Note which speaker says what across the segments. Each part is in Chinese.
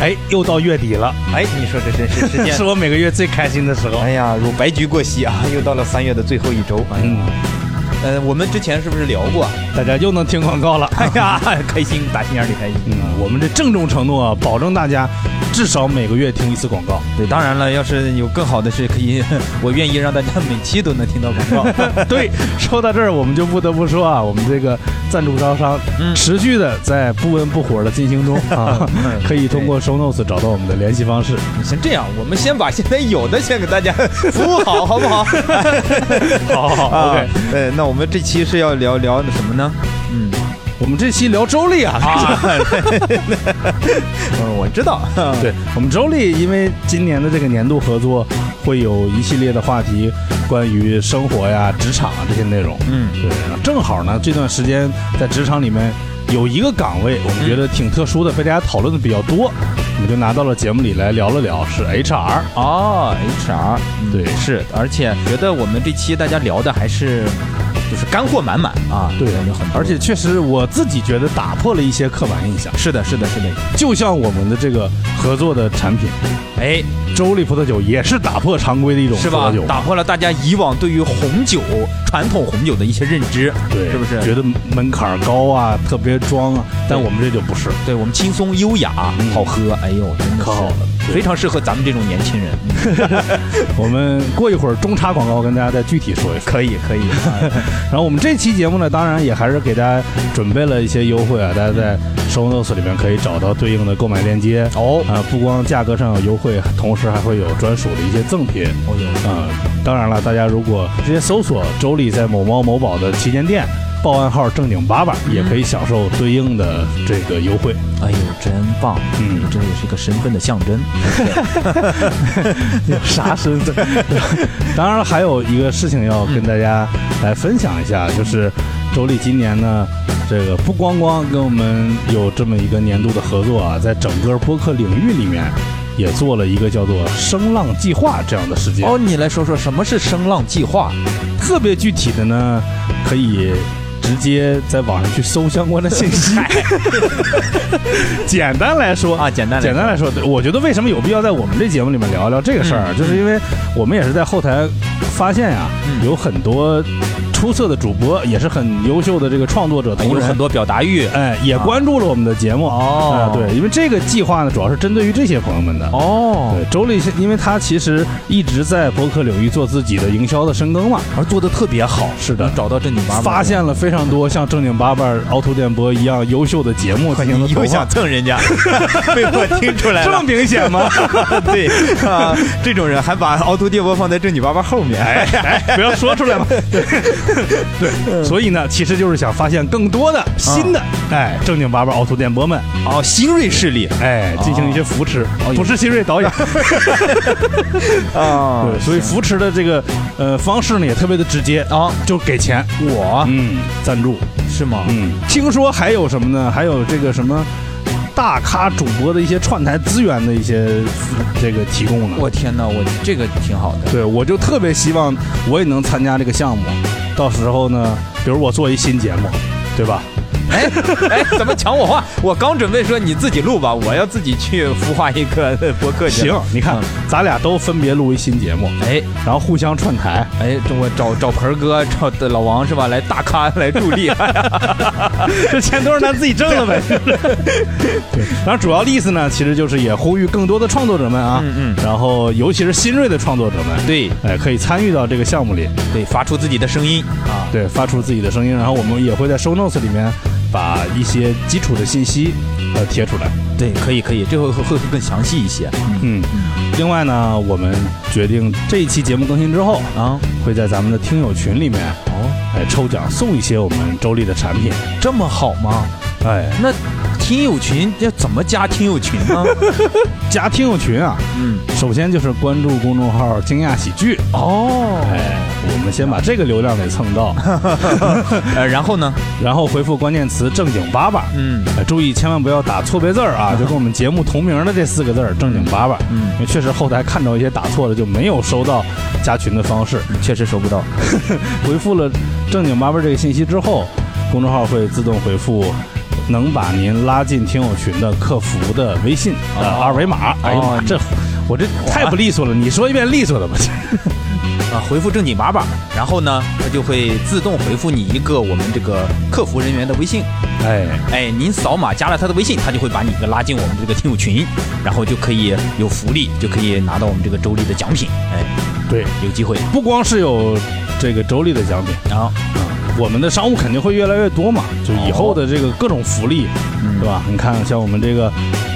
Speaker 1: 哎，又到月底了，
Speaker 2: 哎，你说这真是时 间
Speaker 1: 是。我每个月最开心的时候。
Speaker 2: 哎呀，如白驹过隙啊，又到了三月的最后一周。嗯，
Speaker 1: 嗯，
Speaker 2: 呃，我们之前是不是聊过啊？
Speaker 1: 大家又能听广 告了，哎呀，
Speaker 2: 开心，打心眼里开心。
Speaker 1: 嗯，我们这郑重承诺啊，保证大家至少每个月听一次广告。
Speaker 2: 对，当然了，要是有更好的是可以， 我愿意让大家每期都能听到广告。
Speaker 1: 对，说到这儿，我们就不得不说啊，我们这个赞助招商
Speaker 2: 嗯
Speaker 1: 持续的在不温不火的进行中啊
Speaker 2: 嗯，
Speaker 1: 可以通过 show notes 找到我们的联系方式。
Speaker 2: 先这样，我们先把现在有的先给大家 服务好，好不 好？啊
Speaker 1: 好好 好，OK，
Speaker 2: 对，那我们这期是要聊聊什么呢？嗯，
Speaker 1: 我们这期聊周丽啊，
Speaker 2: 嗯，我知 道。
Speaker 1: 对我们周丽，因为今年的这个年度合作会有一系列的话题，关于生活呀、职场啊这些内容。
Speaker 2: 嗯
Speaker 1: 对，正好呢，这段时间在职场里面有一个岗位，我们觉得挺特殊的，被大家讨论的比较多，我们就拿到了节目里来聊了聊，是 HR。
Speaker 2: 哦，HR，嗯
Speaker 1: 对
Speaker 2: 是，而且 觉得我们这期大家聊的还是就是干货满满啊，
Speaker 1: 对
Speaker 2: 有很，多
Speaker 1: 而且确实我自己觉得打破了一些刻板印象，
Speaker 2: 是的，是的，是的，
Speaker 1: 就像我们的这个合作的产品
Speaker 2: 哎，
Speaker 1: 周丽葡萄酒，也是打破常规的一种葡
Speaker 2: 是吧
Speaker 1: 萄酒，？
Speaker 2: 打破了大家以往对于红酒传统红酒的一些认知，
Speaker 1: 对，
Speaker 2: 是不是？
Speaker 1: 觉得门槛儿高啊，特别装啊？但
Speaker 2: 对
Speaker 1: 我们这就不是，
Speaker 2: 对我们轻松优雅，
Speaker 1: 嗯
Speaker 2: 好喝，哎呦，真的
Speaker 1: 可好了
Speaker 2: 是
Speaker 1: 对
Speaker 2: 非常适合咱们这种年轻人。
Speaker 1: 我们过一会儿中插广告跟大家再具体说一说。
Speaker 2: 可以，可以，
Speaker 1: 然后我们这期节目呢，当然也还是给大家准备了一些优惠啊，大家在 show notes 里面可以找到对应的购买链接。
Speaker 2: 哦
Speaker 1: 啊、不光价格上有优惠，同时还会有专属的一些赠品。
Speaker 2: 哦哟，
Speaker 1: 啊、当然了，大家如果直接搜索周丽在某猫某宝的旗舰店，报暗号正经八百，也可以享受对应的这个优惠。
Speaker 2: 嗯哎呦，真棒，
Speaker 1: 嗯
Speaker 2: 这也是一个身份的象征。
Speaker 1: 啥身份？当然了，还有一个事情要跟大家来分享一下，就是周丽今年呢，这个不光光跟我们有这么一个年度的合作啊，在整个播客领域里面。也做了一个叫做“声浪计划”这样的事件，哦
Speaker 2: 哦，你来说说什么是声浪计划？
Speaker 1: 特别具体的呢，可以直接在网上去搜相关的信 息。 简单来说
Speaker 2: 啊简单来说
Speaker 1: 简单来说，对我觉得为什么有必要在我们这节目里面聊一聊这个事儿，啊
Speaker 2: 嗯
Speaker 1: 就是因为我们也是在后台发现呀、
Speaker 2: 嗯
Speaker 1: 有很多出色的主播，也是很优秀的这个创作者同
Speaker 2: 有
Speaker 1: 仁
Speaker 2: 很。多表达欲。
Speaker 1: 哎，也
Speaker 2: 啊
Speaker 1: 关注了我们的节目
Speaker 2: 哦
Speaker 1: 啊对，因为这个计划呢，主要是针对于这些朋友们的。
Speaker 2: 哦
Speaker 1: 对，周丽，因为他其实一直在博客领域做自己的营销的深耕嘛，
Speaker 2: 而做的特别好，
Speaker 1: 是的
Speaker 2: 能找到正经八百。
Speaker 1: 发现了非常多像正经八百凹凸电波一样优秀的节目进行了
Speaker 2: 你
Speaker 1: 投放
Speaker 2: 又想，蹭人 家，被我听出来
Speaker 1: 这么
Speaker 2: 了。
Speaker 1: 明显吗？
Speaker 2: 对啊，这种人还把凹凸电波放在正经八八后面，哎，
Speaker 1: 哎，不要说出来嘛。对，对，所以呢，其实就是想发现更多的新的哎正经八百凹凸电波们，
Speaker 2: 哦，新锐势力
Speaker 1: 哎，进行一些扶持
Speaker 2: 哦，
Speaker 1: 不是新锐 导演，
Speaker 2: 啊
Speaker 1: 对，所以扶持的这个呃方式呢也特别的直接啊，
Speaker 2: 啊，
Speaker 1: 就给钱，
Speaker 2: 我
Speaker 1: 嗯，赞助，
Speaker 2: 是吗？
Speaker 1: 嗯，听说还有什么呢？还有这个什么。大咖主播的一些串台资源的一些这个提供呢，
Speaker 2: 我天哪，我这个挺好的。
Speaker 1: 对，我就特别希望我也能参加这个项目，到时候呢，比如我做一新节目，对吧？
Speaker 2: 哎哎，怎么抢我话？我刚准备说你自己录吧，我要自己去孵化一个博客去
Speaker 1: 行
Speaker 2: 了。，
Speaker 1: 你看、咱俩都分别录一新节目，
Speaker 2: 哎
Speaker 1: 然后互相串台，
Speaker 2: 哎，这我找找盆儿哥，找老王是吧？来大咖来助力。
Speaker 1: 这钱都是咱自己挣的呗。 对，然后主要的意思呢，其实就是也呼吁更多的创作者们啊，
Speaker 2: 嗯
Speaker 1: 然后尤其是新锐的创作者们，
Speaker 2: 对
Speaker 1: 哎，可以参与到这个项目里，
Speaker 2: 对，发出自己的声音啊。
Speaker 1: 对，发出自己的声音，然后我们也会在 show notes 里面把一些基础的信息呃贴出来。
Speaker 2: 对，可以可以，这会会会更详细一些。
Speaker 1: 嗯，另外呢，我们决定这一期节目更新之后，
Speaker 2: 啊，
Speaker 1: 会在咱们的听友群里面，
Speaker 2: 哦，
Speaker 1: 哎，抽奖送一些我们周丽的产品。
Speaker 2: 这么好吗？
Speaker 1: 哎，
Speaker 2: 那听友群要怎么加听友群呢？
Speaker 1: 加听友群啊，
Speaker 2: 嗯，
Speaker 1: 首先就是关注公众号“惊讶喜剧
Speaker 2: 哦”，
Speaker 1: 哎，我们先把这个流量给蹭到，
Speaker 2: 呃，然后呢？
Speaker 1: 然后回复关键词“正经八八”。
Speaker 2: 嗯
Speaker 1: 哎注意，千万不要打错别字儿 啊！就跟我们节目同名的这四个字儿“正经八八”，因
Speaker 2: 嗯，
Speaker 1: 为确实后台看到一些打错了，就没有收到加群的方式。
Speaker 2: 确实收 不到。
Speaker 1: 回复了正经八八这个信息之后，公众号会自动回复能把您拉进听友群的客服的微信呃
Speaker 2: 哦
Speaker 1: 二维码。哎呀妈，
Speaker 2: 哦
Speaker 1: 这我这太不利索了！你说一遍利索的吧。
Speaker 2: 啊，回复正经八百，然后呢，它就会自动回复你一个我们这个客服人员的微信。
Speaker 1: 哎，
Speaker 2: 哎，您扫码加了他的微信，他就会把你给拉进我们这个听友群，然后就可以有福利，就可以拿到我们这个周历的奖品。哎，
Speaker 1: 对，
Speaker 2: 有机会。
Speaker 1: 不光是有这个周丽的奖品，
Speaker 2: 然后，
Speaker 1: 啊我们的商务肯定会越来越多嘛，就以后的这个各种福利，
Speaker 2: 嗯
Speaker 1: 是吧？你看，像我们这个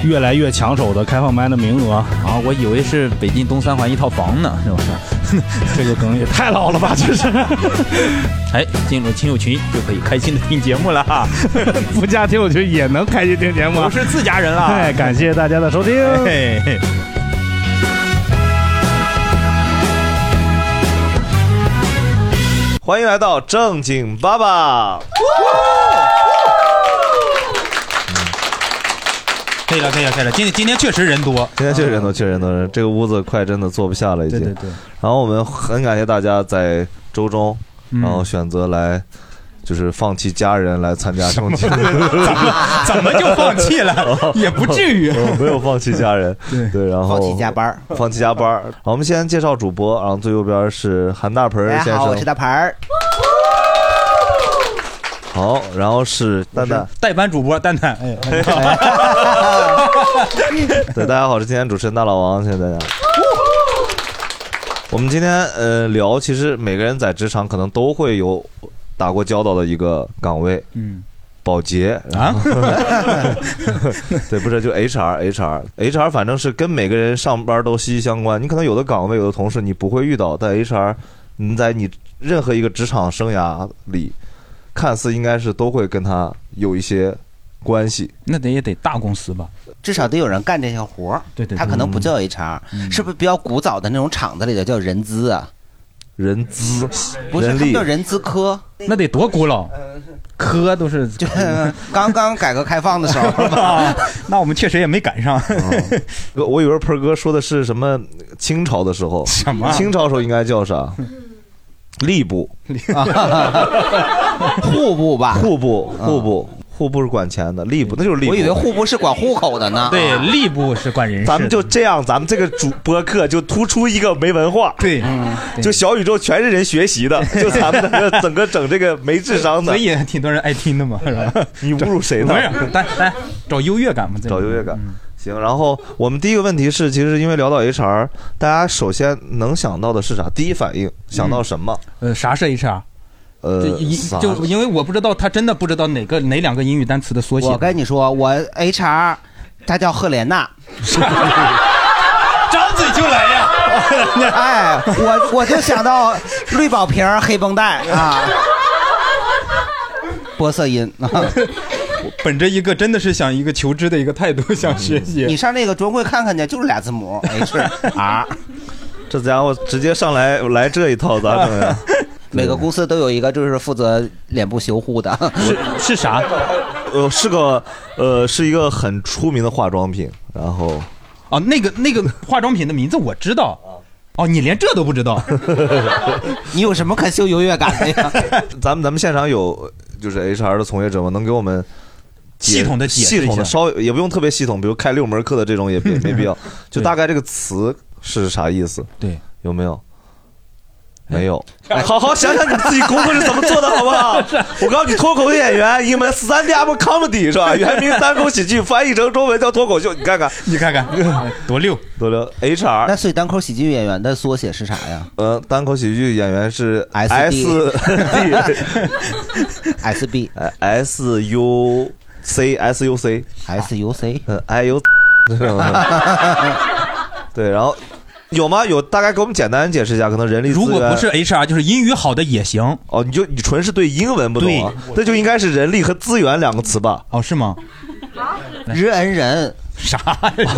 Speaker 1: 越来越抢手的开放麦的名额，
Speaker 2: 啊，我以为是北京东三环一套房呢，是吧？
Speaker 1: 这个梗也太老了吧，这是
Speaker 2: 哎，进入亲友群就可以开心的听节目了哈，
Speaker 1: 不加听友群也能开心听节目啊
Speaker 2: 我。是自家人了。
Speaker 1: 哎，感谢大家的收听。
Speaker 2: 嘿嘿
Speaker 3: 欢迎来到正经爸爸。哦
Speaker 2: 可以了，可以了，可以了。今今天确实人多，
Speaker 3: 今天确实人多，确实人多，这个屋子快真的坐不下了，已经。
Speaker 2: 对，
Speaker 3: 然后我们很感谢大家在周中，
Speaker 2: 嗯
Speaker 3: 然后选择来，就是放弃家人来参加这种节目。
Speaker 2: 怎么就放弃 了？也不至于。
Speaker 3: 我没有放弃 家人，对然后
Speaker 4: 放弃加，班儿。
Speaker 3: 放弃加班儿。好我们先介绍主播，然后最右边是韩大盆
Speaker 4: 大
Speaker 3: 儿
Speaker 4: 家
Speaker 3: 先
Speaker 4: 好，我是
Speaker 3: 生，
Speaker 4: 大牌儿。
Speaker 3: 好，然后是蛋蛋，
Speaker 2: 代班主播蛋蛋， 哎，
Speaker 3: 对，大家好，我是今天主持人大老王，谢谢大家。我们今天呃聊，其实每个人在职场可能都会有打过交道的一个岗位，
Speaker 2: 嗯
Speaker 3: 保洁
Speaker 2: 啊，
Speaker 3: 对，不是就 HR HR HR，反正是跟每个人上班都息息相关。你可能有的岗位有的同事你不会遇到，但 HR 你在你任何一个职场生涯里，看似应该是都会跟他有一些关系。
Speaker 2: 那得也得大公司吧？
Speaker 4: 至少得有人干这些活儿，
Speaker 2: 对对嗯
Speaker 4: 他可能不叫 HR，、是不是比较古早的那种厂子里的叫人资啊？
Speaker 3: 人资、
Speaker 4: 不是，
Speaker 3: 人
Speaker 4: 他们
Speaker 3: 力
Speaker 4: 叫，人资科，
Speaker 2: 那得多古老，科都是
Speaker 4: 就刚刚改革开放的 时候吧。
Speaker 2: 啊，那我们确实也没赶上
Speaker 3: 我我以为鹏哥说的是什么清朝的时候，
Speaker 2: 什
Speaker 4: 啊
Speaker 2: 么
Speaker 3: 清朝时候应该叫啥？吏部、
Speaker 4: 户部吧，嗯
Speaker 3: 户部、户部、户部是管钱的，吏部那就是吏部。
Speaker 4: 我以为户部是管户口的呢。啊
Speaker 2: 对，吏部是 管人事的，
Speaker 3: 咱们就这样，咱们这个主播课就突出一个没文化，
Speaker 2: 对，对
Speaker 3: 就
Speaker 4: 嗯
Speaker 3: 小宇宙全是人学习的，就咱们这个整个整这个没智商的
Speaker 2: 所，以挺多人爱听的嘛，是吧？
Speaker 3: 你侮辱谁呢
Speaker 2: 没？有， 但但找优越感嘛，这嗯
Speaker 3: 找
Speaker 2: 种
Speaker 3: 优越感。行，然后我们第一个问题是，其实因为聊到 HR，大家首先能想到的是啥？第一反应
Speaker 2: 嗯
Speaker 3: 想到什么？
Speaker 5: 呃，啥是 HR？
Speaker 3: 呃
Speaker 5: 就，一
Speaker 3: 啥
Speaker 5: 就因为我不知道，他真的不知道哪个哪两个英语单词的缩写
Speaker 4: 我。跟你说，我 HR，她叫赫莲娜。
Speaker 2: 张嘴就来呀！
Speaker 4: 哎，我我就想到绿宝瓶儿、黑绷带啊，波色音啊。
Speaker 5: 本着一个真的是想一个求知的 一个态度，想学习。
Speaker 4: 你上那个专柜看看去，就是俩字母
Speaker 2: 哎
Speaker 4: H R，啊
Speaker 3: 这家伙直接上来来这一套，咋 整呀？
Speaker 4: 每个公司都有一个就是负责脸部修护的。
Speaker 2: 是是啥？
Speaker 3: 呃，是个呃，是一个很出名的化妆品，然后
Speaker 5: 哦，那个那个化妆品的名字我知道。哦，你连这都不知 道？
Speaker 4: 你有什么可秀优越感的呀？
Speaker 3: 咱们咱们现场有就是 HR 的从业者吗？能给我们解
Speaker 5: 系统地解释一下
Speaker 3: 系统的稍微也不用特别系统，比如开六门课的这种也 别没必要，就大概这个词是啥意思？
Speaker 5: 对，哎
Speaker 3: 有没有？没 有，好好想想你自己功课是怎么做的，好不好？
Speaker 5: 啊
Speaker 3: 我告诉你，脱口秀演员英文 stand-up comedy 是 吧？原名单口喜剧，翻译成中文叫脱口秀。你看看，
Speaker 5: 你看看多溜！
Speaker 3: 多了 HR
Speaker 4: 那所以单口喜剧演员的缩写是啥呀
Speaker 3: 呃，单口喜剧演员是
Speaker 4: SD
Speaker 3: D
Speaker 4: ？S B
Speaker 3: S U C S U C，
Speaker 4: S U C
Speaker 3: 呃，I U，对，然后有吗？有，大概给我们简单解释一下，可能人力资
Speaker 5: 如
Speaker 3: 源
Speaker 5: 果不是 HR，就是英语好的也行。
Speaker 3: 哦，你就你纯是对英文不懂啊，那就应该是人力和资源两个词吧？
Speaker 5: 哦，是吗？
Speaker 4: 日恩人，
Speaker 5: 啥？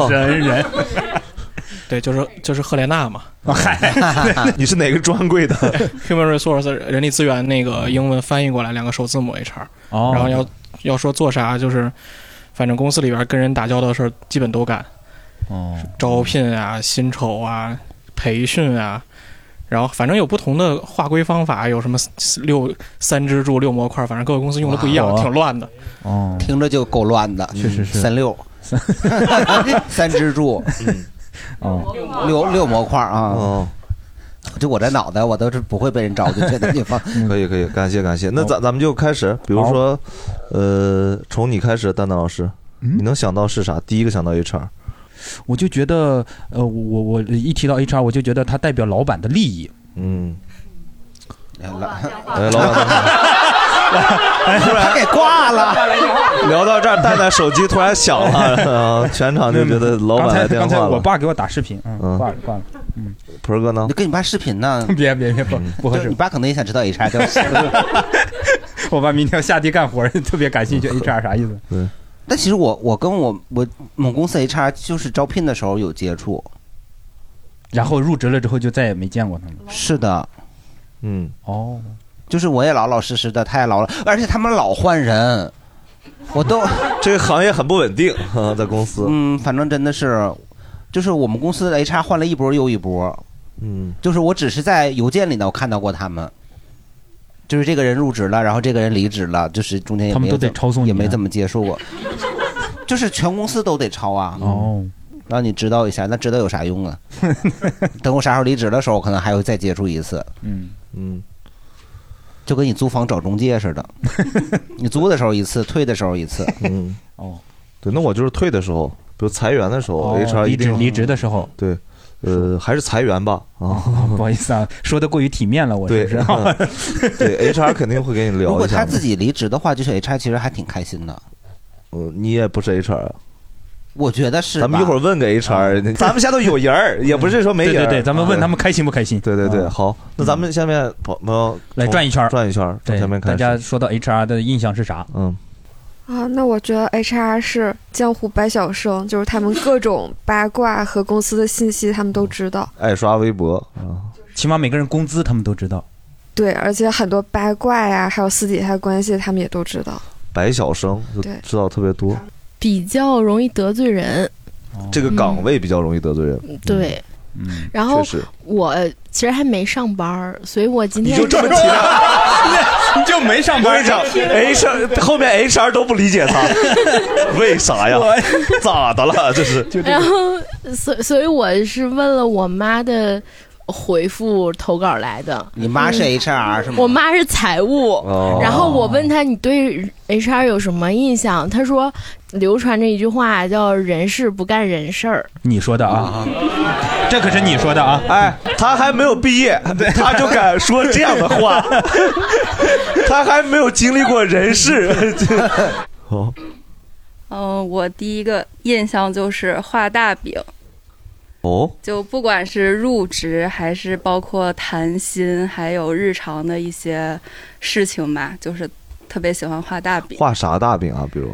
Speaker 1: 人人
Speaker 6: 对，就是就是赫莲娜嘛
Speaker 5: 嗨，
Speaker 3: 你是哪个专柜的？
Speaker 6: ，Human Resource 人力资源那个英文翻译过来两个首字母 HR，、
Speaker 5: 哦，
Speaker 6: 然后要要说做啥就是，反正公司里边跟人打交道的事儿基本都干，
Speaker 5: 哦，
Speaker 6: 招聘啊、薪酬啊、培训啊，然后反正有不同的划归方法，有什么六三支柱、六模块，反正各个公司用的不一样，
Speaker 2: 哇
Speaker 6: 挺乱的。
Speaker 2: 哦，
Speaker 4: 听着就够乱的，
Speaker 2: 确实是
Speaker 4: 三 六，三支柱，
Speaker 2: 哦，
Speaker 4: 六六模块啊！
Speaker 3: 哦，
Speaker 4: 就我这脑袋，我都是不会被人招进这个地方。
Speaker 3: 可以可以，感谢感谢。那
Speaker 2: 好
Speaker 3: 咱咱们就开始，比如说，呃，从你开始，蛋蛋老师，
Speaker 2: 嗯
Speaker 3: 你能想到是啥？第一个想到 HR，
Speaker 2: 我就觉得，呃，我我一提到 HR，我就觉得它代表老板的利益。
Speaker 3: 嗯，哎，
Speaker 4: 老
Speaker 3: 老 板，
Speaker 2: 哎
Speaker 4: 他给挂了，
Speaker 3: 聊到这儿，蛋蛋手机突然响了，啊，全场就觉得老板来
Speaker 2: 嗯刚才
Speaker 3: 电
Speaker 2: 刚才
Speaker 3: 话
Speaker 2: 我
Speaker 3: 了。
Speaker 2: 爸给我打视频，嗯，
Speaker 3: 嗯
Speaker 2: 挂了挂了，？
Speaker 3: 鹏儿哥呢嗯
Speaker 4: 你？跟你爸视频呢
Speaker 2: 别别别不不合
Speaker 4: 就
Speaker 2: 适
Speaker 4: 你，爸可能也想知道 HR 就是。
Speaker 2: 我爸明天要下地干活，特别感兴 趣 HR 啥意思？
Speaker 3: 嗯
Speaker 4: 但其实我我跟我我某公司 HR 就是招聘的时候有接触，
Speaker 2: 然后入职了之后就再也没见过他们。
Speaker 4: 是的，
Speaker 3: 嗯，
Speaker 2: 哦，
Speaker 4: 就是我也老老实实的，他也老老，而且他们老换人，我都
Speaker 3: 这个行业很不稳定啊，在公司。
Speaker 4: 嗯，反正真的是，就是我们公司的 HR 换了一波又一波，
Speaker 3: 嗯，
Speaker 4: 就是我只是在邮件里呢，我看到过他们，就是这个人入职了，然后这个人离职了，就是中间也
Speaker 2: 他们
Speaker 4: 没有
Speaker 2: 都得
Speaker 4: 怎么
Speaker 2: 抄送你
Speaker 4: 也没
Speaker 2: 啊
Speaker 4: 怎么接触过，就是全公司都得抄啊，
Speaker 2: 哦，
Speaker 4: 让你知道一下，那知道有啥用啊？ 等我啥时候离职的时候，我可能还会再接触一次，
Speaker 2: 嗯，
Speaker 3: 嗯，
Speaker 4: 就跟你租房找中介似 的，你租的时候一次，退的时候一次，
Speaker 3: 嗯，
Speaker 2: 哦，
Speaker 3: 对，那我就是退的时候，比如裁员的时候，HR 一
Speaker 2: 离职
Speaker 3: 定
Speaker 2: 离职的时候，
Speaker 3: 对，呃，还是裁员吧啊，
Speaker 2: 不好意思啊，说的过于体面了， 我
Speaker 3: 对，
Speaker 2: 是不是？
Speaker 3: 嗯对 ，HR 肯定会跟你
Speaker 4: 如
Speaker 3: 聊
Speaker 4: 果
Speaker 3: 一下
Speaker 4: 他
Speaker 3: 的。
Speaker 4: 自己离职的话，就是 HR 其实还挺开心的，
Speaker 3: 嗯，你也不是 HR，
Speaker 4: 我觉得是吧。
Speaker 3: 咱们一会儿问个 HR，咱们下头有人儿， 也不是说没
Speaker 2: 对
Speaker 3: 人
Speaker 2: 对
Speaker 3: 儿。
Speaker 2: 对，咱们问他
Speaker 3: 们。
Speaker 2: 们开心不开心？
Speaker 3: 对对对，
Speaker 2: 啊，
Speaker 3: 好，那咱们下面朋朋友
Speaker 2: 来转一圈儿
Speaker 3: 转一圈儿，从
Speaker 2: 对
Speaker 3: 前面，
Speaker 2: 大
Speaker 3: 开
Speaker 2: 家
Speaker 3: 始。
Speaker 2: 说到 HR 的印象是啥？
Speaker 3: 嗯，
Speaker 7: 啊，那我觉得 HR 是江湖百晓生，就是他们各种八卦和公司的信息他们
Speaker 8: 嗯
Speaker 7: 都知道。
Speaker 3: 爱刷微博啊，
Speaker 2: 起码每个人工资他们都知道。
Speaker 7: 对，而且很多八卦呀，还有私底下的关系，他们也都知道。
Speaker 3: 白晓生就
Speaker 7: 对
Speaker 3: 知道特别多。
Speaker 8: 比较容易得罪人，
Speaker 2: 哦
Speaker 3: 这个岗位比较容易得罪人，
Speaker 8: 对。
Speaker 2: 嗯，
Speaker 8: 然
Speaker 3: 确
Speaker 8: 后
Speaker 3: 实。
Speaker 8: 我其实还没上班儿，所以我今天
Speaker 3: 么提他？
Speaker 2: 你就没上
Speaker 3: 我跟你讲，HR 哎后面 HR 都不理解他，为啥呀？咋的了？这是
Speaker 8: 然后，所所以我是问了我妈的回复投稿来的。嗯
Speaker 4: 你妈是 HR 是吗？
Speaker 8: 我妈是财务，
Speaker 3: 哦
Speaker 8: 然后我问她你对 HR 有什么印象？她说流传着一句话叫“人事不干人事儿
Speaker 2: 你说的啊，这可是你说的啊。
Speaker 3: 哎，他还没有毕业，他就敢说这样的话，他还没有经历过人事。哦，
Speaker 9: 嗯，我第一个印象就是画大饼，
Speaker 3: 哦，
Speaker 9: 就不管是入职还是包括谈心，还有日常的一些事情吧，就是特别喜欢画大饼。
Speaker 3: 画啥大饼啊？比如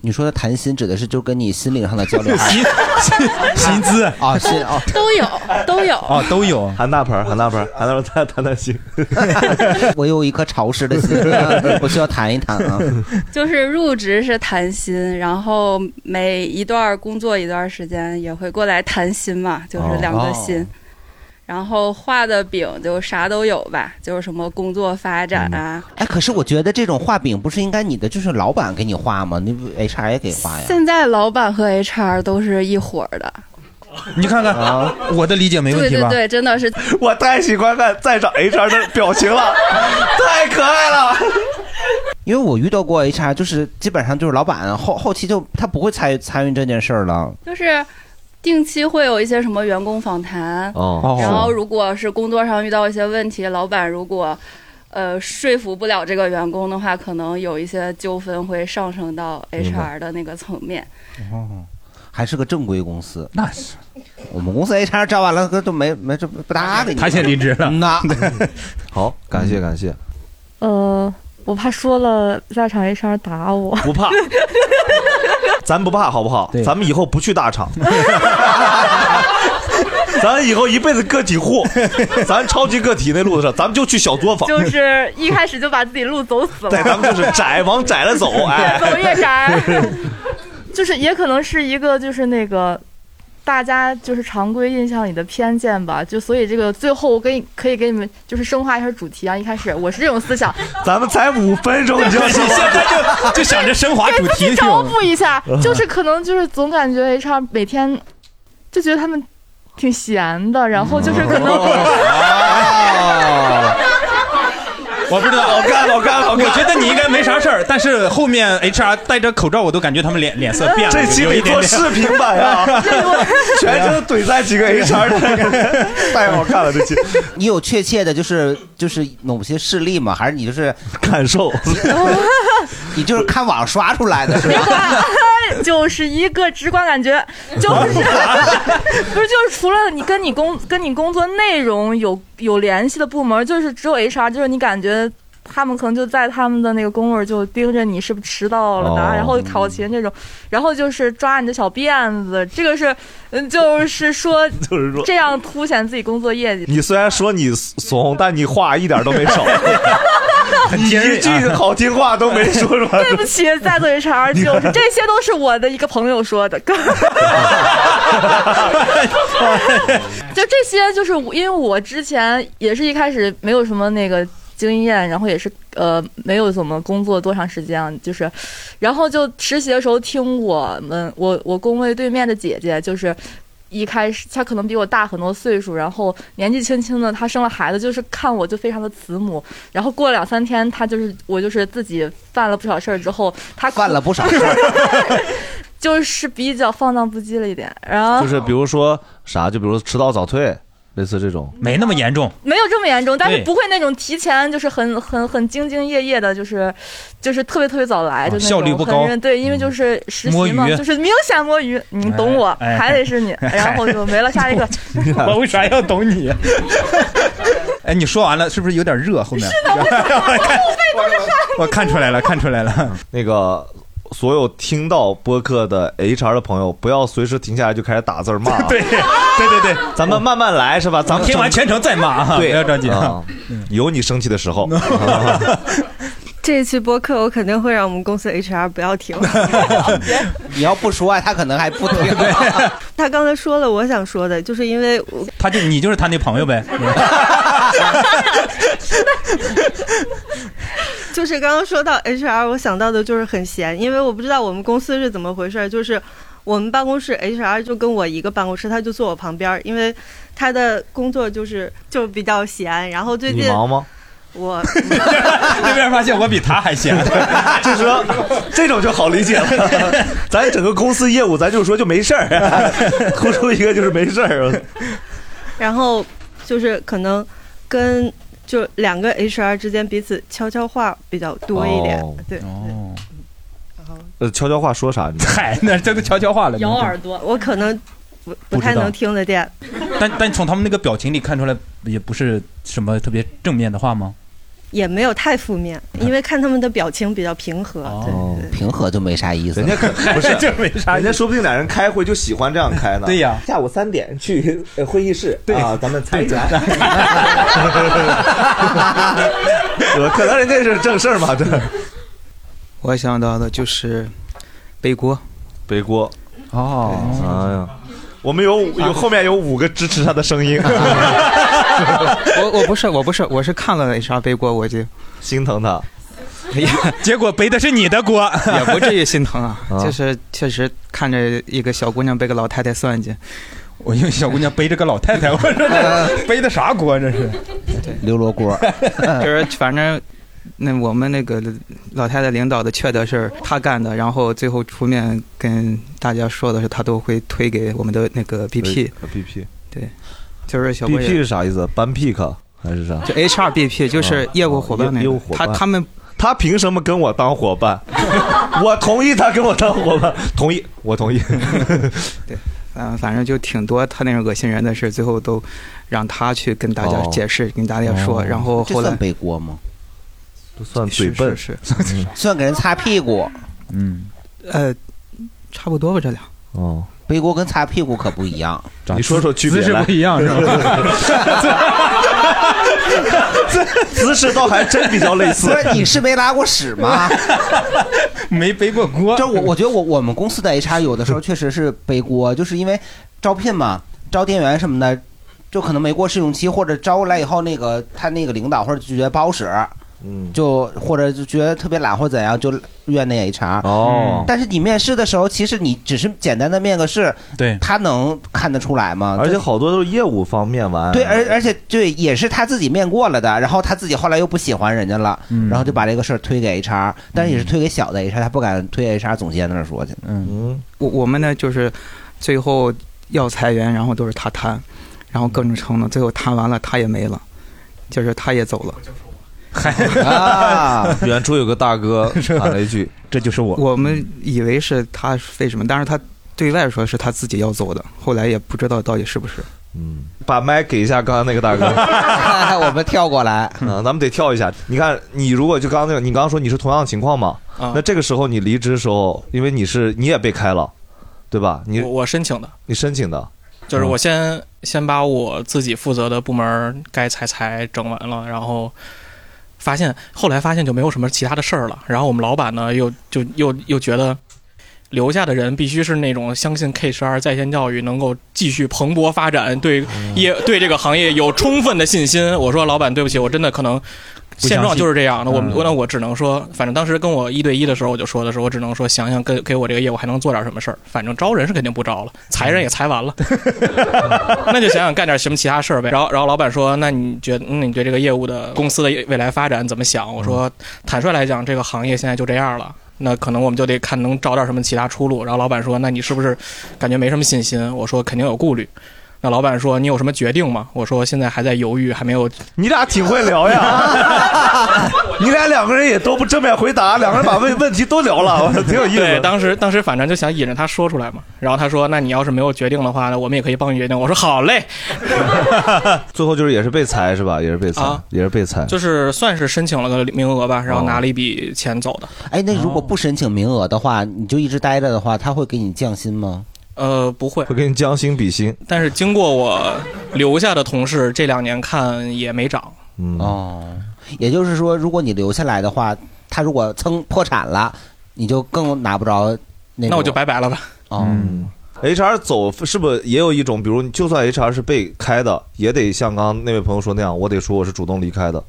Speaker 4: 你说的谈心指的是就跟你心灵上的交流还是
Speaker 2: 薪薪薪资
Speaker 4: 啊心哦，”，
Speaker 8: 都有都有。
Speaker 2: 哦都有。
Speaker 3: 韩大盆儿，韩大盆儿，韩大盆儿，谈谈谈心。
Speaker 4: 我有一颗潮湿的心，我需要谈一谈啊。
Speaker 9: 就是入职是谈心，然后每一段工作一段时间也会过来谈心嘛，就是两个心。然后画的饼就啥都有吧，就是什么工作发展啊，
Speaker 4: 哎，可是我觉得这种画饼不是应该你的就是老板给你画吗？你不 HR 也给画哎呀？
Speaker 9: 现在老板和 HR 都是一伙儿的，
Speaker 2: 你看看，我的理解没问
Speaker 9: 对
Speaker 2: 题
Speaker 9: 对
Speaker 2: 吧？
Speaker 9: 对，真的是
Speaker 3: 我太喜欢看在场 HR 的表情了， 太可爱了。
Speaker 4: 因为我遇到过 HR，就是基本上就是老板后后期就他不会参与参与这件事儿了。
Speaker 9: 就是定期会有一些什么员工访谈，
Speaker 3: 哦，
Speaker 9: 然后如果是工作上遇到一些问题，老板如果呃说服不了这个员工的话，可能有一些纠纷会上升到
Speaker 3: 明白
Speaker 9: HR 的那个层面。
Speaker 4: 还是个正规公司，
Speaker 2: 那是
Speaker 4: 我们公司 HR 招完了都没没这不不搭理你。
Speaker 2: 他先离职了。
Speaker 4: 那
Speaker 3: 好，感谢感谢，
Speaker 10: 呃，我怕说了在场 HR 打我。
Speaker 3: 不怕，咱不怕好不好
Speaker 2: 对？
Speaker 3: 咱们以后不去大厂， 咱以后一辈子个体 户，咱超级个体那路子上，咱们就去小作坊。
Speaker 10: 就是一开始就把自己路走 死
Speaker 3: 对，
Speaker 10: 了，
Speaker 3: 咱们就是窄，往窄了 走，哎，
Speaker 10: 走夜啥？就是也可能是一个就是那个大家就是常规印象里的偏见吧。就所以这个最后我给你可以给你们就是升华一下主题啊。一开始我是这种 思想，
Speaker 3: 咱们才五分钟你就
Speaker 2: 你 现在就就想着升华主题
Speaker 10: 给自己
Speaker 2: 是
Speaker 10: 找
Speaker 2: 吗？
Speaker 10: 补 一下，就是可能就是总感觉 HR 每天就觉得他们挺闲的，然后就是 可能、
Speaker 2: 我不知道，
Speaker 3: 老啊干老干老干
Speaker 2: 我觉得你应该没啥事儿，但是后面 HR 戴着口罩，我都感觉他们脸脸色变了。
Speaker 3: 这期
Speaker 2: 有一
Speaker 3: 得
Speaker 2: 点
Speaker 3: 做
Speaker 2: 点
Speaker 3: 视频版 啊全程怼在几个 HR 的，太好看了这期。
Speaker 4: 你有确切的，就是就是某些事例吗？还是你就是
Speaker 3: 感受？
Speaker 4: 你就是看网刷出来的 是吧？
Speaker 10: 就是一个直观感觉，就是不是就是除了你跟你工跟你工作内容有有联系的部门，就是只有 HR，就是你感觉。他们可能就在他们的那个工位儿就盯着你是不是迟到了的，啊
Speaker 11: 哦
Speaker 10: 然后考勤这种，然后就是抓你的小辫子，这个是，嗯，就是说，
Speaker 3: 就是说
Speaker 10: 这样凸显自己工作业绩。
Speaker 3: 你虽然说你怂，但你话一点都 没少，你一句好听话都没说出来。
Speaker 10: 对不起，在座 HR，就是这些都是我的一个朋友说的。就这些，就是我因为我之前也是一开始没有什么那个经验，然后也是呃没有怎么工作多长时间啊，就是，然后就实习的时候听我们我我工位对面的姐姐就是。一开始，她可能比我大很多岁数，然后年纪轻轻的，她生了孩子，就是看我就非常的慈母。然后过了两三天，她就是我就是自己犯了不少事儿之后，她
Speaker 4: 犯了不少事
Speaker 10: 儿， 就是比较放荡不羁了一点。然后
Speaker 3: 就是比如说啥，就比如说迟到早退，类似这种，
Speaker 2: 没那么严重。
Speaker 10: 没有这么严重，但是
Speaker 3: 对
Speaker 10: 不会那种提前就是很很很兢兢业业的，就是就是特别特别早来，就那种
Speaker 2: 啊效率不高嗯
Speaker 10: 很认对，因为就是实习嘛
Speaker 2: 摸，鱼
Speaker 10: 就是明显摸鱼，你懂我，
Speaker 2: 哎哎
Speaker 10: 还得 是你，
Speaker 2: 哎
Speaker 10: 然后就没了下一 个。
Speaker 2: 我为啥要懂你？ 哎，你说完了是不是有点热？后面 我哦看出来了，看出来了。
Speaker 3: 那个所有听到播客的 HR 的朋友，不要随时停下来就开始打字儿骂。
Speaker 2: 对对对对，
Speaker 3: 咱们慢慢来是吧？咱们
Speaker 2: 听完全程再 骂啊
Speaker 3: 对，
Speaker 2: 不要着急啊
Speaker 3: 啊。有你生气的 时候。
Speaker 11: 这一期播客我肯定会让我们公司 HR 不要听。
Speaker 4: 你要不说啊，他可能还不听。
Speaker 11: 他刚才说了我想说的，就是因为我
Speaker 2: 他就你就是他那朋友 呗，
Speaker 11: 就是刚刚说到 HR，我想到的就是很闲，因为我不知道我们公司是怎么回事儿，就是我们办公室 HR 就跟我一个办公室，他就坐我旁边儿，因为他的工作就是就比较闲，然后最近
Speaker 3: 你 忙吗？
Speaker 11: 我
Speaker 2: 这边发现我比他还闲，
Speaker 3: 就是说这种就好理解 了。咱整个公司业务，咱就说就没事儿，突出一个就是没事儿。
Speaker 11: 然后就是可能跟就两个 HR 之间彼此悄悄话比较多一点，
Speaker 3: 哦
Speaker 11: 对。
Speaker 3: 呃，悄悄话说啥？
Speaker 4: 哎
Speaker 2: 嗨，那这都悄悄话了。
Speaker 11: 朵，我可能不
Speaker 2: 不
Speaker 11: 不太
Speaker 2: 知道
Speaker 11: 能听得见。
Speaker 2: 但但从他们那个表情里看出来，也不是什么特别正面的话吗？
Speaker 11: 也没有太负面，因为看他们的表情比较平和。
Speaker 4: 哦，平和就没啥意思。人
Speaker 3: 家 不是
Speaker 2: 这没啥，
Speaker 3: 人家说不定俩人开会就喜欢这样开呢。
Speaker 4: 对呀
Speaker 3: 下午三点去呃会议室啊，咱们 参加。 呃可能人家是正事儿嘛，对。
Speaker 12: 我想到的就是背锅，
Speaker 3: 背锅。
Speaker 12: 哦，
Speaker 3: 哎呀，我们有
Speaker 12: 啊
Speaker 3: 有后面有五个支持他的声音，
Speaker 12: 我我不是我不是我是看了 HR 背锅，我就哎
Speaker 3: 心疼他。
Speaker 2: 结果背的是你的锅，
Speaker 12: 也不至于心疼啊
Speaker 2: 啊，
Speaker 12: 就是确实看着一个小姑娘背个老太太算计，
Speaker 2: 我因为小姑娘背着个老太太，我说这 背的啥锅这是？
Speaker 4: 刘罗锅，
Speaker 12: 就是反正那我们那个老太太领导的缺德事儿她干的，然后最后出面跟大家说的是她都会推给我们的那个 BP，
Speaker 3: BP
Speaker 12: 对，就是小姑
Speaker 3: BP 是
Speaker 12: 娘
Speaker 3: 啥意思？班 pick 还是啥？
Speaker 12: 就 HR BP 就是业务伙伴那
Speaker 3: 啊业务
Speaker 12: 个
Speaker 3: 伙，
Speaker 12: 他
Speaker 3: 伴
Speaker 12: 他们
Speaker 3: 他凭什么跟我当伙 伴？我同意他跟我当 伙伴，同意，我同 意。
Speaker 12: 嗯，反正就挺多他那种恶心人的事，最后都让他去跟大家
Speaker 4: 哦
Speaker 12: 解释、跟大家
Speaker 3: 哦
Speaker 12: 说，然后
Speaker 4: 这
Speaker 12: 后来
Speaker 4: 算背锅吗？
Speaker 3: 算嗯
Speaker 12: 嘴笨是
Speaker 4: 算给人擦屁股。
Speaker 2: 嗯，
Speaker 12: 呃，差不多吧，这俩。
Speaker 3: 哦，
Speaker 4: 背锅跟擦屁股可不一样。
Speaker 3: 你说说区别
Speaker 4: 姿势
Speaker 3: 来
Speaker 4: 不一样是
Speaker 3: 姿势 倒还真比较类 似
Speaker 4: 不是，你是没拉过屎吗？
Speaker 2: 没背过锅。
Speaker 4: 就我，我觉得我我们公司的 HR 有的时候确实是背锅，就是因为招聘嘛，招店员什么的，就可能没过试用期，或者招过来以后，那个他那个领导或者就觉得不好使，
Speaker 3: 嗯，
Speaker 4: 就或者就觉得特别懒或者怎样，就怨那 HR。
Speaker 3: 哦
Speaker 4: 但是你面试的时候，其实你只是简单的面个试，
Speaker 5: 对
Speaker 4: 他能看得出来吗？
Speaker 3: 而且好多都是业务方面
Speaker 5: 嗯
Speaker 3: 啊完。
Speaker 4: 对，而而且对，也是他自己面过了的，然后他自己后来又不喜欢人家了，
Speaker 5: 嗯
Speaker 4: 然后就把这个事儿推给 HR，但是也是推给小的 HR，他不敢推 HR 总监那儿说去。
Speaker 5: 嗯，
Speaker 12: 我我们呢就是最后要裁员，然后都是他谈，然后各种撑的，最后谈完了他也没了，就是他也走了。
Speaker 4: 啊，
Speaker 3: 远处有个大 哥喊了一 句：“
Speaker 5: 这就是我。”
Speaker 12: 我们以为是他为什么，但是他对外说是他自己要走的，后来也不知道到底是不是。
Speaker 3: 把麦给一下刚刚那个大哥，
Speaker 4: 我们跳过来，
Speaker 3: 嗯，咱们得跳一下。你看，你如果就刚刚那个，你刚刚说你是同样情况嘛？
Speaker 6: 啊
Speaker 3: 那这个时候你离职的时候，因为你是你也被开了，对吧？你
Speaker 6: 我申请的，
Speaker 3: 你申请的，嗯
Speaker 6: 就是
Speaker 2: 嗯
Speaker 6: 我先先把我自己负责的部门儿该裁裁整完了，然后发现后来发现就没有什么其他的事儿了。然后我们老板呢又就又又觉得留下的人必须是那种相信 K 十二在线教育能够继续蓬勃发展，对
Speaker 2: 嗯
Speaker 6: 业对这个行业有充分的信心。我说老板，对不起，我真的可能。
Speaker 2: 不相信
Speaker 6: 现状就是这样，那我们
Speaker 2: 嗯
Speaker 6: 我那我只能说，反正当时跟我一对一的时候，我就说的是，我只能说想想跟给我这个业务还能做点什么事儿。反正招人是肯定不招了，裁
Speaker 2: 嗯
Speaker 6: 人也裁完了， 那就想想干点什么其他事儿呗。然后，然后老板说：“那你觉得，嗯你对这个业务的公司的未来发展怎么想？”我说：“坦率来讲，这个行业现在就这样了。”那可能我们就得看能找点什么其他出路。然后老板说：“那你是不是感觉没什么信心？”我说：“肯定有顾虑。”那老板说：“你有什么决定吗？”我说：“现在还在犹豫，还没有。”
Speaker 3: 你俩挺会聊呀， 你俩两个人也都不正面回答，两个人把问问题都聊了，我说 挺有意思
Speaker 6: 对，
Speaker 3: 的。
Speaker 6: 当时当时反正就想引着他说出来嘛。然后他说：“那你要是没有决定的话，那我们也可以帮你决定。”我说：“ 好嘞。”
Speaker 3: 最后就是也是被裁是吧？也是被裁，
Speaker 6: 啊
Speaker 3: 也是被裁。
Speaker 6: 就是算是申请了个名额
Speaker 3: 哦
Speaker 6: 吧，然后拿了一笔钱走的。
Speaker 4: 哎，那如果不申请名额的话，你就一直待着的话，他会给你降薪吗？
Speaker 6: 呃，不会，
Speaker 3: 会给你将心比心。
Speaker 6: 但是经过我留下的同事这两年看也没涨，
Speaker 3: 嗯
Speaker 4: 哦，也就是说，如果你留下来的话，他如果蹭破产了，你就更拿不着那
Speaker 6: 那我就拜拜了吧。
Speaker 4: 哦。
Speaker 3: HR 走是不是也有一种，比如你就算 HR 是被开的，也得像刚刚那位朋友说那样，我得说我是主动离开的。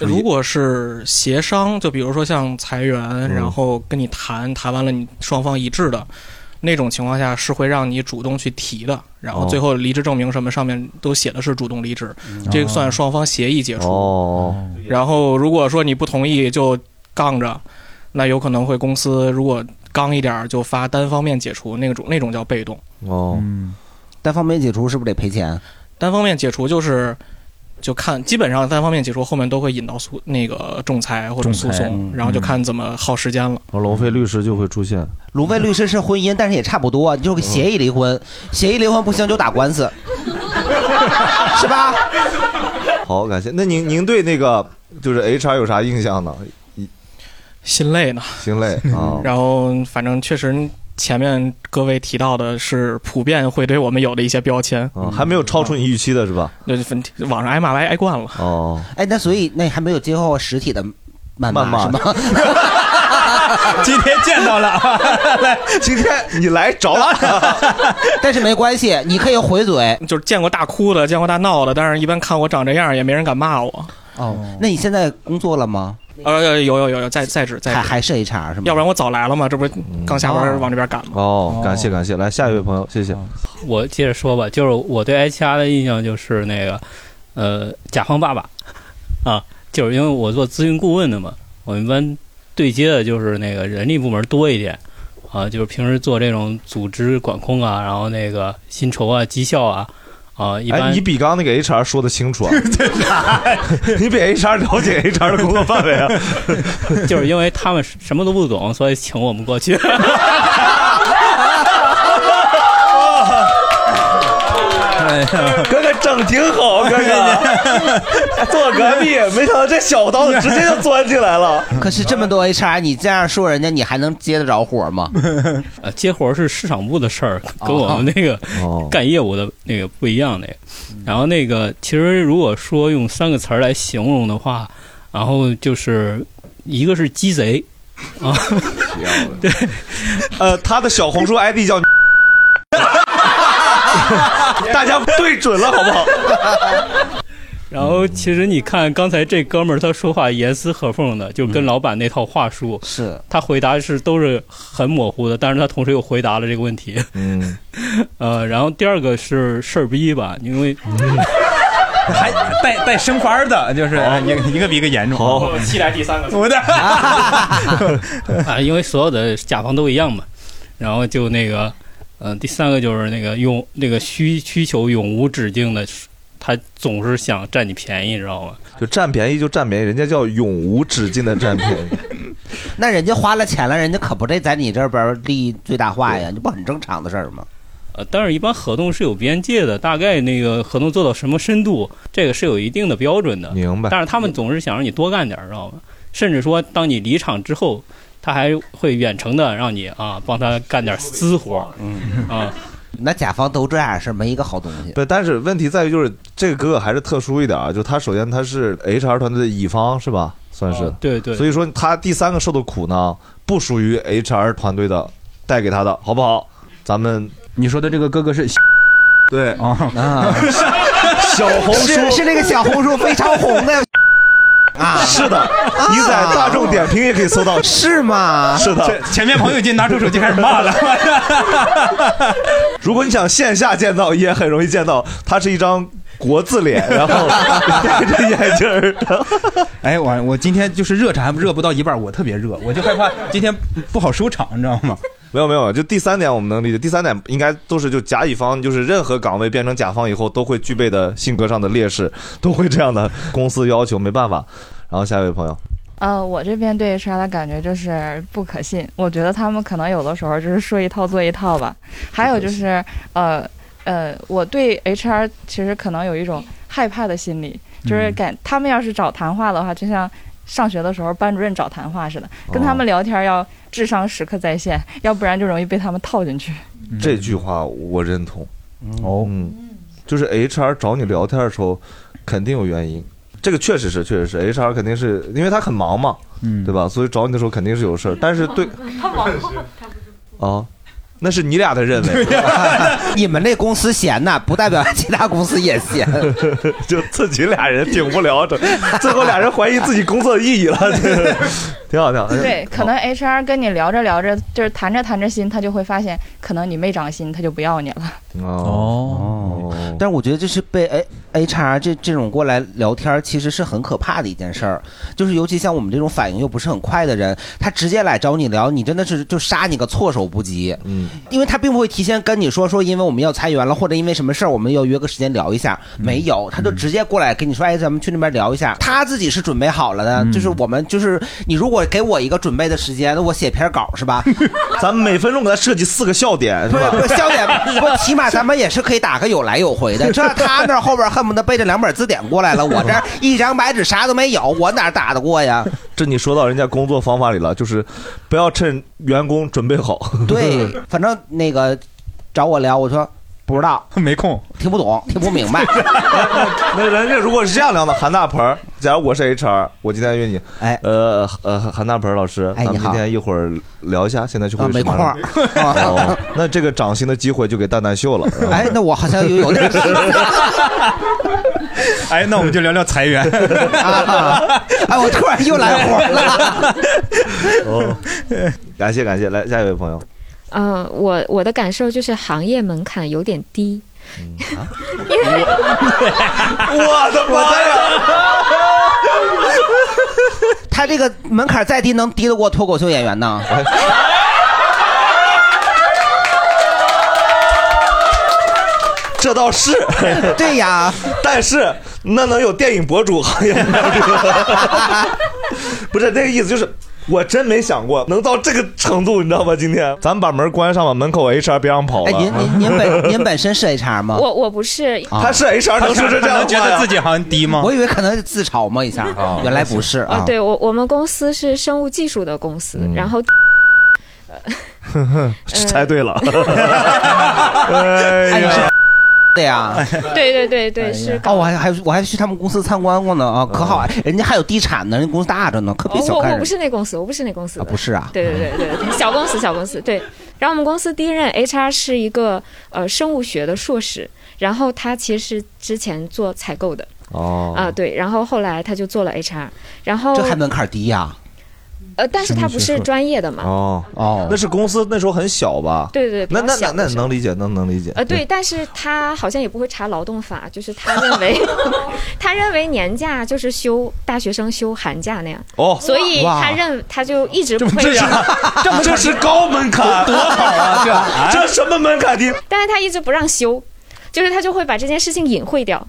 Speaker 6: 如果是协商，就比如说像裁员，然后跟你谈谈完了，你双方一致的那种情况下，是会让你主动去提的。然后最后离职证明什么上面都写的是主动离职，这个算双方协议解除。
Speaker 3: 哦，
Speaker 6: 然后如果说你不同意就杠着，那有可能会公司如果刚一点儿就发单方面解除，那种那种叫被动。
Speaker 3: 哦，
Speaker 4: 嗯单方面解除是不是得赔钱？
Speaker 6: 单方面解除就是就看基本上单方面解除后面都会引到诉那个仲裁或者诉
Speaker 3: 仲裁
Speaker 6: 讼
Speaker 3: 嗯，
Speaker 6: 然后就看怎么耗时间了。
Speaker 3: 然后哦龙飞律师就会出现。
Speaker 4: 龙飞律师是婚姻，但是也差不多，就是协议离 婚，协议离婚不行就打官 司，是吧？
Speaker 3: 好，感谢。那您您对那个就是 HR 有啥印象呢？
Speaker 6: 心累呢，
Speaker 3: 心 累啊。
Speaker 6: 然后反正确实前面各位提到的是普遍会对我们有的一些标签，
Speaker 3: 啊，还没有超出你预期的是吧？
Speaker 6: 对，分网上挨骂挨挨惯了。
Speaker 3: 哦，
Speaker 4: 哎，那所以那还没有接受实体的谩
Speaker 3: 谩骂
Speaker 4: 骂 是 吗？
Speaker 5: 今天见到了，来，
Speaker 3: 今天你来找我，
Speaker 4: 但是没关系，你可以回嘴。
Speaker 6: 就是见过大哭的，见过大闹的，但是一般看我长这样，也没人敢骂我。
Speaker 4: 哦，那你现在工作了吗？
Speaker 6: 呃，有有有有，在在职在职
Speaker 4: 还还是 HR 是吗？
Speaker 6: 要不然我早来了嘛，这不是刚下班往这边赶吗？
Speaker 3: 嗯哦，感谢感谢，来下一位朋友，谢谢。
Speaker 13: 嗯我接着说吧，就是我对 HR 的印象就是那个，呃，甲方爸爸啊，就是因为我做咨询顾问的嘛，我们一般对接的就是那个人力部门多一点啊，就是平时做这种组织管控啊，然后那个薪酬啊、绩效啊，啊，一般、
Speaker 3: 哎，你比刚刚那个 HR 说的清 楚啊，你比 HR 了解 HR 的工作范围啊，
Speaker 13: 就是因为他们什么都不懂，所以请我们过去。
Speaker 3: 哥哥整挺好，哥 哥坐隔壁，没想到这小刀哦子直接就钻进来了。
Speaker 4: 可是这么多 HR，你这样说人家，你还能接得着活吗？
Speaker 13: 呃，接活儿是市场部的事儿， 跟我们那个
Speaker 3: 哦
Speaker 13: 干业务的那个不一样那个。然后那个，其实如果说用三个词儿来形容的话，然后就是一个是鸡贼啊，
Speaker 3: 呃，他的小红书 ID 叫 大家对准了好不好？
Speaker 13: 然后其实你看刚才这哥们儿他说话严丝合缝的，就跟老板那套话术，
Speaker 4: 是
Speaker 13: 他回答是都是很模糊的，但是他同时又回答了这个问题。
Speaker 3: 嗯，
Speaker 13: 呃，然后第二个是事儿逼吧，因为
Speaker 2: 还带带升官的，就是一一个比一个严重。
Speaker 13: 我期待第三个。
Speaker 2: 我的
Speaker 13: 啊，因为所有的甲方都一样嘛。然后就那个，嗯、第三个就是那个永那个需需求永无止境的，他总是想占你便宜，你知道吗？
Speaker 3: 就占便宜就占便宜，人家叫永无止境的占便宜。
Speaker 4: 那人家花了钱了，人家可不得在你这边儿利益最大化呀，这不很正常的事儿吗？
Speaker 13: 呃，但是一般合同是有边界的，大概那个合同做到什么深度，这个是有一定的标准的。
Speaker 3: 明白
Speaker 13: 但是他们总是想让你多干点儿，知道吗？甚至说，当你离场之后，他还会远程的让你啊帮他干点私活。嗯啊，
Speaker 4: 那甲方都这样是没一个好东 西。
Speaker 3: 不，但是问题在于就是这个哥哥还是特殊一点啊，就他首先他是 HR 团队的乙方是吧？算是、
Speaker 13: 哦对对
Speaker 3: 所以说他第三个受的苦呢，不属于 HR 团队的带给他的，好不好？咱们
Speaker 5: 你说的这个哥哥是
Speaker 3: 对
Speaker 5: 啊，
Speaker 3: 小红书
Speaker 4: 是是那个小红书非常红的啊，
Speaker 3: 是的，你在大众点评也可以搜到，
Speaker 4: 是吗？
Speaker 3: 是的，
Speaker 2: 前前面朋友已经拿出手机开始骂了。
Speaker 3: 如果你想线下见到，也很容易见到，它是一张国字 脸，然后 戴着眼镜儿。
Speaker 5: 哎，我我今天就是热着，还热不到一半，我特别热，我就害怕今天不好收场，你知道吗？
Speaker 3: 没有没有，就第三点我们能理解，第三点应该都是就甲乙方，就是任何岗位变成甲方以后都会具备的性格上的劣势，都会这样的公司要求，没办法。然后下一位朋友，
Speaker 14: 呃，我这边对 HR 的感觉就是不可信，我觉得他们可能有的时候就是说一套做一套吧。还有就是，呃呃，我对 HR 其实可能有一种害怕的心理，就是
Speaker 15: 嗯
Speaker 14: 感他们要是找谈话的话，就像上学的时候班主任找谈话似的，跟
Speaker 3: 哦
Speaker 14: 他们聊天要智商时刻在线， 要不然就容易被他们套进去。
Speaker 3: 这句话我认同。
Speaker 5: 嗯哦，
Speaker 3: 嗯，就是 HR 找你聊天的时候，肯定有原因。这个确实是，确实是 HR 肯定是因为他很忙嘛，
Speaker 5: 嗯，
Speaker 3: 对吧？所以找你的时候肯定是有事
Speaker 4: 嗯
Speaker 3: 儿。但是对
Speaker 16: 他忙，
Speaker 3: 啊，那是你俩的认 为。
Speaker 4: 你们那公司闲呐，不代表其他公司也闲。
Speaker 3: 就自己俩人挺无聊的，最后俩人怀疑自己工作的意义 了，这个挺好挺好。
Speaker 14: 对，可能 HR 跟你聊着聊着，就是谈着谈着心，他就会发现，可能你没长心，他就不要你了。
Speaker 3: 哦，
Speaker 4: 但是我觉得就是被 A H R 这这种过来聊天，其实是很可怕的一件事儿。就是尤其像我们这种反应又不是很快的人，他直接来找你聊，你真的是就杀你个措手不及。
Speaker 3: 嗯，
Speaker 4: 因为他并不会提前跟你说说，因为我们要裁员了，或者因为什么事儿我们要约个时间聊一下，
Speaker 3: 嗯
Speaker 4: 没有，他就直接过来跟你说，哎，咱们去那边聊一下。他自己是准备好了
Speaker 3: 嗯
Speaker 4: 的，就是我们就是你如果给我一个准备的时间，那我写篇稿是吧？
Speaker 3: 咱们每分钟给他设计四个笑点，是吧？
Speaker 4: 不是笑点，不，起码咱们也是可以打个有来有回 的。这他那儿后边恨不得背着两本字典过来了，我这儿一张白纸啥都没有，我哪打得过呀？
Speaker 3: 这你说到人家工作方法里了，就是不要趁员工准备好。
Speaker 4: 对， 反正那个找我聊，我说不知道，
Speaker 5: 没空，
Speaker 4: 听不懂，听不明白。
Speaker 3: 那人家如果是这样聊的，韩大盆儿，假如我是 HR，我今天约你，
Speaker 4: 哎，
Speaker 3: 呃呃，韩大盆儿老师，
Speaker 4: 哎
Speaker 3: 咱
Speaker 4: 你
Speaker 3: 们
Speaker 4: 好
Speaker 3: 今天一会儿聊一下，现在去会
Speaker 4: 啊没空儿
Speaker 3: 哦，那这个涨薪的机会就给蛋蛋秀了。
Speaker 4: 哎，那我好像又有点儿
Speaker 5: 哎，那我们就聊聊裁 员。
Speaker 4: 哎，我突然又来火了。
Speaker 3: 哦，感谢感谢，来下一位朋友。
Speaker 17: 嗯，我我的感受就是行业门槛有点低，
Speaker 3: 我的妈
Speaker 4: 呀！他这个门槛再低，能低得过脱口秀演员呢？啊
Speaker 3: 这倒是，
Speaker 4: 对呀，
Speaker 3: 但是那能有电影博主行业博主？ 不是那个意思，就是我真没想过能到这个程度，你知道吗？今天咱们把门关上吧，门口 HR 别让跑了。
Speaker 4: 哎，您您您 本您本身是 HR 吗？
Speaker 17: 我我不是，
Speaker 4: 啊
Speaker 5: 能觉得自己好像低吗？
Speaker 4: 我以为可能自嘲嘛一下，原来不是啊嗯
Speaker 17: 啊，。 对我我们公司是生物技术的公司，然后
Speaker 3: 猜对了。
Speaker 17: 哎
Speaker 3: 呀，
Speaker 4: 的呀。
Speaker 5: 哎
Speaker 15: 对对
Speaker 17: 哎
Speaker 15: 对
Speaker 3: 哎
Speaker 15: 对，是搞
Speaker 4: 哦，我还还我还去他们公司参观过呢啊，可好啊！人家还有地产呢，人家公司大着呢，可别
Speaker 17: 哦，
Speaker 4: 小
Speaker 17: 我
Speaker 4: 看
Speaker 17: 我
Speaker 4: 人
Speaker 17: 不。是那公司，我不是那公司的、
Speaker 4: 不是啊
Speaker 17: 对对对对，对小公司小公司对。然后我们公司第一任 HR 是一个呃生物学的硕士，然后他其实之前做采购的
Speaker 3: 哦
Speaker 17: 啊、对，然后后来他就做了 HR，然后
Speaker 4: 这还门槛低呀？
Speaker 17: 呃，但是他不是专业的嘛，
Speaker 3: 哦
Speaker 4: 哦，
Speaker 3: 那是公司那时候很小吧？
Speaker 17: 对对比
Speaker 3: 那
Speaker 17: 较
Speaker 3: 那那
Speaker 17: 小的
Speaker 3: 那
Speaker 17: 时候
Speaker 3: 能理解，能能理解。
Speaker 17: 呃，对，，但是他好像也不会查劳动法， 就是他认为，他认为年假就是休大学生休寒假那样，
Speaker 3: 哦
Speaker 17: 所以
Speaker 3: 哇
Speaker 17: 他认他就一直不会
Speaker 3: 这是啊 这么这是高 门槛，多好啊！ 这这什么门槛低？
Speaker 17: 但是他一直不让休，就是他就会把这件事情隐晦掉，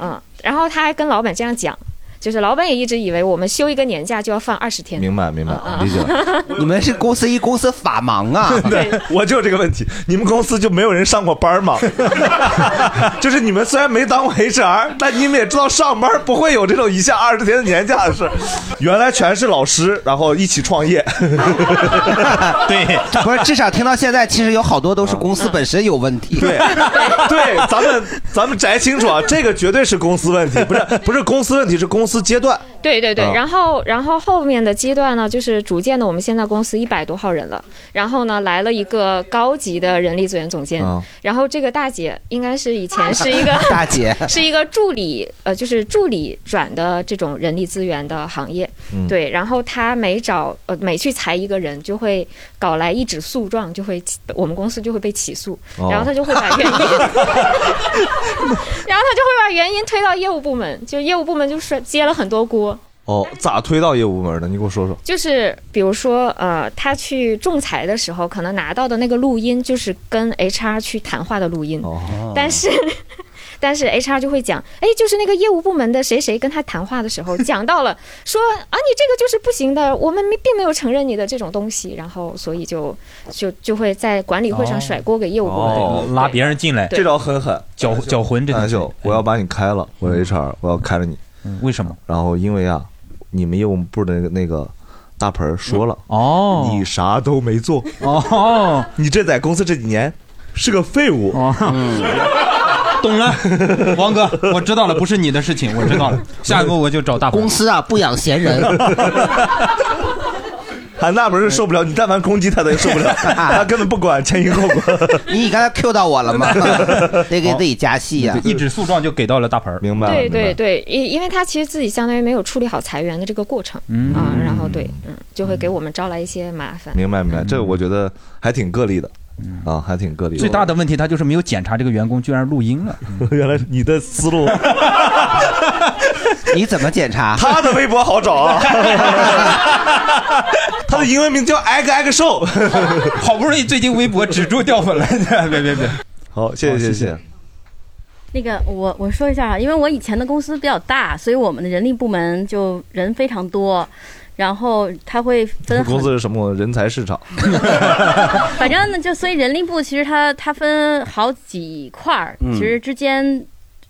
Speaker 17: 嗯，然后他还跟老板这样讲，就是老板也一直以为我们休一个年假就要放二十天，
Speaker 3: 明白明白
Speaker 17: 啊，
Speaker 3: 理解了。
Speaker 4: 你们是公司一公司法盲啊？
Speaker 3: 对，我就有这个问题，你们公司就没有人上过班 吗？ 就是你们虽然没当过 HR，但你们也知道上班不会有这种一下二十天的年假的事。原来全是老师，然后一起创业。
Speaker 2: 对，
Speaker 4: 不是，至少听到现在，其实有好
Speaker 3: 哦
Speaker 4: 多都是公司本身有问题。
Speaker 3: 对，对，咱们咱们摘清楚啊，这个绝对是公司问题，不是不是公司问题，是公司阶段。
Speaker 17: 对对对，
Speaker 3: 啊
Speaker 17: 然后然后后面的阶段呢，就是逐渐的，我们现在公司一百多号人了，然后呢来了一个高级的人力资源总监，
Speaker 4: 啊
Speaker 17: 然后这个大姐应该是以前是一个
Speaker 4: 大姐
Speaker 17: 是一个助理，呃，就是助理转的这种人力资源的行业，
Speaker 16: 嗯
Speaker 17: 对，然后她每找呃每去裁一个人，就会搞来一纸诉状，就会起我们公司就会被起诉，
Speaker 16: 哦
Speaker 17: 然后她就会把原因，然后她就会把原因推到业务部门，就业务部门就是接了很多锅。
Speaker 3: 哦，咋推到业务部门的？你给我说说。
Speaker 17: 就是比如说，呃，他去仲裁的时候，可能拿到的那个录音就是跟 HR 去谈话的录音，但是。 但是 HR 就会讲，哎，就是那个业务部门的谁谁跟他谈话的时候讲到了，说啊，你这个就是不行的，我们没并没有承认你的这种东西，然后所以就就就会在管理会上甩锅给业务部门。
Speaker 2: 拉别人进来，
Speaker 3: 哦这招很狠，
Speaker 2: 搅搅浑这哎
Speaker 3: 安秀，哎我要把你开了，我是 HR，我要开了你。
Speaker 2: 嗯为什么？
Speaker 3: 然后因为啊，你们业务部的那个那个大盆儿说了，
Speaker 2: 哦，
Speaker 3: 你啥都没做，
Speaker 2: 哦，
Speaker 3: 你这在公司这几年是个废物。嗯
Speaker 5: 懂了， 王哥，我知道了，不是你的事情，我知道了。下一个我就找大公
Speaker 4: 司啊，不养闲 人。
Speaker 3: 韩大不是受不了，你但凡攻击他，他也受不 了，他根本不管前因后果。
Speaker 4: 你刚才 Q 到 我了吗？得给自己加戏呀、
Speaker 5: 一纸诉状就给到了大盆儿，
Speaker 3: 明白
Speaker 17: 对对对，因因为他其实自己相当于没有处理好裁员的这个过程，
Speaker 3: 嗯
Speaker 17: 啊，然后对，嗯，就会给我们招来一些麻烦。
Speaker 3: 明白明白，这我觉得还挺个例的，
Speaker 2: 嗯
Speaker 3: 啊，还挺个例的。
Speaker 5: 最大的问题他就是没有检查这个员工居然录音了。
Speaker 3: 原来你的思路，
Speaker 4: 你怎么检 查？
Speaker 3: 他的微博好找 啊，他的英文名叫 egg egg show，
Speaker 5: 好不容易最近微博止住掉粉了， 别别别。
Speaker 3: 好，谢谢谢谢。
Speaker 18: 那个，我我说一下啊，因为我以前的公司比较大，所以我们的人力部门就人非常多，然后他会分
Speaker 3: 公司
Speaker 18: 很，嗯
Speaker 3: 是什么？人才市场。
Speaker 18: 反正呢就所以人力部其实它它分好几块儿，
Speaker 3: 嗯
Speaker 18: 其实之间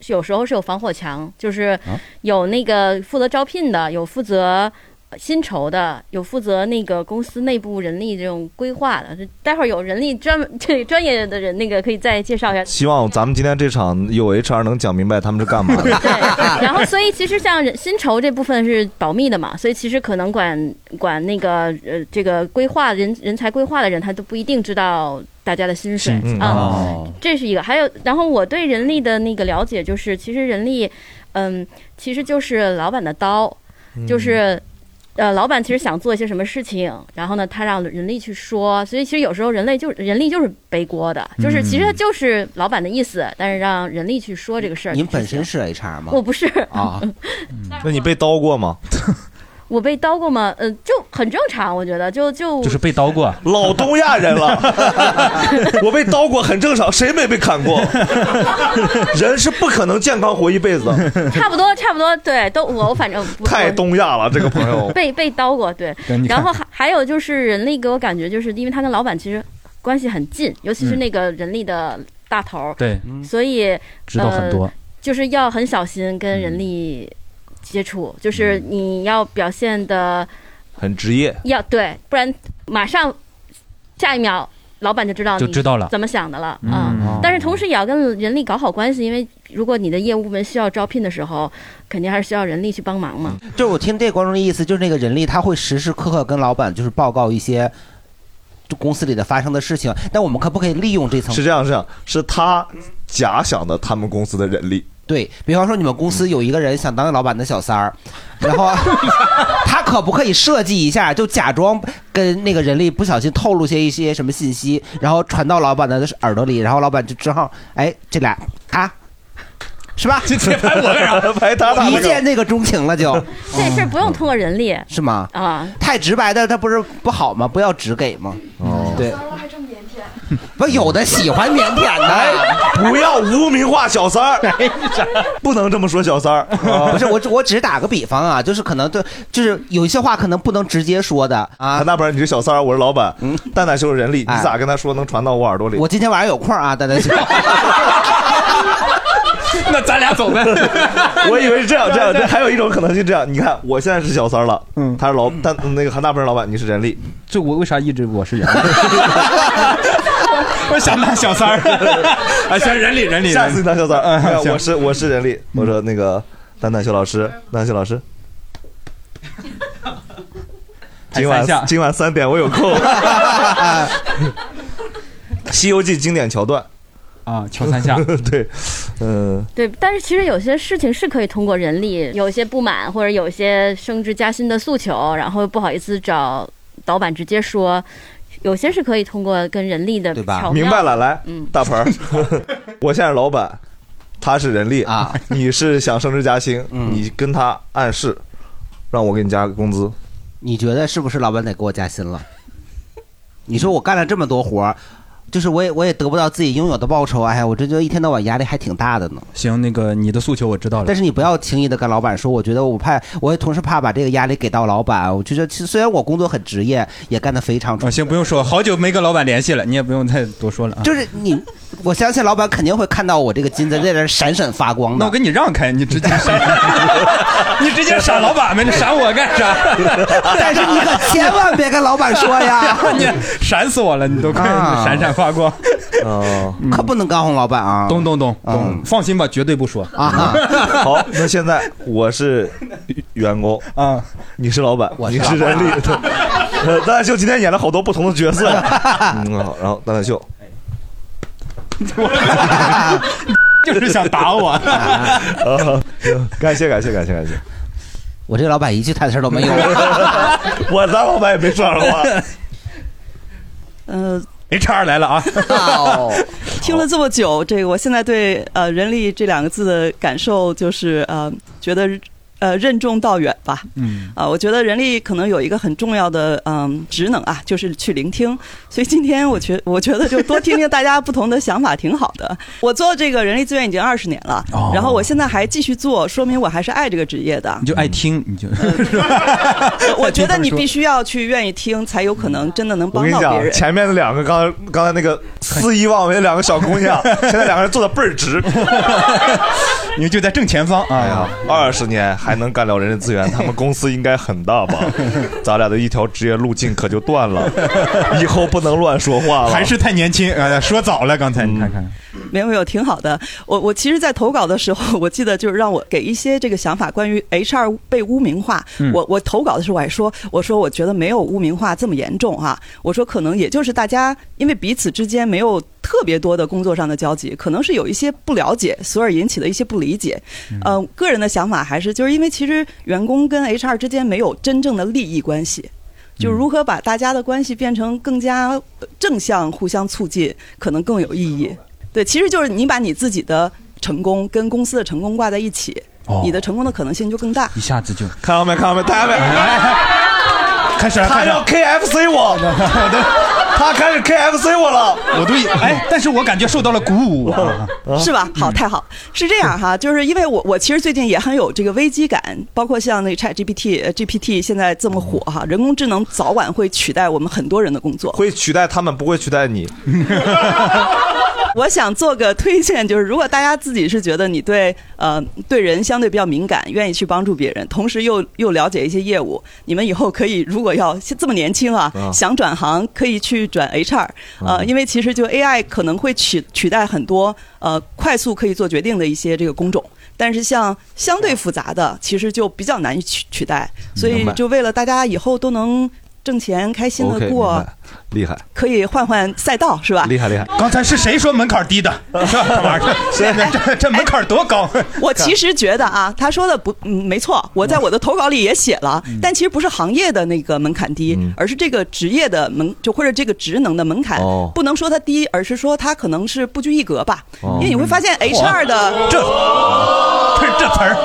Speaker 18: 有时候是有防火墙，就是
Speaker 3: 啊
Speaker 18: 有那个负责招聘的，有负责。呃薪酬的有负责那个公司内部人力这种规划的，这待会儿有人力专门这专业的人那个可以再介绍一下。
Speaker 3: 希望咱们今天这场有 HR 能讲明白他们是干嘛的。
Speaker 18: 然后，所以其实像人薪酬这部分是保密的嘛，所以其实可能管管那个呃这个规划人人才规划的人，他都不一定知道大家的薪水
Speaker 16: 嗯
Speaker 18: 啊、
Speaker 16: 哦
Speaker 18: 这是一个。还有，然后我对人力的那个了解就是，其实人力，嗯，其实就是老板的刀，就是。呃，老板其实想做一些什么事情，然后呢，他让人力去说，所以其实有时候人类就人力就是背锅的，就是其实
Speaker 4: 嗯
Speaker 18: 就是老板的意思，但是让人力去说这个事儿。
Speaker 4: 您本身是 HR 吗？
Speaker 18: 我不是嗯
Speaker 4: 啊，
Speaker 3: 那你被刀过吗？
Speaker 18: 我被刀过吗？呃，就很正常，我觉得就就
Speaker 5: 被刀过，
Speaker 3: 老东亚人了，我被刀过很正常，谁没被砍过？人是不可能健康活一辈子的，
Speaker 18: 差不多，差不多，对，都我我反正不
Speaker 3: 太
Speaker 18: 我
Speaker 3: 东亚了，这个朋友。
Speaker 18: 被被刀过，对
Speaker 3: 对你。看
Speaker 18: 然后还还有就是人力给我感觉就是因为他跟老板其实关系很近，尤其是
Speaker 16: 嗯
Speaker 18: 那个人力的大头儿，嗯
Speaker 16: 对
Speaker 18: 所以
Speaker 16: 知道很多嗯
Speaker 18: 呃，就是要很小心跟人力接触，就是你要表现的
Speaker 3: 很职业，
Speaker 18: 要对，不然马上下一秒。老板就知道
Speaker 2: 就
Speaker 18: 你
Speaker 2: 知道了
Speaker 18: 怎么想的了，啊
Speaker 2: 嗯哦
Speaker 18: 但是同时也要跟人力搞好关系，因为如果你的业务部门需要招聘的时候，肯定还是需要人力去帮忙嘛。
Speaker 2: 嗯
Speaker 4: 就是我听这观众的意思，就是那个人力他会时时刻刻跟老板就是报告一些就公司里的发生的事情，但我们可不可以利用这层？
Speaker 3: 是这样，是这样，是他假想的他们公司的人力。
Speaker 4: 对比方说，你们公司有一个人想当老板的小三儿，然后他可不可以设计一下，就假装跟那个人力不小心透露些一些什么信息，然后传到老板的耳朵里，然后老板就只好哎，这俩他是吧？
Speaker 3: 这这拍我干啥 拍他
Speaker 4: 一见那个钟情了就，
Speaker 18: 哎这事儿不用通过人力
Speaker 4: 是吗？
Speaker 18: 啊，
Speaker 4: 太直白的，他不是不好吗？不要只给吗？哦，对，不有的喜欢腼腆的，
Speaker 3: 哎
Speaker 4: 哎
Speaker 3: 不要污名化小三儿，不能这么说小三儿。
Speaker 4: 哦不是我只，我只是打个比方啊，就是可能对，就是有一些话可能不能直接说的啊。
Speaker 3: 那不然你就小三儿，我是老板，蛋蛋就是人力，你咋跟他说能传到我耳朵里？
Speaker 4: 嗯哎我今天晚上有空啊，蛋蛋。
Speaker 3: 那咱俩走 呗。 我以为是这样，这样，这还有一种可能性，这样，你看，我现在是小三儿了，嗯，他是老，但那个韩大不是老板，你是人力，
Speaker 5: 这我为啥一直我是人力？我想当 小三儿，啊，行，人力人力，
Speaker 3: 下次你当小三
Speaker 5: 嗯
Speaker 3: 儿，
Speaker 5: 行嗯
Speaker 3: 我是我是人力，我说那个蛋蛋秀老师，蛋蛋秀 老师，
Speaker 5: 拍
Speaker 3: 今晚
Speaker 5: 三下
Speaker 3: 今晚三点我有 空，《西游记》经典桥段
Speaker 5: 啊，敲三下，
Speaker 3: 对，嗯，
Speaker 18: 对，但是其实有些事情是可以通过人力，有一些不满或者有一些升职加薪的诉求，然后不好意思找老板直接说，有些是可以通过跟人力的
Speaker 3: 对吧
Speaker 18: 巧？妙
Speaker 3: 明白了，来，
Speaker 18: 嗯，
Speaker 3: 大 盆儿，我现在是老板，他是人力啊，你是想升职加薪，
Speaker 4: 嗯
Speaker 3: 你跟他暗示，让我给你加个工资，
Speaker 4: 你觉得是不是老板得给我加薪了？你说我干了这么多活儿，就是我也我也得不到自己应有的报酬，哎呀，我这就一天到晚压力还挺大的呢。
Speaker 5: 行，那个你的诉求我知道了，
Speaker 4: 但是你不要轻易的跟老板说，我觉得我怕，我也同时怕把这个压力给到老板。我就觉得，其实虽然我工作很职业，也干得非常出
Speaker 5: 啊，行，不用说，好久没跟老板联系了，你也不用再多说了啊。
Speaker 4: 就是你，我相信老板肯定会看到我这个金子在这闪闪发光的。那我
Speaker 5: 给你让开，你直接闪， 你直接闪老板呗，你闪我干啥？
Speaker 4: 但是你可千万别跟老板说呀
Speaker 5: 你闪死我了，你都快
Speaker 4: 啊
Speaker 5: 闪闪发光。嗯
Speaker 3: 哦，
Speaker 4: 可不能干红老板啊！
Speaker 5: 懂懂懂懂，放心吧，绝对不说
Speaker 4: 啊。
Speaker 3: 好，那现在我是员工
Speaker 5: 啊，
Speaker 3: 你是老板，
Speaker 5: 是
Speaker 3: 你是
Speaker 5: 老板
Speaker 3: 人力。 对 呃蛋蛋秀今天演了好多不同的角色，嗯，好，然后蛋蛋秀，
Speaker 5: 就是想打我。
Speaker 3: 啊，行感谢感谢感谢感谢，
Speaker 4: 我这老板一句台词都没有，
Speaker 3: 我当老板也没说上话。
Speaker 4: 呃
Speaker 15: 嗯，
Speaker 5: HR 来了啊！
Speaker 4: 哦
Speaker 15: 听了这么久，这个我现在对呃“人力”这两个字的感受就是呃，觉得呃任重道远吧。
Speaker 5: 嗯
Speaker 15: 啊、我觉得人力可能有一个很重要的嗯职能啊，就是去聆听。所以今天我觉 我觉得就多听听大家不同的想法挺好的。我做这个人力资源已经二十年了，然后我现在还继续做，说明我还是爱这个职业的
Speaker 5: 哦你。就爱听，你就
Speaker 15: 我觉得你
Speaker 3: 说
Speaker 15: 必须要去愿意听，才有可能真的能
Speaker 3: 我
Speaker 15: 帮
Speaker 3: 跟你
Speaker 15: 到别
Speaker 3: 讲，
Speaker 15: 人。
Speaker 3: 前面的两个刚刚才那个肆意妄为的两个小姑 娘，现在两个人坐的倍儿直。
Speaker 5: 你 就在正前方。
Speaker 4: 嗯
Speaker 5: 哎
Speaker 3: 呀，二十年还能干了人力资源，他们公司应该很大吧？ 咱俩的一条职业路径可就断了，以后不能乱说话了。
Speaker 5: 还是太年轻，哎呀，说早了，刚才
Speaker 4: 嗯
Speaker 5: 你看看。
Speaker 15: 没有没有，挺好的。我我其实，在投稿的时候，我记得就是让我给一些这个想法关于 HR 被污名化。
Speaker 5: 嗯
Speaker 15: 我我投稿的时候我还说，我说我觉得没有污名化这么严重哈、我说可能也就是大家因为彼此之间没有特别多的工作上的交集，可能是有一些不了解，所以引起的一些不理解。呃，个人的想法还是就是因为其实员工跟 HR 之间没有真正的利益关系。就如何把大家的关系变成更加呃正向，互相促进，可能更有意义。对，其实就是你把你自己的成功跟公司的成功挂在一起，
Speaker 5: 哦
Speaker 15: 你的成功的可能性就更大。
Speaker 5: 一下子就
Speaker 3: 看到没？看到没？大家没？
Speaker 5: 开始了，
Speaker 3: 他要 KFC 我， 他开始 KFC 我了。
Speaker 5: 我对，哎，但是我感觉受到了鼓 舞啊，
Speaker 15: 是吧？
Speaker 2: 嗯
Speaker 15: 好，太好，是这样哈，就是因为我我其实最近也很有这个危机感，包括像那个 Chat GPT、GPT 现在这么火哈，人工智能早晚会取代我们很多人的工作。
Speaker 3: 会取代他们，不会取代你。
Speaker 15: 我想做个推荐，就是如果大家自己是觉得你对呃对人相对比较敏感，愿意去帮助别人，同时又又了解一些业务，你们以后可以如果要 这么年轻啊，
Speaker 16: 啊
Speaker 15: 想转行可以去转 HR，呃，
Speaker 3: 啊
Speaker 15: 因为其实就 AI 可能会取取代很多呃快速可以做决定的一些这个工种。但是像相对复杂的，其实就比较难以取取代，所以
Speaker 3: 明白
Speaker 15: 就为了大家以后都能挣钱、开心的
Speaker 3: OK，
Speaker 15: 过
Speaker 3: 明白厉害，
Speaker 15: 可以换换赛道，是吧？
Speaker 3: 厉害厉害。
Speaker 5: 刚才是谁说门槛 低的？这玩意儿，这这这门槛多高？
Speaker 15: 我其实觉得啊，他说的不，嗯，没错，我在我的投稿里也写了，
Speaker 16: 嗯
Speaker 15: 但其实不是行业的那个门槛低，而是这个职业的门，就或者这个职能的门槛，
Speaker 16: 哦
Speaker 15: 不能说它低，而是说它可能是不拘一格吧。
Speaker 16: 哦
Speaker 15: 因为你会发现
Speaker 16: 嗯
Speaker 15: HR 的
Speaker 5: 这这这词儿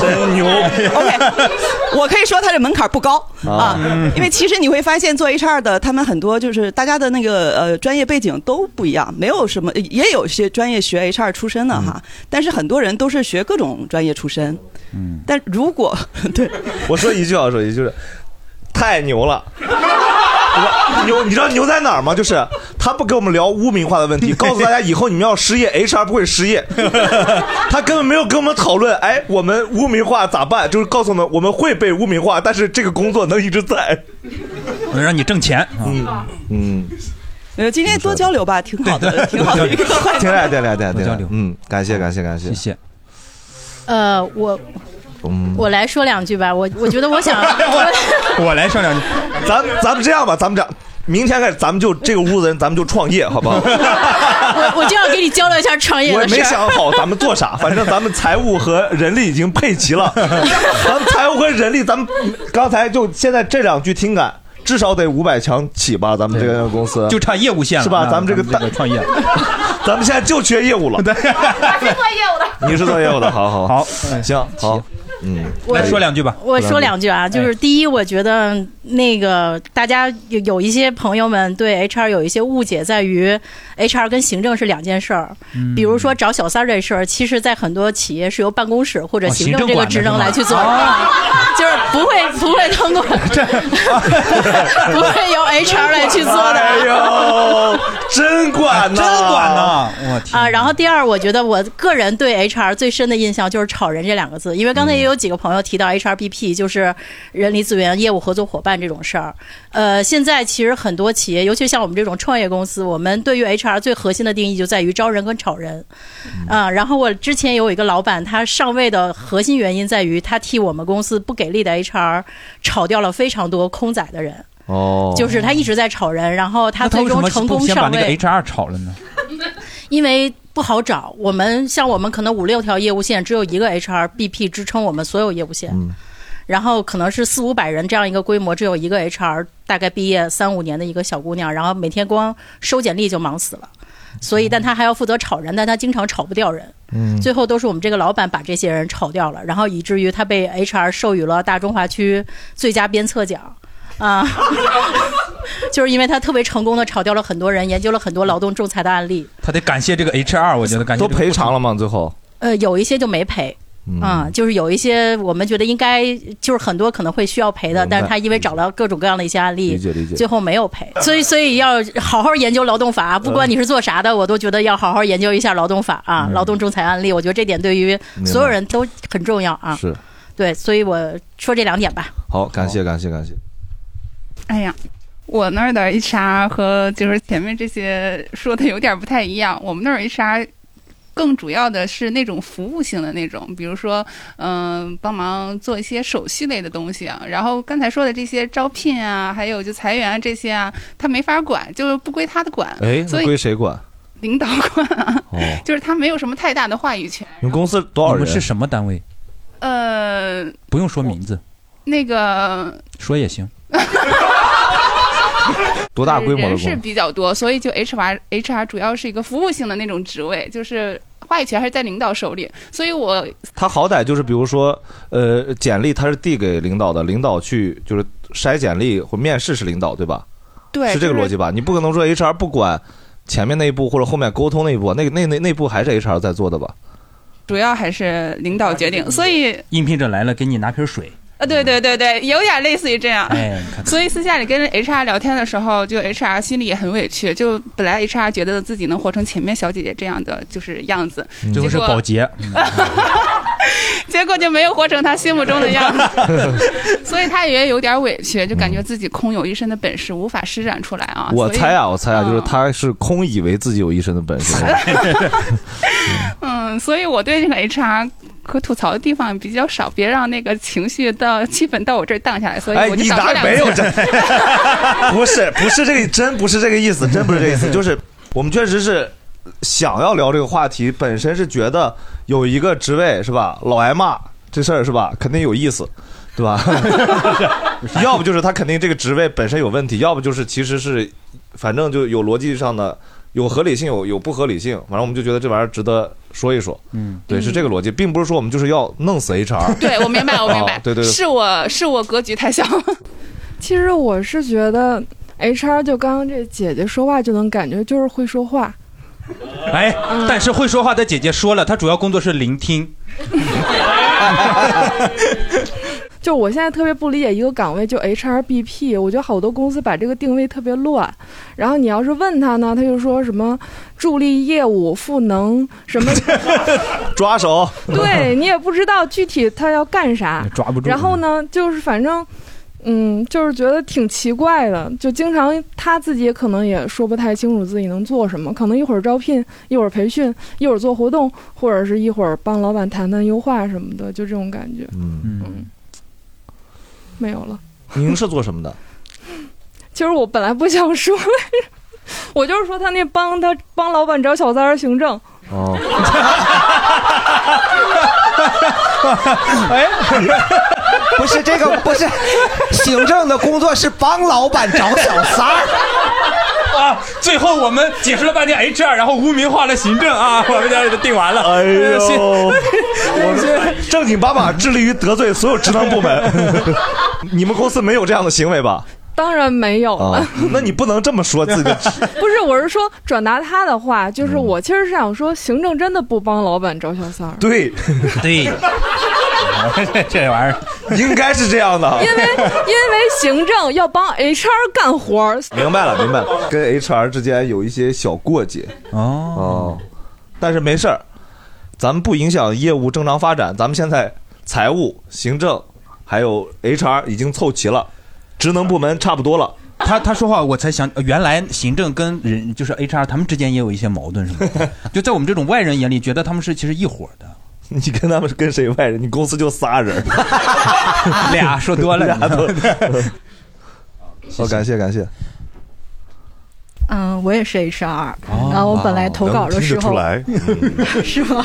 Speaker 15: 真
Speaker 5: 牛
Speaker 15: OK，我可以说它的门槛不高
Speaker 16: 啊
Speaker 15: 啊，因为其实你会发现做 HR 的，他们很多就是大家的那个呃专业背景都不一样，没有什么，也有些专业学 HR 出身的哈，但是很多人都是学各种专业出身。嗯，但如果 对
Speaker 3: 我说一句啊，说一句就是太牛了。我牛，你知道牛在哪儿吗？就是他不跟我们聊污名化的问题，告诉大家以后你们要失业，HR 不会失业。 他根本没有跟我们讨论，哎，我们污名化咋办？就是告诉我们我们会被污名化，但是这个工作能一直在。
Speaker 5: 能让你挣钱。
Speaker 3: 嗯嗯，
Speaker 15: 呃今天多交流吧，挺 好的，挺好的一个话题
Speaker 3: 挺好，挺好，挺好，挺好。嗯，感谢，感谢，感谢，谢
Speaker 5: 谢。
Speaker 19: 呃，我
Speaker 3: 嗯，
Speaker 19: 我来说两句吧，我我觉得 我想，
Speaker 5: 我来上两句。
Speaker 3: 咱咱们这样吧，咱们这样，明天开始咱们就这个屋子人，咱们就创业，好不好？
Speaker 19: 我我就要给你交流一下创业
Speaker 3: 我
Speaker 19: 的事
Speaker 3: 没
Speaker 19: 儿。
Speaker 3: 想好咱们做啥，反正咱们财务和人力已经配齐了。咱们财务和人力，咱们刚才就现在这两句听感，至少得五百强起吧？咱们这个公司
Speaker 5: 就差业务线了
Speaker 3: 是吧？
Speaker 5: 啊
Speaker 3: 咱们这个
Speaker 5: 咱们这个创业，
Speaker 3: 咱们现在就缺业务 了。你是做业务的，好好
Speaker 5: 好，哎
Speaker 3: 行好，嗯，
Speaker 19: 我
Speaker 5: 来说两句吧。
Speaker 19: 我说两句
Speaker 3: 哎
Speaker 19: 啊，就是第一，我觉得那个大家有有一些朋友们对 HR 有一些误解，在于 HR 跟行政是两件事儿。
Speaker 16: 嗯
Speaker 19: 比如说找小三儿这事儿，其实在很多企业是由办公室或者
Speaker 16: 哦行
Speaker 19: 行政
Speaker 16: 政
Speaker 19: 这个
Speaker 16: 管的
Speaker 19: 职能
Speaker 16: 是吧
Speaker 19: 来去做
Speaker 16: 哦
Speaker 19: 的，就是不会不会 通过不会由 HR 来去做的。
Speaker 3: 哎呦， 真管呐，
Speaker 5: 哎真管呐！我天，
Speaker 19: 啊，然后第二，我觉得我个人对 HR 最深的印象就是“炒人”这两个字，因为刚才也有几个朋友提
Speaker 5: 嗯
Speaker 19: 到 HRBP，、就是人力资源业务合作伙伴这种事儿。呃，现在其实很多企业，尤其像我们这种创业公司，我们对于 HR 最核心的定义就在于招人跟炒人。
Speaker 5: 嗯
Speaker 19: 啊，然后我之前有一个老板，他上位的核心原因在于他替我们公司不给力的 HR 炒掉了非常多空载的人，
Speaker 3: 哦
Speaker 19: 就是他一直在炒人，然后他
Speaker 5: 那他
Speaker 19: 最
Speaker 5: 为什
Speaker 19: 终
Speaker 5: 么
Speaker 19: 成
Speaker 5: 不
Speaker 19: 功
Speaker 5: 先把
Speaker 19: 上
Speaker 5: 那个
Speaker 19: 位。
Speaker 5: HR 炒了呢？
Speaker 19: 因为不好找。我们像我们可能五六条业务线，只有一个 HR BP 支撑我们所有业务线。然后可能是四五百人这样一个规模，只有一个 HR，大概毕业三五年的一个小姑娘，然后每天光收简历就忙死了。所以，但她还要负责炒人，但她经常炒不掉人。
Speaker 16: 嗯
Speaker 19: 最后都是我们这个老板把这些人炒掉了，然后以至于他被 HR 授予了大中华区最佳鞭策奖。啊， 就是因为他特别成功的炒掉了很多人，研究了很多劳动仲裁的案例。
Speaker 5: 他得感谢这个 HR，我觉得感谢
Speaker 3: 都赔偿了吗？最后
Speaker 19: 呃，有一些就没赔。
Speaker 3: 嗯
Speaker 19: 啊、就是有一些我们觉得应该，就是很多可能会需要赔的，
Speaker 3: 明白
Speaker 19: 但是他因为找到各种各样的一些案例，
Speaker 3: 理解理解
Speaker 19: 最后没有赔，所以所以要好好研究劳动法，啊不
Speaker 3: 嗯
Speaker 19: 管你是做啥的，我都觉得要好好研究一下劳动法啊，劳动仲裁案例，我觉得这点对于
Speaker 3: 明白
Speaker 19: 所有人都很重要啊。
Speaker 3: 是
Speaker 19: 对，所以我说这两点吧。
Speaker 3: 好，感谢感谢感谢。
Speaker 19: 啊
Speaker 20: 哎呀，我那儿的 HR 和就是前面这些说的有点不太一样，我们那儿 HR。更主要的是那种服务性的那种，比如说，嗯、帮忙做一些手续类的东西啊。然后刚才说的这些招聘啊，还有就裁员啊这些啊，他没法管，就是不归他的管，
Speaker 3: 哎，
Speaker 20: 所
Speaker 3: 那
Speaker 20: 以
Speaker 3: 归谁 管？
Speaker 20: 领导管啊，
Speaker 3: 哦，
Speaker 20: 就是他没有什么太大的话语权。
Speaker 3: 你们公司多少
Speaker 5: 你
Speaker 3: 人？
Speaker 5: 们是什么单位？
Speaker 20: 呃，
Speaker 5: 不用说名字，
Speaker 20: 那个
Speaker 5: 说也行。
Speaker 3: 多大规模的
Speaker 20: 人
Speaker 3: 公
Speaker 20: 是
Speaker 3: 司？
Speaker 20: 比较多，所以就 HR HR 主要是一个服务性的那种职位，就是话语权还是在领导手里。所以我
Speaker 3: 他好歹就是，比如说，呃，简历他是递给领导的，领导去就是筛简历或面试是领导对吧？
Speaker 20: 对
Speaker 3: 是这个
Speaker 20: 就是
Speaker 3: 逻辑吧？你不可能说 HR 不管前面那一步或者后面沟通那一步，那个那那那步还是 HR 在做的吧？
Speaker 20: 主要还是领导决定，所以
Speaker 5: 应聘者来了，给你拿瓶水，
Speaker 20: 呃，
Speaker 3: 嗯
Speaker 20: 对对对对，有点类似于这样。
Speaker 2: 哎，你看
Speaker 20: 所以私下里跟 HR 聊天的时候，就 HR 心里也很委屈，就本来 HR 觉得自己能活成前面小姐姐这样的就是样子，
Speaker 3: 嗯
Speaker 2: 最后
Speaker 20: 结
Speaker 2: 是
Speaker 20: 果嗯
Speaker 2: 保洁，
Speaker 20: 结果就没有活成他心目中的 样子，所以他也有点委屈，就感觉自己空有一身的本事无法施展出来啊。
Speaker 3: 嗯我
Speaker 20: 所以
Speaker 3: 猜啊，我猜啊，就是他是空以为自己有一身的本事。
Speaker 20: 嗯，所以我对这个 HR 可吐槽的地方比较少，别让那个情绪到气氛到我这儿荡下来。所以
Speaker 3: 哎，
Speaker 20: 我就
Speaker 3: 你
Speaker 20: 少说
Speaker 3: 哪
Speaker 20: 两
Speaker 3: 没有
Speaker 20: 句
Speaker 3: 这？不是，不是这个，真不是这个意思，真不是这个意 思。就是我们确实是想要聊这个话题，本身是觉得有一个职位是吧，老挨骂这事儿是吧，肯定有意思，对吧？ 要不就是他肯定这个职位本身有问题，要不就是其实是反正就有逻辑上的。有合理性，有有不合理性，反正我们就觉得这玩意儿值得说一说。嗯，对，是这个逻辑，并不是说我们就是要弄死 HR。
Speaker 20: 对，我明白，我 明白，
Speaker 3: 啊对对对
Speaker 20: 是我是我格局太小。
Speaker 16: 其实我是觉得 HR 就刚刚这姐姐说话就能感觉就是会说话，
Speaker 2: 哎，
Speaker 20: 嗯
Speaker 2: 但是会说话的姐姐说了，她主要工作是聆听。
Speaker 16: 就我现在特别不理解一个岗位就 HR BP，我觉得好多公司把这个定位特别乱。然后你要是问他呢，他就说什么助力业务赋能什么，
Speaker 3: 抓手。
Speaker 16: 对你也不知道具体他要干啥，
Speaker 2: 抓不住
Speaker 16: 然后呢，就是反正。嗯，就是觉得挺奇怪的，就经常他自己也可能也说不太清楚自己能做什么，可能一会儿招聘，一会儿培训，一会儿做活动，或者是一会儿帮老板谈谈优化什么的，就这种感觉。
Speaker 3: 嗯，
Speaker 16: 没有了。
Speaker 3: 您是做 什么的？
Speaker 16: 其实我本来不想说， 我就是说他那帮他帮老板找小三儿行政，
Speaker 3: 哦，
Speaker 4: 哎，不是这个，不是行政的工作是帮老板找小三儿。
Speaker 2: 啊！最后我们解释了半天 HR，然后污名化了行政啊， 我们家定完了。哎
Speaker 3: 呦我 正经八百致力于得罪所有职能部门。 你们公司没有这样的行为吧？
Speaker 16: 当然没有
Speaker 2: 哦
Speaker 16: 了。
Speaker 3: 啊，那你不能这么说自己的职。，
Speaker 16: 不是，我是说转达他的话，就是我其实是想说，行政真的不帮老板找小三儿
Speaker 3: 对，
Speaker 2: 对，这这玩意
Speaker 3: 儿应该是这样的。
Speaker 16: 因为因为行政要帮 HR 干活儿。
Speaker 3: 明白 了，明白了，跟 HR 之间有一些小过节哦但是没事儿，咱们不影响业务正常发展。咱们现在财务、行政还有 HR 已经凑齐了，职能部门差不多了。
Speaker 2: 他他说话我才想，呃原来行政跟人就是 HR 他们之间也有一些矛盾，是吗？ 就在我们这种外人眼里，觉得他们是其实一伙的。
Speaker 3: 你跟他们是跟谁外人？你公司就仨人，
Speaker 2: 俩 说多了
Speaker 3: 俩 都。好，感谢感谢。
Speaker 16: 嗯，我也是 HR，、
Speaker 3: 哦
Speaker 16: 然后我本来投稿的时候，
Speaker 3: 能听得出
Speaker 16: 是吗？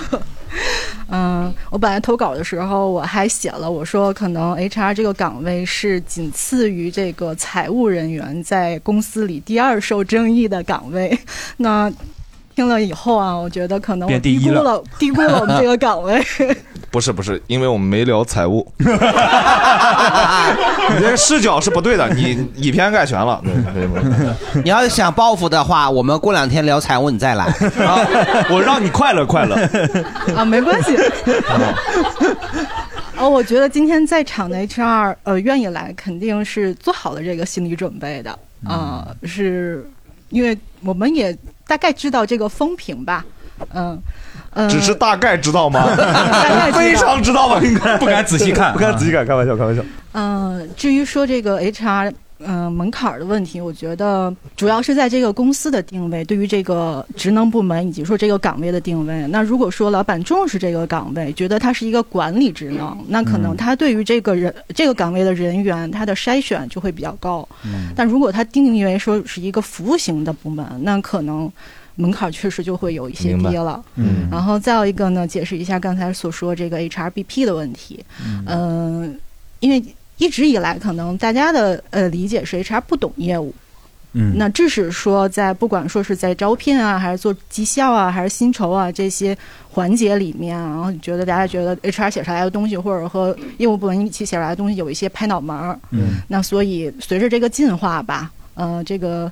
Speaker 16: 嗯，我本来投稿的时候我还写了，我说可能 HR 这个岗位是仅次于这个财务人员在公司里第二受争议的岗位。那听了以后啊，我觉得可能我
Speaker 3: 变第
Speaker 16: 低
Speaker 3: 一
Speaker 16: 估了，
Speaker 3: 了
Speaker 16: 低估了我们这个岗位。
Speaker 3: 不是不是，因为我们没聊财 务，你这视角是不对的，你以偏概全了。
Speaker 4: 你要想报复的话，我们过两天聊财务，你再来。
Speaker 3: 我让你快乐快乐。
Speaker 16: 啊，没关系。哦，我觉得今天在场的 HR 呃愿意来，肯定是做好了这个心理准备的
Speaker 3: 嗯
Speaker 16: 啊、是因为我们也大概知道这个风评吧，嗯、嗯、
Speaker 3: 只是大概知道 吗？
Speaker 16: 概知道
Speaker 3: 非常知道吧？应该
Speaker 2: 不敢仔细看
Speaker 3: 不敢仔细看，开玩笑，开玩笑。
Speaker 16: 嗯，至于说这个 HR 嗯、门槛儿的问题，我觉得主要是在这个公司的定位，对于这个职能部门以及说这个岗位的定位。那如果说老板重视这个岗位，觉得它是一个管理职能，那可能他对于这个人、这个岗位的人员，他的筛选就会比较高。
Speaker 13: 嗯
Speaker 16: 但如果他定义为说是一个服务型的部门，那可能。门槛儿确实就会有一些
Speaker 13: 明白
Speaker 16: 低了，
Speaker 13: 嗯
Speaker 16: 然后再有一个呢，解释一下刚才所说这个 HRBP 的问题，嗯、因为一直以来可能大家的呃理解是 HR 不懂业务，
Speaker 13: 嗯
Speaker 16: 那致使说在不管说是在招聘啊，还是做绩效啊，还是薪酬啊这些环节里面啊，然后你觉得大家觉得 HR 写出来的东西，或者和业务部门一起写出来的东西有一些拍脑门儿，
Speaker 13: 嗯
Speaker 16: 那所以随着这个进化吧，呃，这个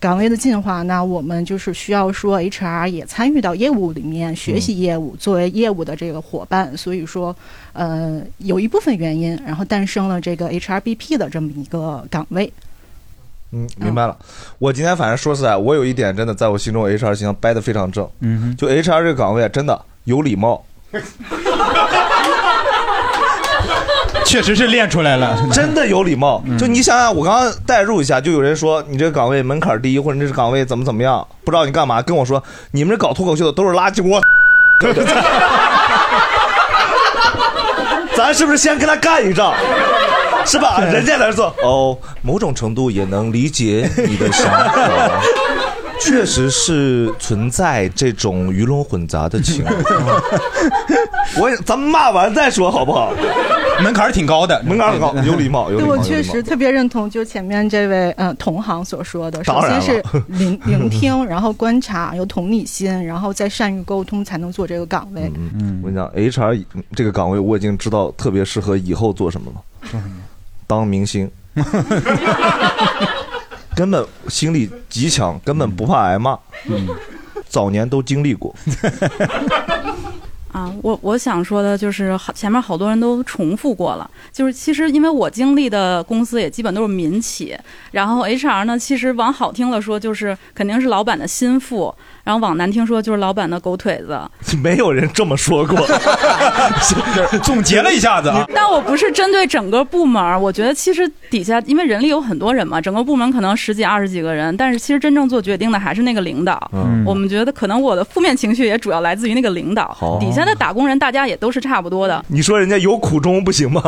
Speaker 16: 岗位的进化，那我们就是需要说 HR 也参与到业务里面
Speaker 3: 嗯
Speaker 16: 学习业务，作为业务的这个伙伴。所以说，呃，有一部分原因，然后诞生了这个 HRBP 的这么一个岗位。
Speaker 3: 嗯，明白了。我今天反正说实在，我有一点真的在我心中 HR 形象掰得非常正。
Speaker 5: 嗯，
Speaker 3: 就 HR 这个岗位啊真的有礼貌，
Speaker 5: 确实是练出来了， 嗯
Speaker 3: 真的有礼貌。就你想想，我刚刚代入一下，就有人说你这个岗位门槛低，或者你这个岗位怎么怎么样，不知道你干嘛，跟我说你们这搞脱口秀的都是垃圾 锅， 咱是不是先跟他干一仗？ 是吧？人家在这做哦，某种程度也能理解你的想法， 确实是存在这种鱼龙混杂的情况。 我咱们骂完再说好不好？
Speaker 5: 门槛挺高的，
Speaker 3: 门槛很高，有礼貌，有
Speaker 16: 对
Speaker 3: 礼貌。
Speaker 16: 我确
Speaker 3: 有礼貌
Speaker 16: 实特别认同，就前面这位呃同行所说的，首
Speaker 3: 当然
Speaker 16: 先是
Speaker 3: 了
Speaker 16: 聆聆听，然后观察，有同理心，然后再善于沟通，才能做这个岗位。
Speaker 3: 嗯，我跟你讲，HR 这个岗位我已经知道特别适合以后做什么了。
Speaker 5: 做什么？
Speaker 3: 当明 星，根本心理极强，根本不怕挨骂。嗯，早年都经历过。
Speaker 21: 啊，我我想说的就是，好前面好多人都重复过了，就是其实因为我经历的公司也基本都是民企，然后 HR 呢，其实往好听了说就是肯定是老板的心腹，然后往难听说就是老板的狗腿子。
Speaker 3: 没有人这么说 过。
Speaker 5: 总结了一下子啊，
Speaker 21: 但我不是针对整个部门儿，我觉得其实底下因为人力有很多人嘛，整个部门可能十几二十几个人，但是其实真正做决定的还是那个领导。
Speaker 9: 嗯
Speaker 21: 我们觉得可能我的负面情绪也主要来自于那个领导
Speaker 3: 好，
Speaker 21: 底下的打工人大家也都是差不多的。
Speaker 3: 你说人家有苦衷不行吗？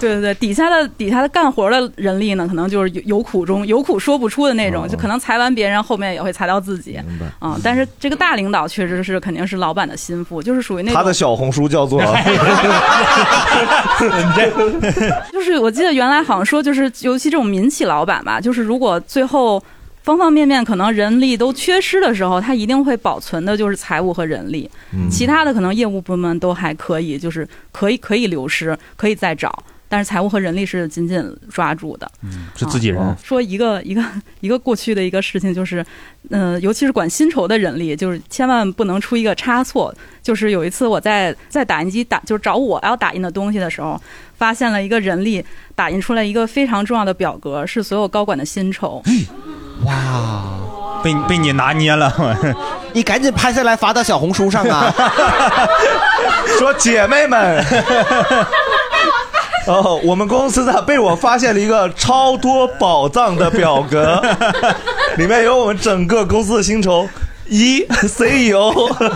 Speaker 21: 对对对，底下的底下的干活的人力呢，可能就是有有苦衷，有苦说不出的那种，
Speaker 3: 哦
Speaker 21: 就可能裁完别人，后面也会裁到自己。啊、但是这个大领导确实是肯定是老板的心腹，就是属于 那
Speaker 3: 他
Speaker 21: 种
Speaker 3: 的，小红书叫 做
Speaker 21: 就是我记得原来好像说，就是尤其这种民企老板吧，就是如果最后。方方面面可能人力都缺失的时候，他一定会保存的就是财务和人力，
Speaker 3: 嗯
Speaker 21: 其他的可能业务部门都还可以，就是可以可以流失，可以再找，但是财务和人力是紧紧抓住的。
Speaker 2: 嗯
Speaker 21: 啊
Speaker 2: 是自己人。
Speaker 21: 说一个一个一个过去的一个事情，就是，呃，尤其是管薪酬的人力，就是千万不能出一个差错。就是有一次我在在打印机打，就是找我要打印的东西的时候，发现了一个人力打印出来一个非常重要的表格，是所有高管的薪酬。
Speaker 5: 哇，被被你拿捏了，
Speaker 4: 你赶紧拍下来发到小红书上 啊！
Speaker 3: 说姐妹 们，哦，我们公司的被我发现了一个超多宝藏的表 格，里面有我们整个公司的薪酬。 一 E CEO，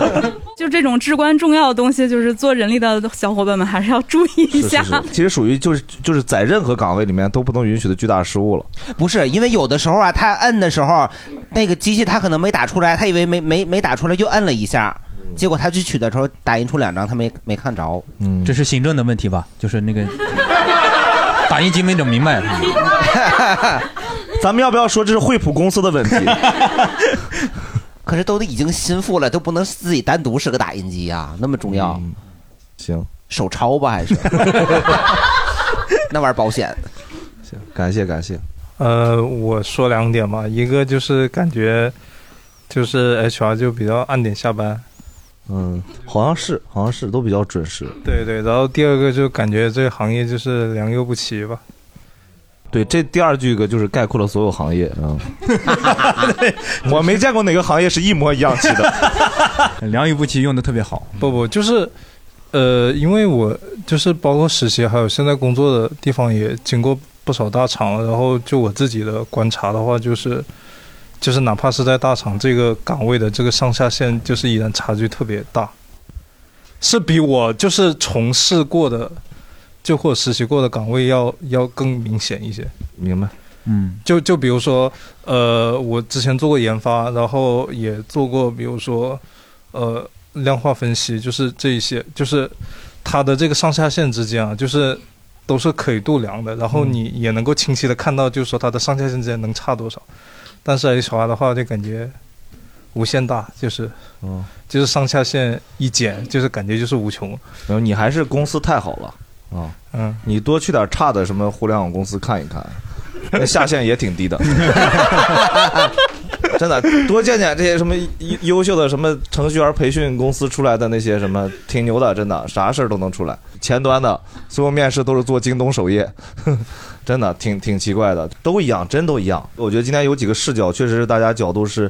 Speaker 21: 就这种至关重要的东西，就是做人力的小伙伴们还是要注意一
Speaker 3: 是
Speaker 21: 下。
Speaker 3: 是 是，其实属于就是就是在任何岗位里面都不能允许的巨大失误了。
Speaker 4: 不是，因为有的时候啊，他摁的时候，那个机器他可能没打出来，他以为没没没打出来，又摁了一下，结果他去取的时候打印出两张，他没没看着。
Speaker 3: 嗯，
Speaker 2: 这是行政的问题吧？就是那个打印机没整 明白。
Speaker 3: 咱们要不要说这是惠普公司的问题？
Speaker 4: 可是都已经心腹了，都不能自己单独是个打印机啊，那么重要。
Speaker 3: 嗯行，
Speaker 4: 手抄 吧还是？那玩意儿保险。
Speaker 3: 感谢感谢，
Speaker 22: 呃，我说两点吧，一个就是感觉就是 HR 就比较按点下班，
Speaker 3: 嗯，好像是好像是都比较准时。
Speaker 22: 对对，然后第二个就感觉这个行业就是良莠不齐吧。
Speaker 3: 对，这第二句个就是概括了所有行业 啊。我没见过哪个行业是一模一样齐 的。
Speaker 5: 良莠不齐用的特别好。
Speaker 22: 不不，就是呃，因为我就是包括实习，还有现在工作的地方也经过不少大厂了。然后就我自己的观察的话，就是就是哪怕是在大厂这个岗位的这个上下限，就是依然差距特别大，是比我就是从事过的就或实习过的岗位要要更明显一些。
Speaker 3: 明白，
Speaker 5: 嗯，
Speaker 22: 就就比如说，呃，我之前做过研发，然后也做过，比如说，呃，量化分析，就是这一些，就是它的这个上下限之间啊，就是都是可以度量的，然后你也能够清晰的看到，就是说它的上下限之间能差多少。但是 HR 的话，就感觉无限大，就是，
Speaker 3: 嗯，
Speaker 22: 就是上下限一减，就是感觉就是无穷。
Speaker 3: 然后你还是公司太好了啊。
Speaker 22: 嗯，
Speaker 3: 你多去点差 的什么互联网公司看一看，那下限也挺低的。真的多见见这些什么优优秀的什么程序员培训公司出来的那些什么，挺牛的，真的啥事儿都能出来。前端的所有面试都是做京东首页，真的挺挺奇怪的，都一样，真都一样。我觉得今天有几个视角，确实是大家角度是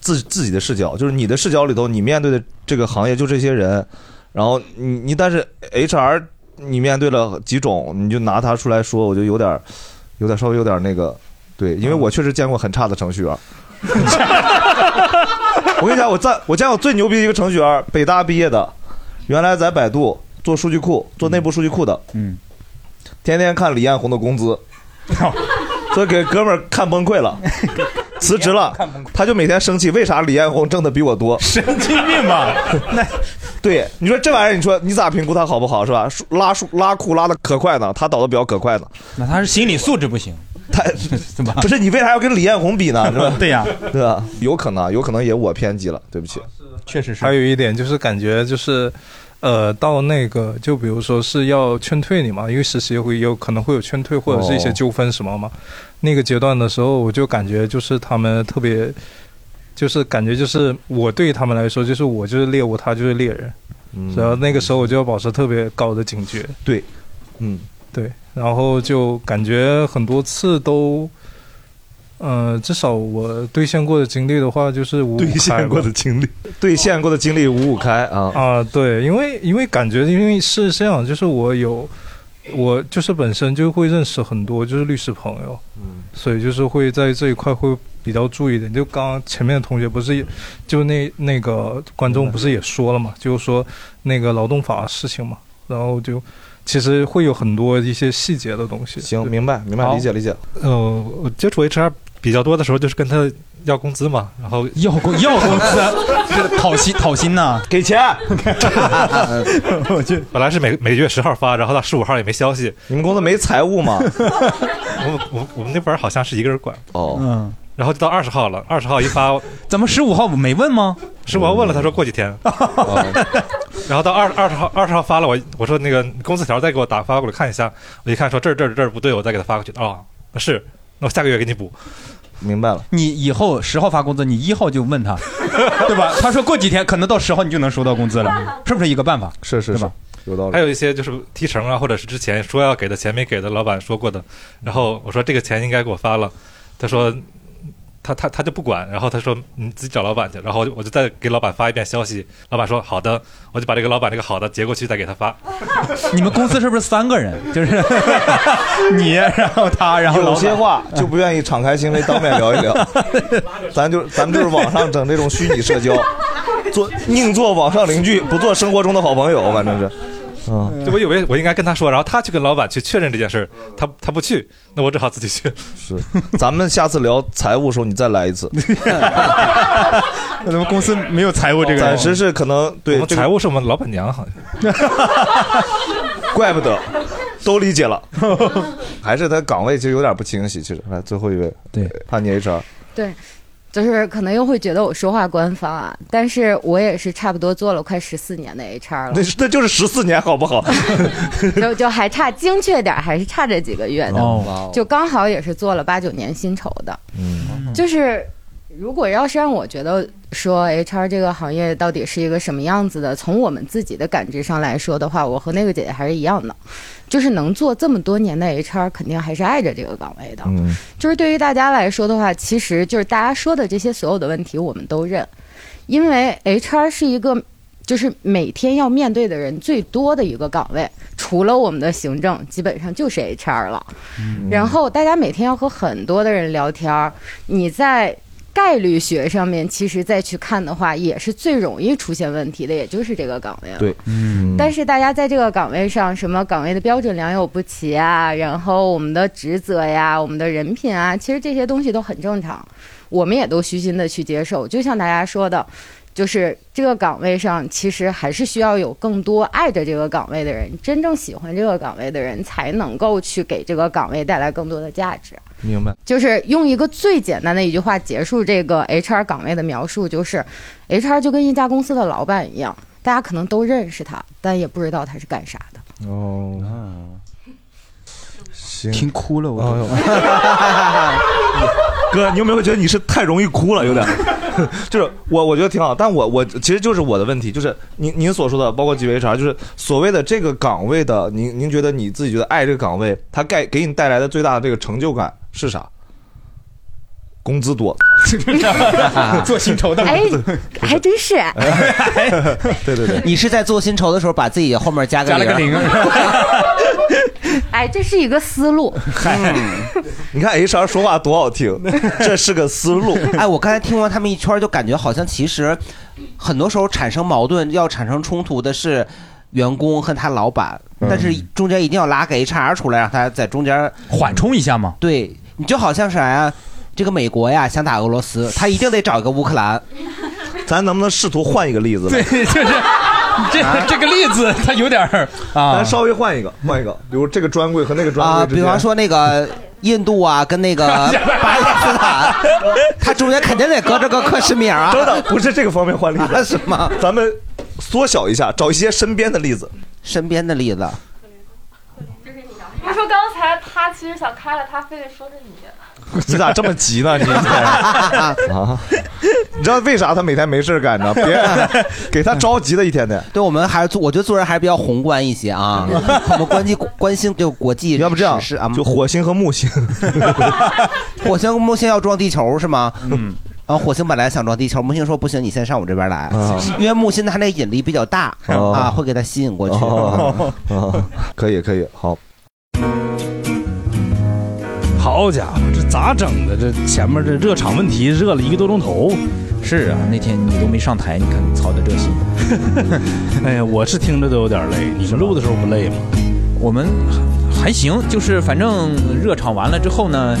Speaker 3: 自自己的视角，就是你的视角里头，你面对的这个行业就这些人，然后你你但是 HR 你面对了几种，你就拿它出来说，我就有点儿有点儿稍微有点儿那个。对，因为我确实见过很差的程序员，我跟你讲，我在我见过最牛逼的一个程序员，北大毕业的，原来在百度做数据库，做内部数据库的，嗯，天天看李彦宏的工 资，所以给哥们儿看崩溃了，辞职了，他就每天生气，为啥李彦宏挣的比我多？神经病吧？ 那对，你说这玩意儿，你说你咋评估他好不好是吧？数拉数拉库拉的可快呢，他倒的比较可快呢，
Speaker 2: 那他是心理素质不行，
Speaker 3: 他
Speaker 2: 怎么
Speaker 3: 不是你为啥要跟李彦宏比呢？是吧
Speaker 2: ？对呀
Speaker 3: 对吧？有可能，有可能也我偏激了，对不起。
Speaker 2: 确实是。
Speaker 22: 还有一点就是感觉就是，呃，到那个就比如说是要劝退你嘛，因为实习会有可能会有劝退或者是一些
Speaker 5: 哦
Speaker 22: 纠纷什么嘛。那个阶段的时候，我就感觉就是他们特别，就是感觉就是我对于他们来说，就是我就是猎物，他就是猎人。然后那个时候我就要保持特别高的警觉。
Speaker 3: 嗯对，嗯，
Speaker 22: 对，然后就感觉很多次都。呃，至少我兑现过的经历的话，就是五五
Speaker 3: 兑现
Speaker 22: 开吧
Speaker 3: 过的经历，兑现过的经历五五开啊
Speaker 5: 哦
Speaker 22: 啊，对，因为因为感觉因为是这样，就是我有我就是本身就会认识很多就是律师朋友，嗯，所以就是会在这一块会比较注意一点。就刚刚前面的同学不是也就那那个观众不是也说了嘛，
Speaker 3: 嗯
Speaker 22: 就是说那个劳动法的事情嘛，然后就。其实会有很多一些细节的东西。
Speaker 3: 行，明白，明白，理解，理解。
Speaker 5: 呃，我接触 HR 比较多的时候，就是跟他要工资嘛，然后
Speaker 2: 要工要工 资，啊讨薪讨薪呐，
Speaker 3: 给钱。
Speaker 5: 我就 本来是每每月十号发，然后到十五号也没消息。
Speaker 3: 你们公司没财务吗？
Speaker 5: 我我我们那边好像是一个人管。
Speaker 3: 哦，
Speaker 2: 嗯。
Speaker 5: 然后就到二十号了，二十号一发，
Speaker 2: 咱们十五号没问吗？
Speaker 5: 十五号问了，他说过几天。
Speaker 3: 哦
Speaker 5: 然后到二二十号，二十号发了我，我说那个工资条再给我打发过来看一下，我一看说这儿这儿这儿不对，我再给他发过去。哦，是，那我下个月给你补。
Speaker 3: 明白了，
Speaker 2: 你以后十号发工资，你一号就问他， 对吧？他说过几天，可能到十号你就能收到工资了，是不是一个办法？
Speaker 3: 是是
Speaker 2: 是，
Speaker 3: 有道
Speaker 5: 还。有一些就是提成啊，或者是之前说要给的钱没给的，老板说过的。然后我说这个钱应该给我发了，他说嗯他他他就不管，然后他说你嗯自己找老板去。然后我就我就再给老板发一遍消息，老板说好的，我就把这个老板这个好的截过去再给他发。
Speaker 2: 你们公司是不是三个人？就是你，然后他，然后老
Speaker 3: 有
Speaker 2: 板
Speaker 3: 些话就不愿意敞开心扉当面聊一 聊，咱就咱们就是网上整这种虚拟社交，做宁做网上邻居，不做生活中的好朋 友，反正是。嗯，
Speaker 5: 就我以为我应该跟他说，然后他去跟老板去确认这件事儿，他他不去，那我只好自己去。
Speaker 3: 是，咱们下次聊财务的时候你再来一次。
Speaker 2: 咱们公司没有财务这个
Speaker 3: 暂时 是可能对
Speaker 5: 我们
Speaker 3: 这个
Speaker 5: 财务是我们老板娘好像。
Speaker 3: 怪不得，都理 解了，还是他岗位其实有点不清晰。其实，来最后一位，
Speaker 2: 对，
Speaker 3: 叛逆 HR，
Speaker 23: 对，就是可能又会觉得我说话官方啊，但是我也是差不多做了快十四年的 HR
Speaker 3: 那
Speaker 23: 了，
Speaker 3: 那就是十四年，好不好？
Speaker 23: 就就还差精确点儿，还是差这几个月的，
Speaker 3: 哦
Speaker 23: 就刚好也是做了八九年薪酬的，
Speaker 3: 嗯
Speaker 23: 嗯就是。如果要是让我觉得说 HR 这个行业到底是一个什么样子的，从我们自己的感知上来说的话，我和那个姐姐还是一样的，就是能做这么多年的 HR，肯定还是爱着这个岗位的。
Speaker 3: 嗯，
Speaker 23: 就是对于大家来说的话，其实就是大家说的这些所有的问题，我们都认，因为 HR 是一个就是每天要面对的人最多的一个岗位，除了我们的行政，基本上就是 HR 了。然后大家每天要和很多的人聊天儿，你在。概率学上面，其实再去看的话，也是最容易出现问题的，也就是这个岗位了。
Speaker 3: 对，嗯
Speaker 23: 但是大家在这个岗位上，什么岗位的标准良莠不齐啊，然后我们的职责呀、我们的人品啊，其实这些东西都很正常，我们也都虚心的去接受。就像大家说的，就是这个岗位上，其实还是需要有更多爱着这个岗位的人，真正喜欢这个岗位的人，才能够去给这个岗位带来更多的价值。
Speaker 3: 明白。
Speaker 23: 就是用一个最简单的一句话结束这个 HR 岗位的描述，就是，HR 就跟一家公司的老板一样，大家可能都认识他，但也不知道他是干啥的。
Speaker 3: 哦，
Speaker 4: 嗯
Speaker 3: 行，
Speaker 2: 听哭了我。
Speaker 3: 哥，你有没有觉得你是太容易哭了？有点，就是我我觉得挺好，但我我其实就是我的问题，就是您您所说的，包括 G V HR，就是所谓的这个岗位的，您您觉得你自己觉得爱这个岗位，它给给你带来的最大的这个成就感是啥？工资多，
Speaker 5: 做薪酬
Speaker 23: 哎， 还真是 哎
Speaker 3: 对对对，
Speaker 4: 你是在做薪酬的时候把自己后面加个
Speaker 3: 加了个
Speaker 4: 零
Speaker 3: 零
Speaker 23: 哎，这是一个思路。
Speaker 4: 嗯
Speaker 3: 你看 HR 说话多好听，这是个思路。
Speaker 4: 哎，我刚才听完他们一圈儿，就感觉好像其实很多时候产生矛盾、要产生冲突的是员工和他老板，但是中间一定要拉个 HR 出来，让他在中间
Speaker 2: 缓冲一下嘛。
Speaker 4: 对你就好像啥呀？这个美国呀想打俄罗斯，他一定得找一个乌克 兰。
Speaker 3: 咱能不能试图换一个例子？
Speaker 4: 对，
Speaker 2: 就是这这个例子，它有点儿啊
Speaker 3: 咱稍微换一个，换一个，比如这个专柜和那个专柜
Speaker 4: 啊，
Speaker 3: 之
Speaker 4: 比
Speaker 3: 间
Speaker 4: 方说那个印度啊，跟那个巴基斯坦，它中间肯定得隔着个克什米尔啊。
Speaker 3: 等等，不是这个方面换例子，
Speaker 4: 是吗？
Speaker 3: 咱们缩小一下，找一些身边的例子。
Speaker 4: 身边的例子，
Speaker 10: 他说刚才他其实想开了，他非得说是你。
Speaker 3: 你咋这么急呢？ 你啊，你知道为啥他每天没事干呢？ 别给他着急的一天天。
Speaker 4: 对我们还是做，我觉得做人还是比较宏观一些啊。我们关心关心这个国际，要不这样是啊，就
Speaker 3: 火星和木星，
Speaker 4: 火星和木星要装地球是吗？嗯。然后火星本来想装地球，木星说不行，你先上我这边来
Speaker 3: 啊，
Speaker 4: 因为木星它那个引力比较大
Speaker 3: 哦
Speaker 4: 啊，会给它吸引过去。
Speaker 3: 哦哦，可以可以，好。
Speaker 1: 好家伙，这咋整的？这前面这热场问题热了一个多钟头。
Speaker 2: 是啊，那天你都没上台，你看你操的这心。
Speaker 1: 哎呀，我是听着都有点累。你们录的时候不累吗？
Speaker 2: 我们还行，就是反正热场完了之后呢，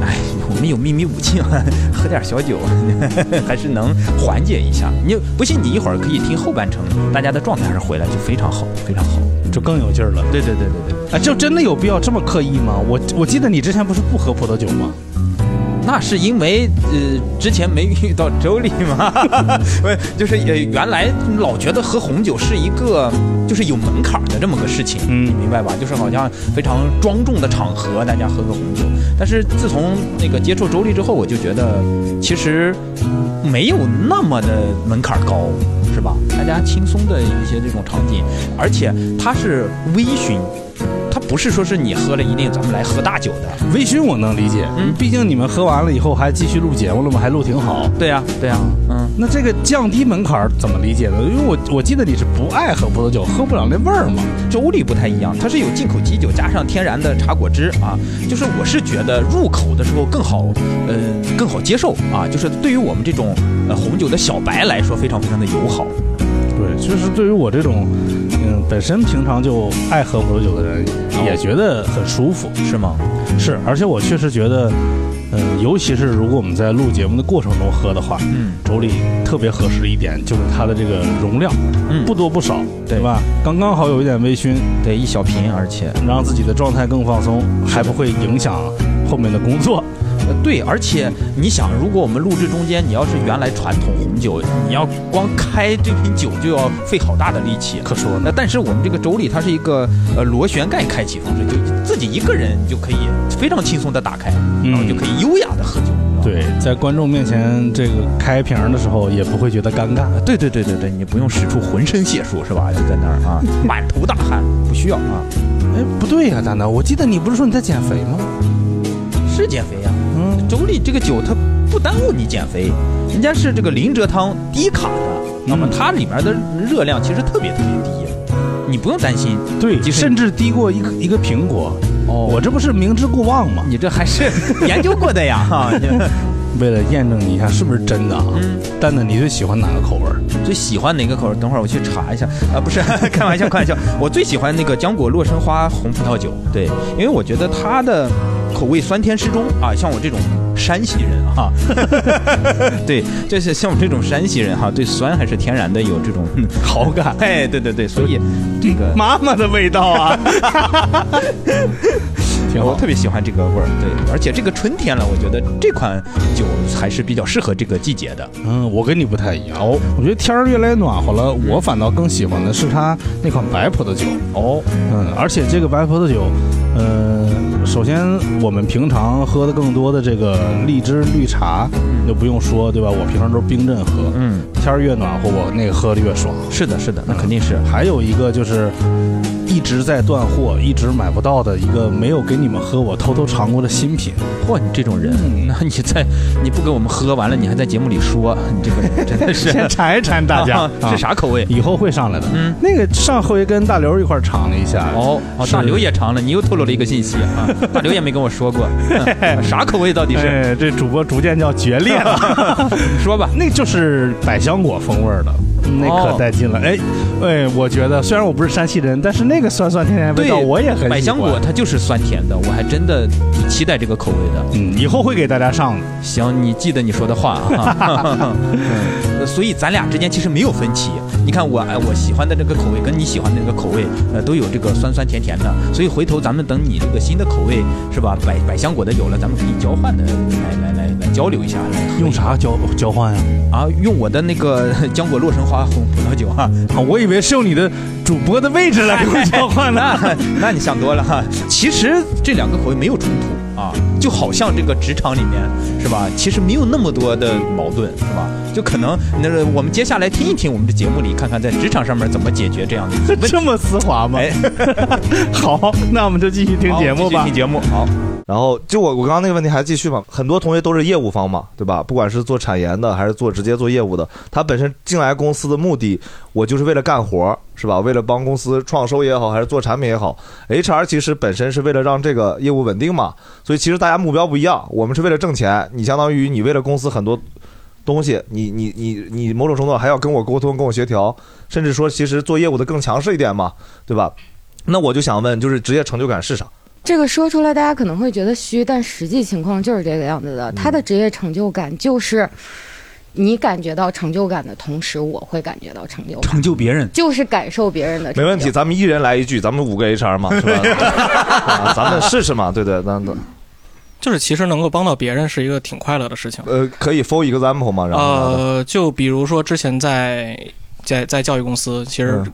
Speaker 2: 哎，我们有秘密武器， 喝点小酒， 还是能缓解一下。你不信，你一会儿可以听后半程，大家的状态还是回来就非常好，非常好，
Speaker 1: 就更有劲儿了。
Speaker 2: 对对对对对，
Speaker 1: 啊，就真的有必要这么刻意吗？我我记得你之前不是不喝葡萄酒吗？
Speaker 2: 那是因为呃之前没遇到周丽嘛，不是就是呃原来老觉得喝红酒是一个就是有门槛的这么个事情，嗯，你明白吧？就是好像非常庄重的场合，大家喝个红酒。但是自从那个接触周丽之后，我就觉得其实没有那么的门槛高，是吧？大家轻松的一些这种场景，而且它是微醺。它不是说是你喝了一定咱们来喝大酒的，嗯
Speaker 1: 微醺我能理解，毕竟你们喝完了以后还继续录节目了嘛，还录挺好。
Speaker 2: 对呀、对呀、嗯。
Speaker 1: 那这个降低门槛儿怎么理解呢？因为我我记得你是不爱喝葡萄酒，喝不了那味儿嘛。
Speaker 2: 周丽不太一样，它是有进口基酒加上天然的茶果汁啊，就是我是觉得入口的时候更好，呃，更好接受啊，就是对于我们这种呃红酒的小白来说非常非常的友好。
Speaker 1: 对，就是对于我这种，嗯，本身平常就爱喝葡萄酒的人，也觉得很舒服，
Speaker 2: 哦是吗？
Speaker 1: 是，而且我确实觉得，嗯、尤其是如果我们在录节目的过程中喝的话，
Speaker 2: 嗯，
Speaker 1: 周丽特别合适的一点就是它的这个容量，
Speaker 2: 嗯，
Speaker 1: 不多不少，
Speaker 2: 对
Speaker 1: 吧？刚刚好有一点微醺，
Speaker 2: 对，一小瓶，而且
Speaker 1: 让自己的状态更放松，还不会影响后面的工作。
Speaker 2: 呃对，而且你想，如果我们录制中间，你要是原来传统红酒，你要光开这瓶酒就要费好大的力气，
Speaker 1: 可说
Speaker 2: 呢。但是我们这个周丽它是一个呃螺旋盖开启方式，就自己一个人就可以非常轻松的打开，然后就可以优雅的喝酒。
Speaker 1: 对，在观众面前这个开瓶的时候也不会觉得尴尬。
Speaker 2: 对对对对对，你不用使出浑身解数是吧？就在那儿 啊，满头大汗，不需要啊。
Speaker 1: 哎，不对呀、丹丹，我记得你不是说你在减肥吗？
Speaker 2: 是减肥呀、嗯，周丽这个酒它不耽误你减肥，人家是这个零蔗糖低卡的，那
Speaker 1: 嗯
Speaker 2: 么它里面的热量其实特别特别低，你不用担心。
Speaker 1: 对，
Speaker 2: 即使
Speaker 1: 甚至低过一个一个苹果。哦，我这不是明知故忘吗？
Speaker 2: 你这还是 研究过的呀，哈。啊你
Speaker 1: 为了验证你一下是不是真的啊，丹丹，你最喜欢哪个口味儿？
Speaker 2: 嗯最喜欢哪个口味？等会儿我去查一下啊，不是， 开玩笑，开玩笑。我最喜欢那个浆果洛神花红葡萄酒，对，因为我觉得它的口味酸甜适中啊，像我这种山西人哈、 对，就是像我这种山西人哈、对酸还是天然的有这种 嗯好感。
Speaker 1: 嗯
Speaker 2: 哎，对对对，所以这个
Speaker 1: 妈妈的味道啊，
Speaker 24: 挺好
Speaker 2: 我特别喜欢这个味儿。对，而且这个春天了，我觉得这款酒还是比较适合这个季节的。
Speaker 1: 嗯，我跟你不太一样，我我觉得天儿越来越暖和
Speaker 2: 嗯
Speaker 1: 了，我反倒更喜欢的是它那款白葡萄酒。
Speaker 2: 哦，
Speaker 1: 嗯，而且这个白葡萄酒，呃，首先我们平常喝的更多的这个荔枝绿茶，你就不用说，对吧？我平常都是冰镇喝，
Speaker 2: 嗯，
Speaker 1: 天儿越暖和，我那个喝的越爽。嗯
Speaker 2: 是的，是的，那肯定是。
Speaker 1: 还有一个就是。一直在断货，一直买不到的一个没有给你们喝，我偷偷尝过的新品。嗯
Speaker 2: 哇，你这种人， 那你在你不给我们喝完了，你还在节目里说，你这个人真的是
Speaker 1: 先馋一馋大家
Speaker 2: 啊是啥口味？
Speaker 1: 以后会上来的。嗯，那个上回跟大刘一块儿尝了一下，
Speaker 2: 哦，哦，
Speaker 1: 是
Speaker 2: 大刘也尝了，你又透露了一个信息啊！大刘也没跟我 说过，嗯啥口味到底是？
Speaker 1: 哎，这主播逐渐要决裂了。
Speaker 2: 说吧，
Speaker 1: 那就是百香果风味儿的，那可带劲了。
Speaker 2: 哦
Speaker 1: 哎，哎，我觉得虽然我不是山西人，但是那个酸酸甜甜的味
Speaker 2: 对，
Speaker 1: 道我也很喜欢。
Speaker 2: 百香果它就是酸甜的，我还真的挺期待这个口味的。
Speaker 1: 嗯，以后会给大家上的。
Speaker 2: 行，你记得你说的话 啊。嗯所以咱俩之间其实没有分歧。你看我哎，我喜欢的这个口味跟你喜欢的那个口味，呃，都有这个酸酸甜甜的。所以回头咱们等你这个新的口味是吧？百百香果的有了，咱们可以交换的来来来来交流一下。
Speaker 1: 用啥交交换呀、
Speaker 2: 啊？用我的那个 浆果洛神花红葡萄酒啊！
Speaker 1: 啊，我以为是用你的主播的位置来跟我交换的。
Speaker 2: 那那你想多了哈。其实这两个口味没有冲突啊，就好像这个职场里面是吧？其实没有那么多的矛盾是吧？就可能那我们接下来听一听我们的节目里，看看在职场上面怎么解决这样的哎问题。
Speaker 1: 这么丝滑吗？ 好，那我们就继续听
Speaker 2: 好
Speaker 1: 节目
Speaker 2: 继续
Speaker 1: 吧。
Speaker 2: 听节目好。
Speaker 3: 然后就我我刚刚那个问题还继续嘛，很多同学都是业务方嘛，对吧？不管是做产研的还是做直接做业务的，他本身进来公司的目的，我就是为了干活，是吧？为了帮公司创收也好，还是做产品也好，HR 其实本身是为了让这个业务稳定嘛，所以其实大家目标不一样，我们是为了挣钱，你相当于你为了公司很多。东西，你你你你某种程度还要跟我沟通，跟我协调，甚至说其实做业务的更强势一点嘛，对吧？那我就想问，就是职业成就感是啥？
Speaker 23: 这个说出来，大家可能会觉得虚，但实际情况就是这个样子的。他的职业成就感就是，你感觉到成就感的同时，我会感觉到成就感，
Speaker 2: 成就别人
Speaker 23: 就是感受别人的
Speaker 3: 没
Speaker 23: 成就。
Speaker 3: 问题，咱们一人来一句，咱们五个 HR 嘛， 是吧？啊咱们试试嘛，对对，咱
Speaker 6: 就是其实能够帮到别人是一个挺快乐的事情。
Speaker 3: 呃，可以 for example 嘛，然后、
Speaker 6: 呃，就比如说之前在在在教育公司，其实
Speaker 3: 嗯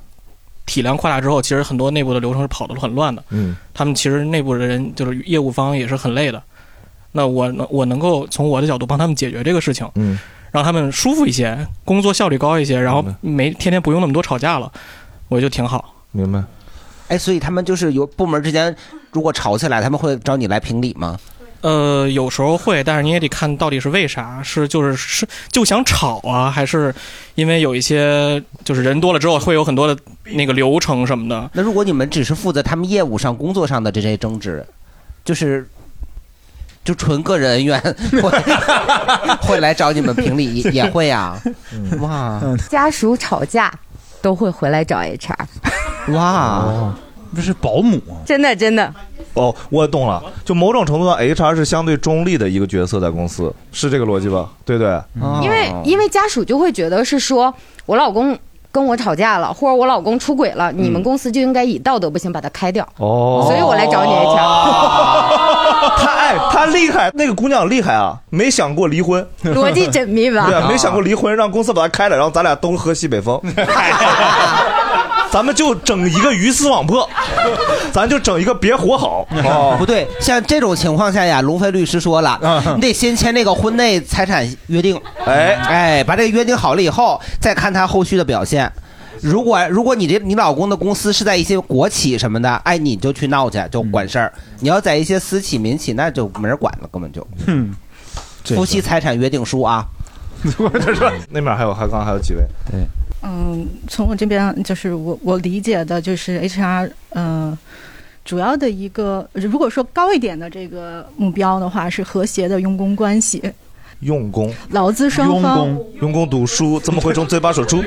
Speaker 6: 体量扩大之后，其实很多内部的流程是跑得很乱的。
Speaker 3: 嗯，
Speaker 6: 他们其实内部的人就是业务方也是很累的。那我能我能够从我的角度帮他们解决这个事情，
Speaker 3: 嗯，
Speaker 6: 让他们舒服一些，工作效率高一些，然后没天天不用那么多吵架了，我就挺好。
Speaker 3: 明白。
Speaker 4: 哎，所以他们就是有部门之间如果吵起来，他们会找你来评理吗？
Speaker 6: 呃，有时候会，但是你也得看到底是为啥，是就是是就想吵啊，还是因为有一些就是人多了之后会有很多的那个流程什么的。
Speaker 4: 那如果你们只是负责他们业务上、工作上的这些争执，就是就纯个人恩怨会会来找你们评理，也会啊，
Speaker 23: 嗯
Speaker 4: 哇
Speaker 23: 家属吵架都会回来找 HR，
Speaker 4: 哇，
Speaker 2: 这是保姆啊
Speaker 23: 真的真的。
Speaker 3: 哦，我懂了，就某种程度上，HR 是相对中立的一个角色，在公司是这个逻辑吧？对不对？
Speaker 23: 因为
Speaker 3: 哦
Speaker 23: 因为家属就会觉得是说我老公跟我吵架了，或者我老公出轨了，
Speaker 3: 嗯
Speaker 23: 你们公司就应该以道德不行把他开掉。
Speaker 3: 哦，
Speaker 23: 所以我来找你 HR，
Speaker 3: 他哎，他厉害，那个姑娘厉害啊，没想过离婚，
Speaker 23: 逻辑缜密吧
Speaker 3: 对
Speaker 4: 哦
Speaker 3: 啊，没想过离婚，让公司把他开了，然后咱俩东喝西北风， 咱们就整一个鱼死网 破，咱就整一个别 活好。哦，
Speaker 4: 嗯
Speaker 3: 嗯
Speaker 4: 不对，像这种情况下呀，龙飞律师说了，你得先签那个婚内财产约定，
Speaker 3: 哎
Speaker 4: 哎，把这个约定好了以后，再看他后续的表现。如果如果你这你老公的公司是在一些国企什么的，哎，你就去闹去，就
Speaker 3: 嗯
Speaker 4: 管事儿。你要在一些私企、民企，那就没人管了，根本就。
Speaker 2: 嗯，
Speaker 4: 夫妻财产约定书啊，
Speaker 3: 那面还有，还刚刚还有几位？
Speaker 2: 对，
Speaker 16: 嗯，从我这边就是我我理解的，就是 HR，嗯、主要的一个，如果说高一点的这个目标的话，是和谐的用工关系，
Speaker 3: 用功，
Speaker 16: 劳资双方
Speaker 3: 用功，用功读书，怎么会从嘴巴手出？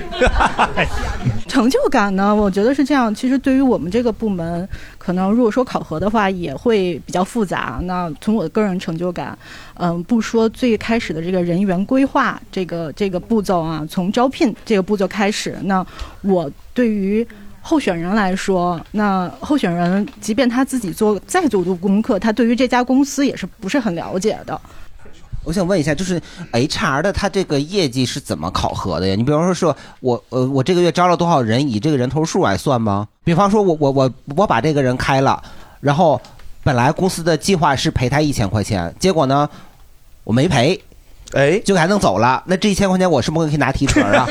Speaker 16: 成就感呢，我觉得是这样。其实对于我们这个部门，可能如果说考核的话，也会比较复杂。那从我的个人成就感，嗯，不说最开始的这个人员规划这个这个步骤啊，从招聘这个步骤开始，那我对于候选人来说，那候选人即便他自己做再多的功课，他对于这家公司也是不是很了解的。
Speaker 4: 我想问一下，就是 HR 的他这个业绩是怎么考核的呀？你比方说，是我呃我这个月招了多少人，以这个人头数来算吗？比方说我我我我把这个人开了，然后本来公司的计划是赔他一千块钱，结果呢我没赔，
Speaker 3: 哎，
Speaker 4: 就给他弄走了。那这一千块钱我是不是可以拿提成啊？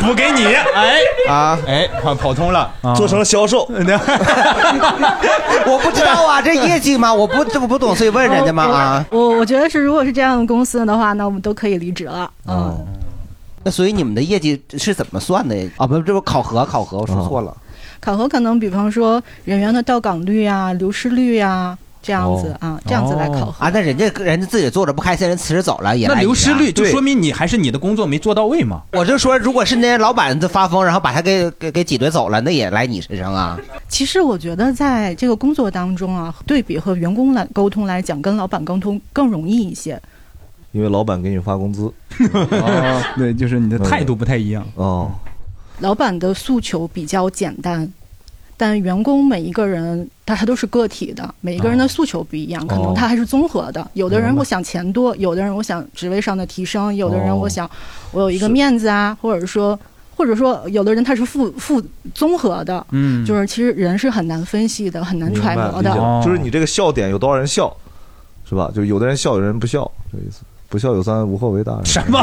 Speaker 2: 补给你， 哎
Speaker 4: 啊，哦
Speaker 2: 哎，跑跑通了，
Speaker 1: 啊
Speaker 3: 做成了销售，
Speaker 4: 我不知道啊，这业绩嘛，我不这不懂，所以问人家嘛
Speaker 2: 哦
Speaker 4: 啊。
Speaker 16: 我我觉得是，如果是这样的公司的话，那我们都可以离职了。
Speaker 2: 嗯
Speaker 4: 哦，那所以你们的业绩是怎么算的呀？啊，不，这不考核，考核，我
Speaker 3: 哦
Speaker 4: 说错了。
Speaker 16: 考核可能比方说人员的到岗率啊、流失率啊这样子
Speaker 2: 哦
Speaker 4: 哦
Speaker 16: 啊，这样子来考核。
Speaker 4: 啊，那人家人家自己做着不开心，人辞职走了也
Speaker 2: 那
Speaker 4: 赖你啊
Speaker 2: 流失率就说明你还是你的工作没做到位嘛？
Speaker 4: 我就说，如果是那些老板就发疯，然后把他给给给挤兑走了，那也来你身上啊。
Speaker 16: 其实我觉得在这个工作当中啊，对比和员工来沟通来讲，跟老板沟通更容易一些。
Speaker 3: 因为老板给你发工 资，
Speaker 16: 哦
Speaker 3: 嗯
Speaker 2: 对，就是你的态度不太一样
Speaker 3: 哦。
Speaker 16: 老板的诉求比较简单，但员工每一个人他他都是个体的，每一个人的诉求不一样，可
Speaker 3: 哦
Speaker 16: 能他还是综合的。有的人我想钱多，有的人我想职位上的提升，有的人我想我有一个面子啊，或者说。或者说，有的人他是复复综合的，
Speaker 3: 嗯
Speaker 16: 就是其实人是很难分析的，很难
Speaker 3: 明
Speaker 16: 揣
Speaker 3: 白
Speaker 16: 摩的
Speaker 3: 理解。
Speaker 2: 哦
Speaker 3: 就是你这个笑点有多少人笑，是吧？就有的人笑，有的人不笑，这意思。不笑有三，无后为大。什 么？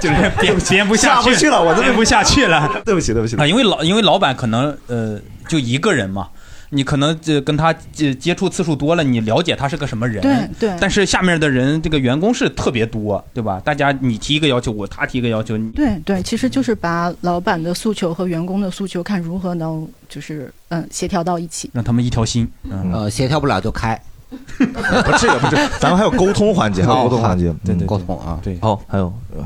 Speaker 2: 就是编编不
Speaker 3: 下
Speaker 2: 下
Speaker 3: 不去了我都
Speaker 2: 编不下 去了。
Speaker 3: 对不起，对不起
Speaker 2: 啊，因为老因为老板可能呃就一个人嘛，你可能这跟他接接触次数多了，你了解他是个什么人。
Speaker 16: 对对
Speaker 2: 但是下面的人这个员工是特别多，对吧？大家你提一个要求，我他提一个要求，你
Speaker 16: 对对，其实就是把老板的诉求和员工的诉求看如何能就是嗯协调到一起。
Speaker 2: 让他们一条心。嗯
Speaker 4: 呃，协调不了 就开。
Speaker 3: 不至于，不至于，咱们还有沟通环节，还有沟通环节，
Speaker 4: 对
Speaker 3: 对，
Speaker 4: 哦沟通啊，
Speaker 2: 对。
Speaker 3: 好，还有呃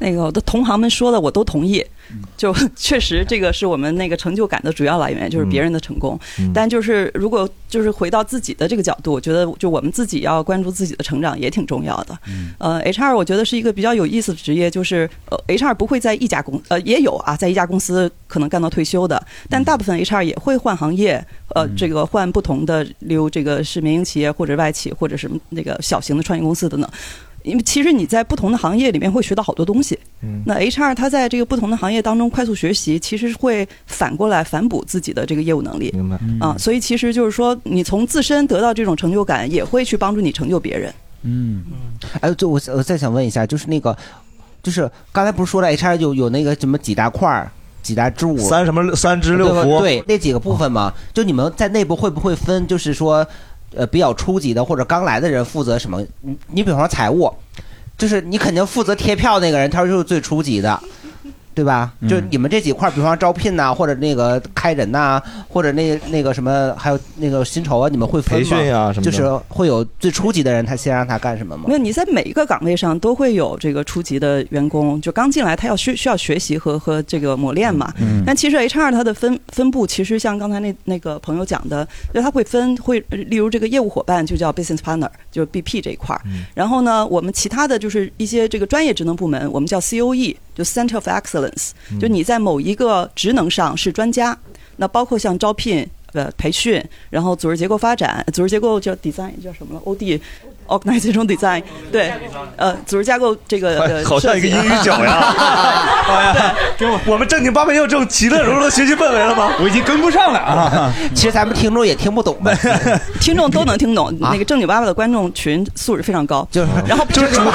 Speaker 15: 那个我的同行们说的我都同意，就 确实这个是我们那个成就感的主要来源，就是别人的成功。但就是如果就是回到自己的这个角度，我觉得就我们自己要关注自己的成长也挺重要的。呃，HR 我觉得是一个比较有意思的职业，就是呃 HR 不会在一家公呃也有啊，在一家公司可能干到退休的，但大部分 HR 也会换行业，呃，这个换不同的，例如这个是民营企业或者外企或者什么那个小型的创业公司等等。因为其实你在不同的行业里面会学到好多东西。
Speaker 3: 嗯
Speaker 15: 那 HR 它在这个不同的行业当中快速学习，其实会反过来反哺自己的这个业务能力。
Speaker 3: 明白
Speaker 15: 啊，所以其实就是说，你从自身得到这种成就感，也会去帮助你成就别人。
Speaker 2: 嗯，
Speaker 4: 哎，就我我再想问一下，就是那个，就是刚才不是说了 HR 有有那个什么几大块儿、几大支柱，
Speaker 3: 三什么三支六
Speaker 4: 对吧
Speaker 3: 福
Speaker 4: 对，那几个部分嘛，就你们在内部会不会分，就是说，呃，比较初级的或者刚来的人负责什么？你你比方说财务，就是你肯定负责贴票那个人，他就是最初级的。对吧？就
Speaker 3: 嗯
Speaker 4: 你们这几块儿，比方说招聘呐、或者那个开人呐、或者那那个什么，还有那个薪酬啊，你们会分
Speaker 3: 培
Speaker 4: 吗
Speaker 3: 训呀什么的
Speaker 4: 就是会有最初级的人，他先让他干什么吗？
Speaker 15: 没 有，你在每一个岗位上都会有这个初级的员工，就刚进来他要需需要学习和和这个磨练嘛。
Speaker 10: 嗯
Speaker 15: 但其实 HR 它的分分布，其实像刚才那那个朋友讲的，就它会分会，例如这个业务伙伴就叫 business partner，就是 BP 这一块儿。
Speaker 3: 嗯
Speaker 15: 然后呢，我们其他的就是一些这个专业职能部门，我们叫 COE，就 Center of Excellence，
Speaker 10: 嗯
Speaker 15: 就你在某一个职能上是专家。那包括像招聘。呃，培训，然后组织结构发展，组织结构叫 design 叫什么了？OD。organization design，对，呃，组织架构这个，呃
Speaker 3: 好像一个英语角 呀。
Speaker 2: 哎对，
Speaker 3: 我们正经八百也有这种其乐融融的学习氛围了 吗？
Speaker 2: 我已经跟不上了啊。
Speaker 4: 其实咱们听众也听不 懂吧？
Speaker 15: 听众都能听懂。那个正经八百的观众群素质非常高，
Speaker 4: 就是
Speaker 15: 然后就是主播，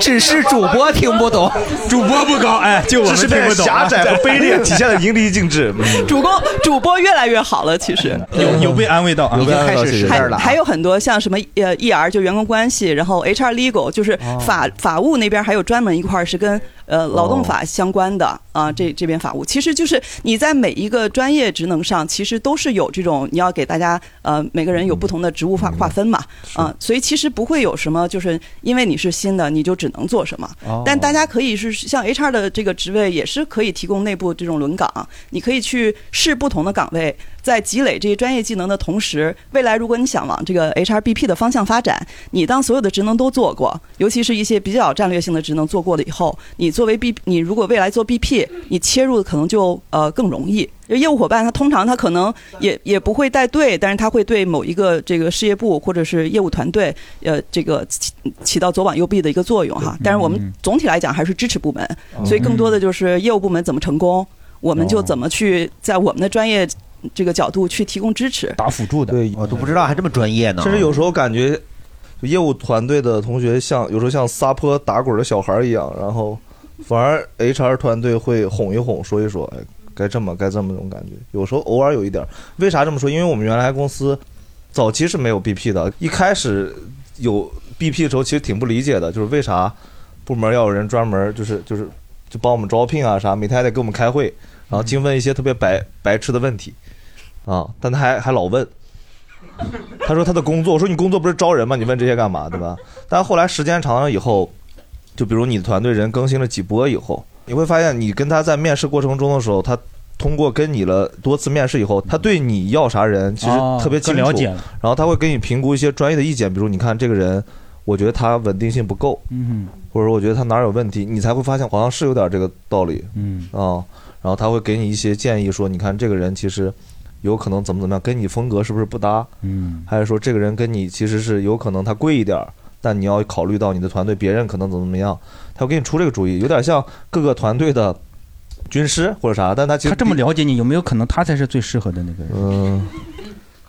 Speaker 4: 只是主播听不懂，
Speaker 2: 主播不高，哎，就
Speaker 3: 这是在狭窄和卑劣体现了淋漓尽致。
Speaker 15: 主播主播越来越好了，其实
Speaker 2: 有有被安慰到啊，
Speaker 3: 有被安慰到其实
Speaker 15: 还还有很多像什么呃 ER 就员工关系，然后 HR legal 就是法、法务那边还有专门一块儿是跟呃劳动法相关的、啊，这这边法务其实就是你在每一个专业职能上，其实都是有这种你要给大家呃每个人有不同的职务划划分嘛啊，所以其实不会有什么就是因为你是新的你就只能做什么
Speaker 10: 哦，
Speaker 15: 但大家可以是像 HR 的这个职位也是可以提供内部这种轮岗，你可以去试不同的岗位。在积累这些专业技能的同时，未来如果你想往这个 HRBP 的方向发展，你当所有的职能都做过，尤其是一些比较战略性的职能做过了以后，你作为 B，你如果未来做 BP，你切入的可能就呃更容易。就业务伙伴他通常他可能也也不会带队，但是他会对某一个这个事业部或者是业务团队，呃，这个起起到左膀右臂的一个作用
Speaker 5: 嗯
Speaker 15: 哈。但是我们总体来讲还是支持部门，
Speaker 5: 哦
Speaker 15: 所以更多的就是业务部门怎么成功，我们就怎么去在我们的专业这个角度去提供支持。
Speaker 4: 打辅助的，对，我都不知道还这么专业呢。
Speaker 3: 甚至有时候感觉业务团队的同学像有时候像撒泼打滚的小孩一样，然后反而 HR 团队会哄一哄，说一说，哎，该这么该这么那种感觉。有时候偶尔有一点儿，为啥这么说？因为我们原来公司早期是没有 BP 的，一开始有 BP 的时候，其实挺不理解的，就是为啥部门要有人专门就是就是就帮我们招聘啊啥，每天还得给我们开会，然后精问一些特别白白痴的问题啊，但他还还老问。他说他的工作，我说你工作不是招人吗？你问这些干嘛，对吧？ 但后来时间长了以后，就比如你的团队人更新了几波以后，你会发现你跟他在面试过程中的时候，他通过跟你了多次面试以后，他对你要啥人其实
Speaker 2: 哦
Speaker 3: 特别清楚，
Speaker 2: 更了解了
Speaker 3: 然后他会给你评估一些专业的意见，比如你看这个人，我觉得他稳定性不够，
Speaker 2: 嗯
Speaker 3: 或者说我觉得他哪儿有问题，你才会发现好像是有点这个道理，
Speaker 2: 嗯
Speaker 3: 啊，然后他会给你一些建议，说你看这个人其实有可能怎么怎么样，跟你风格是不是不搭，
Speaker 2: 嗯
Speaker 3: 还是说这个人跟你其实是有可能他贵一点儿，但你要考虑到你的团队别人可能怎么怎么样，他会给你出这个主意，有点像各个团队的军师或者啥，但他其实
Speaker 2: 他这么了解你，有没有可能他才是最适合的那个人？
Speaker 3: 嗯，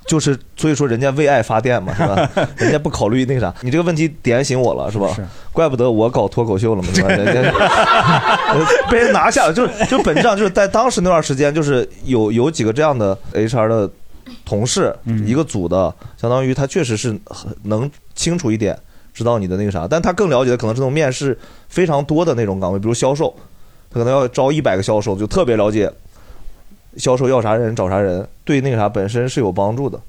Speaker 3: 就是所以说人家为爱发电嘛，是吧？人家不考虑那个啥，你这个问题点醒我了，是吧？怪不得我搞脱口秀了嘛，是吧？人家呃被人拿下了，就是就本质上就是在当时那段时间，就是有有几个这样的 HR 的同事，一个组的，相当于他确实是很能清楚一点。知道你的那个啥，但他更了解的可能是那种面试非常多的那种岗位，比如销售，他可能要招一百个销售，就特别了解销售要啥人找啥人，对那个啥本身是有帮助的。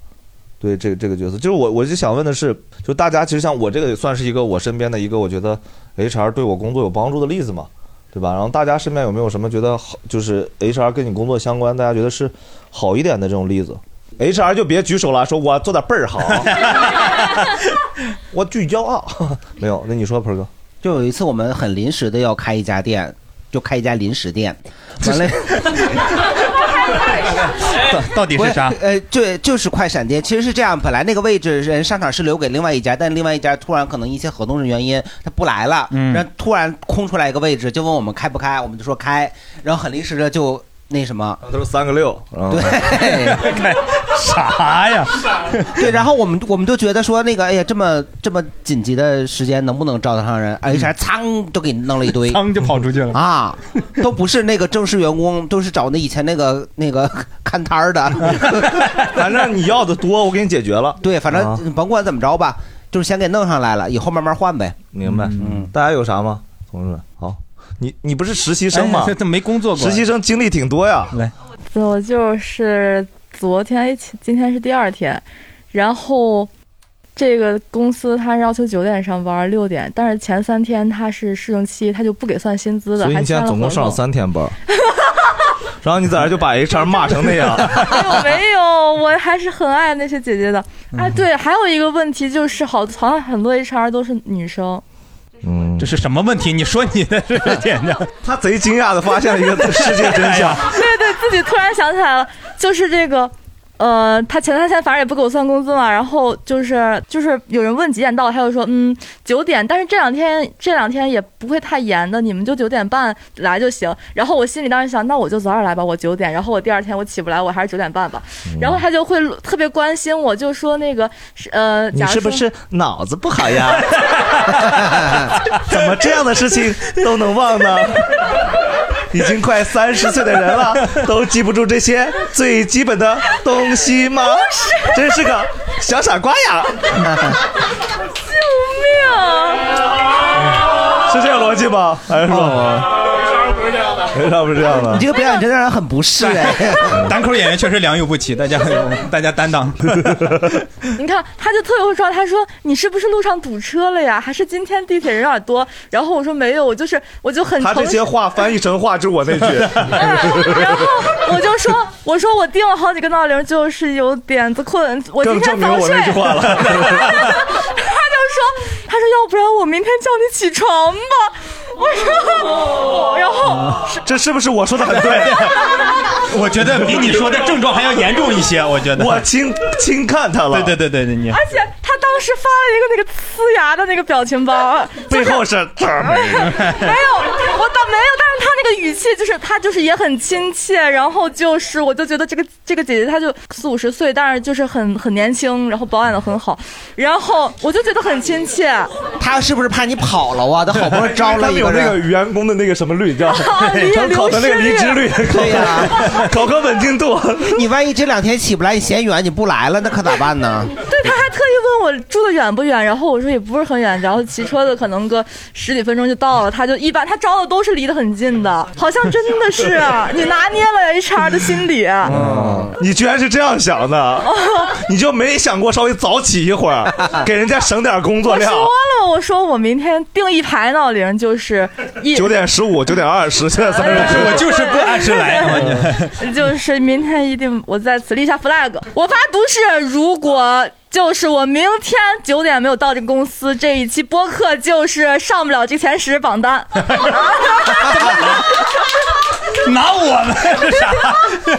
Speaker 3: 对这个这个角色，就是我我就想问的是，就大家其实像我这个也算是一个我身边的一个我觉得 HR 对我工作有帮助的例子嘛，对吧？然后大家身边有没有什么觉得好，就是 HR 跟你工作相关，大家觉得是好一点的这种例子？HR 就别举手了，说我做的倍儿好， 我巨骄傲。 没有，那你说鹏哥，
Speaker 4: 就有一次我们很临时的要开一家店，就开一家临时店，完了。
Speaker 2: 到底是 啥
Speaker 4: 不呃，对，就是快闪店。其实是这样，本来那个位置人商场是留给另外一家，但另外一家突然可能一些合同的原因他不来了，
Speaker 2: 嗯
Speaker 4: 然后突然空出来一个位置，就问我们开不开，我们就说开，然后很临时的就那什么，
Speaker 3: 啊他说三个六，
Speaker 4: 对，
Speaker 2: 啥呀？
Speaker 4: 对，然后我们我们就觉得说那个，哎呀，这么这么紧急的时间，能不能招得上人？哎，一
Speaker 3: 嗯
Speaker 4: 下噌就给你弄了一堆，
Speaker 2: 噌就跑出去了
Speaker 4: 啊！都不是那个正式员工，都是找那以前那个那个看摊儿
Speaker 3: 啊
Speaker 4: 的。
Speaker 3: 反正你要的多，我给你解决了。
Speaker 4: 对，反
Speaker 3: 啊
Speaker 4: 正甭管怎么着吧，就是先给弄上来了，以后慢慢换呗。
Speaker 3: 明白？嗯，大家有啥吗？同志们，好，你你不是实习生
Speaker 2: 哎
Speaker 3: 吗
Speaker 2: 这？这没工作过
Speaker 3: 实习生经历挺多呀。
Speaker 2: 来，
Speaker 10: 我就是昨天一起，今天是第二天，然后这个公司它是要求九点上班，六点，但是前三天它是试用期，它就不给算薪资的，
Speaker 3: 所以
Speaker 10: 还
Speaker 3: 你现
Speaker 10: 签
Speaker 3: 在
Speaker 10: 了
Speaker 3: 总共
Speaker 10: 合
Speaker 3: 上了
Speaker 10: 同
Speaker 3: 三天班儿， 然后你在这就把 HR 骂成那样，
Speaker 10: 哎没有，我还是很爱那些姐姐的。
Speaker 3: 嗯
Speaker 10: 哎，对，还有一个问题就是好，好像很多 HR 都是女生。
Speaker 3: 嗯，
Speaker 2: 这是什么问题？你说你的是简单。
Speaker 3: 他贼惊讶的发现了一个世界真相
Speaker 10: 对对，自己突然想起来了，就是这个，呃，他前三天反正也不给我算工资嘛，然后就是就是有人问几点到，他就说嗯九点，但是这两天这两天也不会太严的，你们就九点半来就行。然后我心里当时想，那我就早点来吧，我九点，然后我第二天我起不来，我还是九点半吧。然后
Speaker 3: 嗯
Speaker 10: 他就会特别关心我，就说那个是呃，
Speaker 3: 你
Speaker 10: 假如
Speaker 3: 是不
Speaker 10: 说
Speaker 3: 是脑子不好 呀？怎么这样的事情都能忘呢？已经快三十岁的人了，都记不住这些最基本的东西吗？真是个小傻瓜呀！
Speaker 10: 救命啊！啊
Speaker 3: 哎是这个逻辑吧？还是吧？
Speaker 17: 不是这样的。
Speaker 3: HR 哎不是这样的
Speaker 4: 哦你这个表演真的让人很 不适哎。
Speaker 2: 单口演员确实良莠不齐，大家 大家担当。
Speaker 10: 你看，他就特别会抓，他说你是不是路上堵车了呀？还是今天地铁人有点多？然后我说没有，我就是我就很
Speaker 3: 他这
Speaker 10: 诚
Speaker 3: 些
Speaker 10: 实
Speaker 3: 话翻译成话就是我那
Speaker 10: 嗯
Speaker 3: 句，
Speaker 10: 我就说我说我定了好几个闹铃，就是有点子困，我今
Speaker 3: 更证明
Speaker 10: 天早
Speaker 3: 我
Speaker 10: 睡
Speaker 3: 那。句 话了。
Speaker 10: 他就说，他说要不然我明天叫你起床吧。我说， 然后
Speaker 3: 哦这是不是我说的很对？
Speaker 2: 我觉得比你说的症状还要严重一些，我觉得。
Speaker 3: 我轻轻看他了。
Speaker 2: 对对对对对，你
Speaker 10: 而且他当时发了一个那个呲牙的那个表情包，
Speaker 3: 背后是他们。
Speaker 10: 没有，我倒没有，但是他那个语气就是他就是也很亲切，然后就是我就觉得这个这个姐姐她就四五十岁，但是就是很很年轻，然后保养的很好，然后我就觉得很亲切。
Speaker 4: 他是不是怕你跑了啊？他好不容易招了 一
Speaker 3: 他们
Speaker 4: 个
Speaker 3: 有那个
Speaker 4: 人，啊
Speaker 3: 员工的那个什么率，叫
Speaker 4: 离
Speaker 3: 他们考的那个离职率，
Speaker 4: 对呀、
Speaker 3: 考个稳定度。
Speaker 4: 你万一这两天起不来，你嫌远，你不来了，那可咋办呢？
Speaker 10: 对，他还特意问我住的远不远，然后我说也不是很远，然后骑车的可能个十几分钟就到了。他就一般他招的都是离得很近的，好像真的是啊你拿捏了 HR 的心理。啊
Speaker 3: 嗯， 你居然是这样想 的，你就没想过稍微早起一会儿，给人家省点工作
Speaker 10: 我说
Speaker 3: 量。
Speaker 10: 了，我说我明天定一排闹铃，就是一
Speaker 3: 九点十五，九点二十，现在三十分，
Speaker 2: 哎我就是不按时来。
Speaker 10: 就是明天一定，我在此立下 flag。我发毒誓，如果就是我明天九点没有到这个公司，这一期播客就是上不了这前十 榜单。
Speaker 2: 拿我们是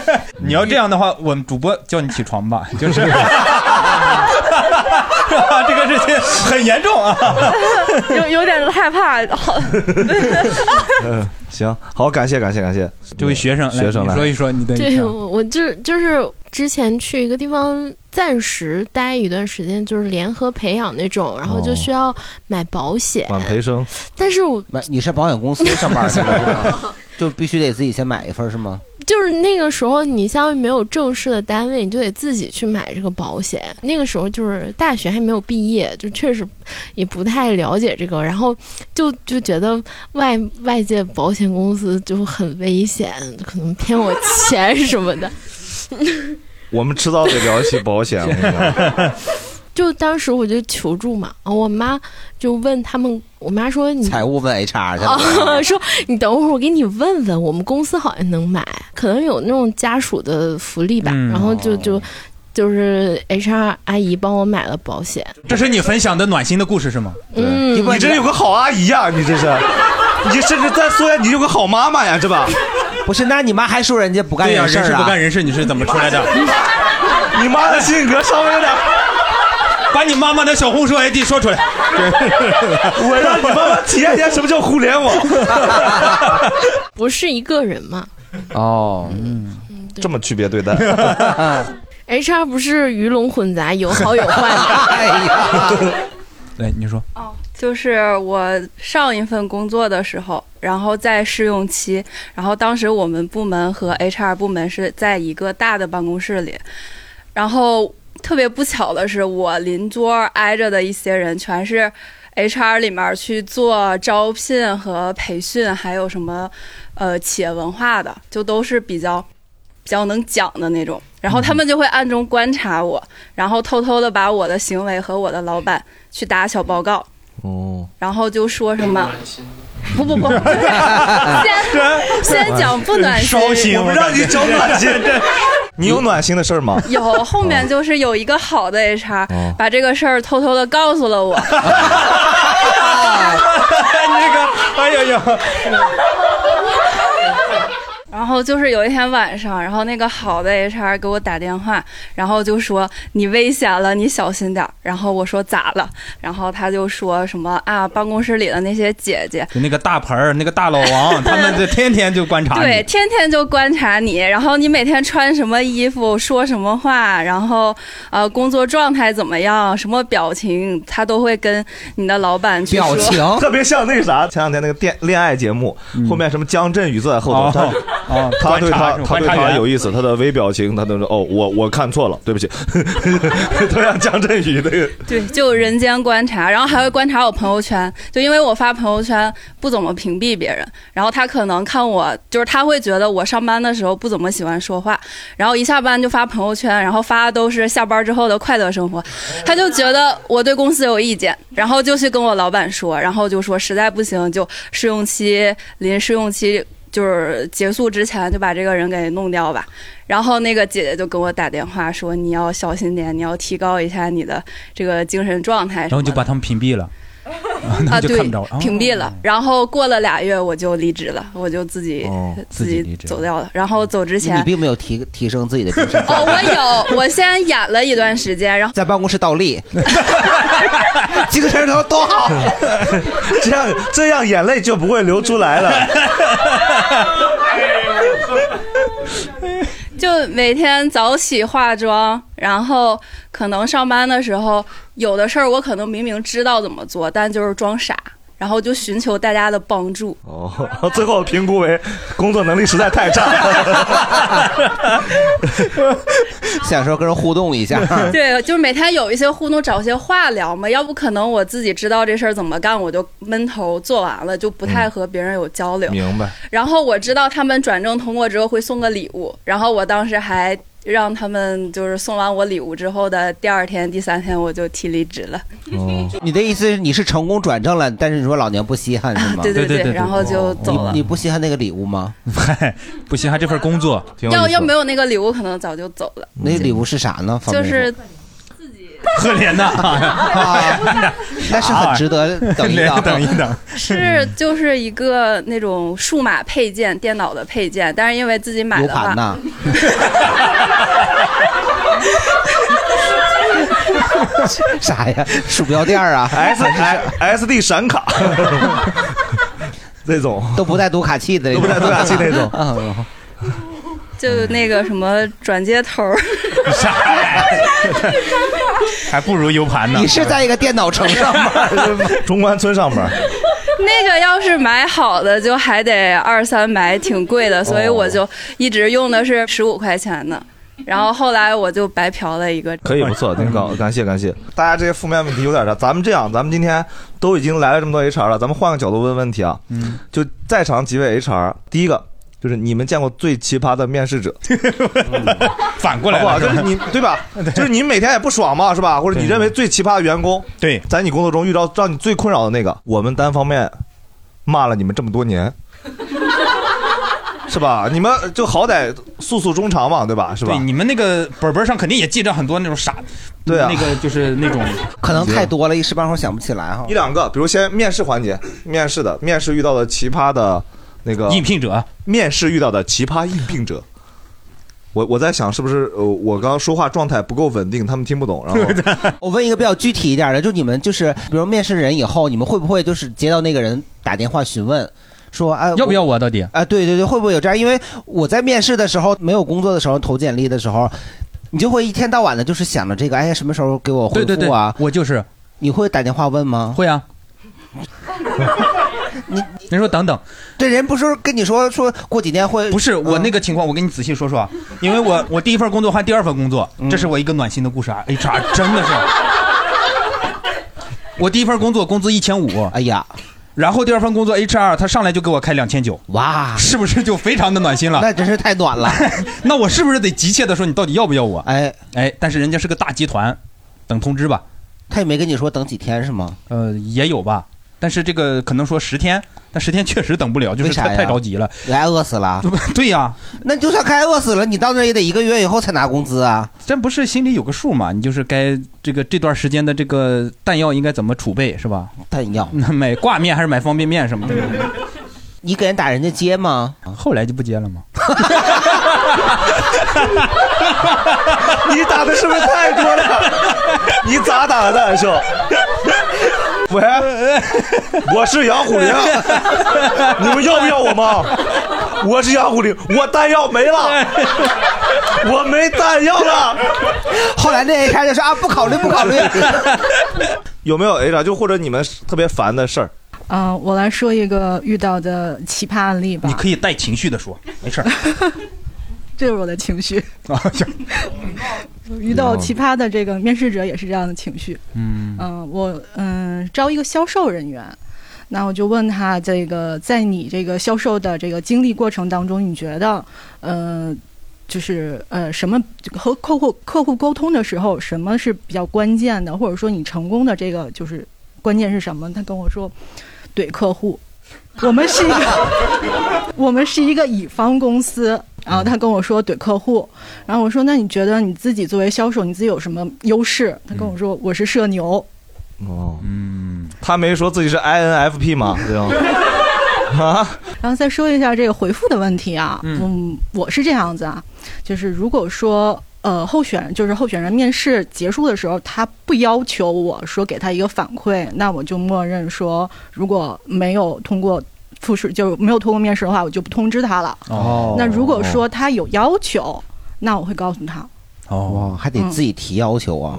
Speaker 2: 啥？你要这样的话，我们主播叫你起床吧，就是这个事情很严重啊。
Speaker 10: 有有点害怕， 好，
Speaker 3: 嗯，行，好，感谢感谢感谢
Speaker 2: 这位学生来
Speaker 3: 学生
Speaker 2: 你
Speaker 3: 来
Speaker 2: 说一说你的
Speaker 8: 对，我我就是就是之前去一个地方暂时待一段时间，就是联合培养那种，然后就需要哦买保险。
Speaker 3: 管培生，
Speaker 8: 但是我
Speaker 4: 买你是保险公司上班去了，就必须得自己先买一份是吗？
Speaker 8: 就是那个时候，你相当于没有正式的单位，你就得自己去买这个保险。那个时候就是大学还没有毕业，就确实也不太了解这个，然后就就觉得外外界保险公司就很危险，可能骗我钱什么的。
Speaker 3: 我们迟早得聊起保险。我跟你讲
Speaker 8: 就当时我就求助嘛，啊我妈就问他们，我妈说你
Speaker 4: 财务问 HR
Speaker 9: 哦
Speaker 4: 去了，
Speaker 8: 啊，说你等会儿我给你问问，我们公司好像能买，可能有那种家属的福利吧，
Speaker 2: 嗯
Speaker 8: 然后就就就是 HR 阿姨帮我买了保险，
Speaker 2: 这是你分享的暖心的故事是吗？
Speaker 8: 嗯，
Speaker 3: 你这有个好阿姨呀、你这 是，你甚至在虽然你有个好妈妈呀，是吧？
Speaker 4: 不是，那你妈还说人啊家不
Speaker 2: 对呀、
Speaker 3: 事
Speaker 2: 人事不干人事，你是怎么出来 的？
Speaker 3: 你妈的性格稍微有点，
Speaker 2: 把你妈妈的小红书 ID 说出来。
Speaker 3: 我让你妈妈体验一下什么叫互联 网。
Speaker 8: 不是一个人嘛
Speaker 4: 哦，
Speaker 3: 嗯，这么区别对待。
Speaker 8: ，HR 不是鱼龙混杂，有好有坏的。
Speaker 2: 对，哎你说，
Speaker 9: 就是我上一份工作的时候，然后在试用期，然后当时我们部门和 HR 部门是在一个大的办公室里，然后特别不巧的是，我邻桌挨着的一些人全是 HR 里面去做招聘和培训，还有什么呃企业文化的，就都是比较比较能讲的那种。然后他们就会暗中观察我，然后偷偷的把我的行为和我的老板去打小报告。
Speaker 3: 哦，
Speaker 9: 然后就说什 么。不不不，
Speaker 3: 先
Speaker 9: 先讲不暖 心，
Speaker 3: 我们让你找暖心。 你有暖心的事儿吗？
Speaker 9: 有后面就是有一个好的
Speaker 2: 哦
Speaker 9: HR、把这个事儿偷偷的告诉 了我，
Speaker 2: 这哎个，哎呦呦，
Speaker 9: 然后就是有一天晚上，然后那个好的 HR 给我打电话，然后就说你危险了，你小心点儿。然后我说咋了？然后他就说什么啊，办公室里的那些姐姐
Speaker 2: 就那个大盆儿，那个大老王，他们这天天就观察 你。
Speaker 9: 对，天天就观察你，然后你每天穿什么衣服，说什么话，然后呃，工作状态怎么样，什么表情，他都会跟你的老板去说。
Speaker 4: 嗯
Speaker 3: 特别像那个啥，前两天那个电恋爱节目，后面什么姜振宇坐在后头，他
Speaker 4: 哦
Speaker 2: 啊，
Speaker 3: 他对他，他
Speaker 2: 观
Speaker 3: 对
Speaker 2: 察
Speaker 3: 他
Speaker 2: 员
Speaker 3: 有意思，他的微表情，他都是哦，我我看错了，对不起。 同样江振宇这 个，
Speaker 9: 对，就人间观察，然后还会观察我朋友圈，就因为我发朋友圈不怎么屏蔽别人，然后他可能看我，就是他会觉得我上班的时候不怎么喜欢说话，然后一下班就发朋友圈，然后发的都是下班之后的快乐生活，他就觉得我对公司有意见，然后就去跟我老板说，然后就说实在不行就试用期临试用期。就是结束之前就把这个人给弄掉吧。然后那个姐姐就给我打电话说：“你要小心点，你要提高一下你的这个精神状态
Speaker 2: 然后就把他们屏蔽了，
Speaker 9: 啊，
Speaker 2: 就
Speaker 9: 对
Speaker 2: 看不
Speaker 4: 哦
Speaker 2: 着，哦
Speaker 9: 屏蔽
Speaker 4: 嗯
Speaker 9: 了。然后过了俩月，我就离职了，我就自己、
Speaker 4: 哦
Speaker 9: 自
Speaker 4: 自己离
Speaker 9: 己
Speaker 4: 职
Speaker 9: 走掉了。然后走之前
Speaker 4: 你，并没有提提升自己的精神。
Speaker 9: 哦， 我有，我先演了一段时间，然后
Speaker 4: 在办公室倒立，精神头多好。
Speaker 3: 这样这样眼泪就不会流出来了。
Speaker 9: 就每天早起化妆，然后可能上班的时候有的事儿我可能明明知道怎么做，但就是装傻，然后就寻求大家的帮助。
Speaker 3: 哦， 最后评估为工作能力实在太差了。
Speaker 4: 想说跟人互 动一下，
Speaker 9: 对，就是每天有一些互动，找些话聊嘛。要不可能我自己知道这事儿怎么干，我就闷头做完了，就不太和别人有交
Speaker 4: 啊
Speaker 9: 流。
Speaker 3: 明 白。
Speaker 9: 然后我知道他们转正通过之后会送个礼物，然后我当时还让他们就是送完我礼物之后的第二天、第三天我就提离职了。
Speaker 3: 哦
Speaker 4: 你的意思是你是成功转正了，但是你说老娘不稀罕是吗？
Speaker 9: 对对对对对然后
Speaker 3: 哦
Speaker 9: 就走了
Speaker 4: 你你不稀罕那个礼 物吗？
Speaker 2: 不稀罕这份工作。
Speaker 9: 要要没有那个礼物，可能早就走了。
Speaker 4: 那礼物是啥呢？方
Speaker 9: 就
Speaker 4: 便
Speaker 9: 是
Speaker 2: 赫连呐，哎
Speaker 4: 那是很值得 等一等，
Speaker 2: 等一等。
Speaker 9: 是就是一个那种数码配件、电脑的配件，但是因为自己买
Speaker 4: ，U
Speaker 9: 的话
Speaker 4: 盘，呐， 啥呀？鼠标垫儿啊
Speaker 3: S S D 闪卡， 这种
Speaker 4: 都不带读卡器的，
Speaker 3: 都不带读卡器那种
Speaker 4: 嗯。
Speaker 9: 就那个什么转接头儿。
Speaker 2: 还不如 U 盘呢。
Speaker 4: 你是在一个电脑城上
Speaker 3: 班， 中关村上班。
Speaker 9: 那个要是买好的，就还得二三买，挺贵的，所以我就一直用的是十五块钱的。然后后来我就白嫖了一个，
Speaker 3: 可以不错，挺高，嗯感谢感谢。大家这些负面问题有点啥？咱们这样，咱们今天都已经来了这么多 HR 了，咱们换个角度问问题啊。嗯，就在场几位 HR，第一个就是你们见过最奇葩的面试者，
Speaker 2: 反过
Speaker 3: 好
Speaker 2: 来
Speaker 3: 不
Speaker 2: 了
Speaker 3: 好？就是你对吧？就是你每天也不爽嘛，是吧？或者你认为最奇葩的员工，
Speaker 2: 对，
Speaker 3: 在你工作中遇到让你最困扰的那个，我们单方面骂了你们这么多年。是吧？你们就好歹诉诉衷肠嘛，对吧？是吧？
Speaker 2: 对，你们那个本本上肯定也记着很多那种傻，对啊，那个就是那 种
Speaker 4: 可能太多了，一时半会儿想不起来哈
Speaker 3: 一。两个，比如先面试环节，面试的面试遇到的奇葩的那个
Speaker 2: 应聘者，
Speaker 3: 面试遇到的奇葩应聘者。我我在想是不是呃我刚刚说话状态不够稳定，他们听不懂，然后
Speaker 4: 我问一个比较具体一点的，就你们就是，比如面试人以后，你们会不会就是接到那个人打电话询问，说啊
Speaker 2: 要不要我到底？
Speaker 4: 啊，对对对，会不会有这样？因为我在面试的时候，没有工作的时候投简历的时候，你就会一天到晚的就是想着这个，哎呀，什么时候给我回
Speaker 2: 对对
Speaker 4: 复啊？
Speaker 2: 我就是，
Speaker 4: 你会打电话问吗？
Speaker 2: 会啊。你人说等等，
Speaker 4: 这人不是跟你说说过几天会？嗯
Speaker 2: 不是我那个情况，我跟你仔细说说啊，因为我我第一份工作换第二份工作，这是我一个暖心的故事啊，HR 真的是。我第一份工作工资一千五，
Speaker 4: 哎呀，
Speaker 2: 然后第二份工作 HR 他上来就给我开两千九，
Speaker 4: 哇，
Speaker 2: 是不是就非常的暖心了？那
Speaker 4: 真是太暖了。
Speaker 2: 那我是不是得急切的说你到底要不要我？
Speaker 4: 哎
Speaker 2: 哎，但是人家是个大集团，等通知吧。
Speaker 4: 他也没跟你说等几天是吗？
Speaker 2: 呃，也有吧，但是这个可能说十天，但十天确实等不了，就是
Speaker 4: 为啥
Speaker 2: 太
Speaker 4: 呀
Speaker 2: 太着急了。
Speaker 4: 挨饿死了？
Speaker 2: 对呀、
Speaker 4: 那就算开饿死了，你到那儿也得一个月以后才拿工资啊。
Speaker 2: 咱不是心里有个数嘛？你就是该这个这段时间的这个弹药应该怎么储备是吧？
Speaker 4: 弹药，
Speaker 2: 买挂面还是买方便面什么的？
Speaker 4: 你给人打人家接吗？
Speaker 2: 后来就不接了吗？
Speaker 3: 你打的是不是太多了？你咋打的，兄？喂，我是杨虎林，你们要不要我吗？我是杨虎林，我弹药没了，我没弹药了。
Speaker 4: 后来那 HR 就说啊，不考虑，不考虑。
Speaker 3: 哎有没有 HR 就或者你们特别烦的事儿？
Speaker 16: 嗯、我来说一个遇到的奇葩案例吧。
Speaker 5: 你可以带情绪的说，没事儿。
Speaker 16: 这就是我的情绪。
Speaker 5: 啊，行
Speaker 16: 遇到奇葩的这个面试者也是这样的情绪。
Speaker 5: 嗯
Speaker 16: 嗯、我嗯、招一个销售人员，那我就问他这个，在你这个销售的这个经历过程当中，你觉得呃，就是呃，什么和客户客户沟通的时候，什么是比较关键的，或者说你成功的这个就是关键是什么？他跟我说，怼客户。我们是一个，我们是一个乙方公司。然后他跟我说怼客户，然后我说那你觉得你自己作为销售，你自己有什么优势？他跟我说我是社牛，
Speaker 3: 哦，嗯，他没说自己是 INFP 嘛，对吧？啊，
Speaker 16: 然后再说一下这个回复的问题啊，
Speaker 3: 嗯
Speaker 16: 嗯，我是这样子啊，就是如果说呃候选人就是候选人面试结束的时候，他不要求我说给他一个反馈，那我就默认说如果没有通过复试就是没有通过面试的话，我就不通知他了。
Speaker 4: 哦
Speaker 16: 那如果说他有要求，那我会告诉他。
Speaker 4: 哦，还得自己提要求啊。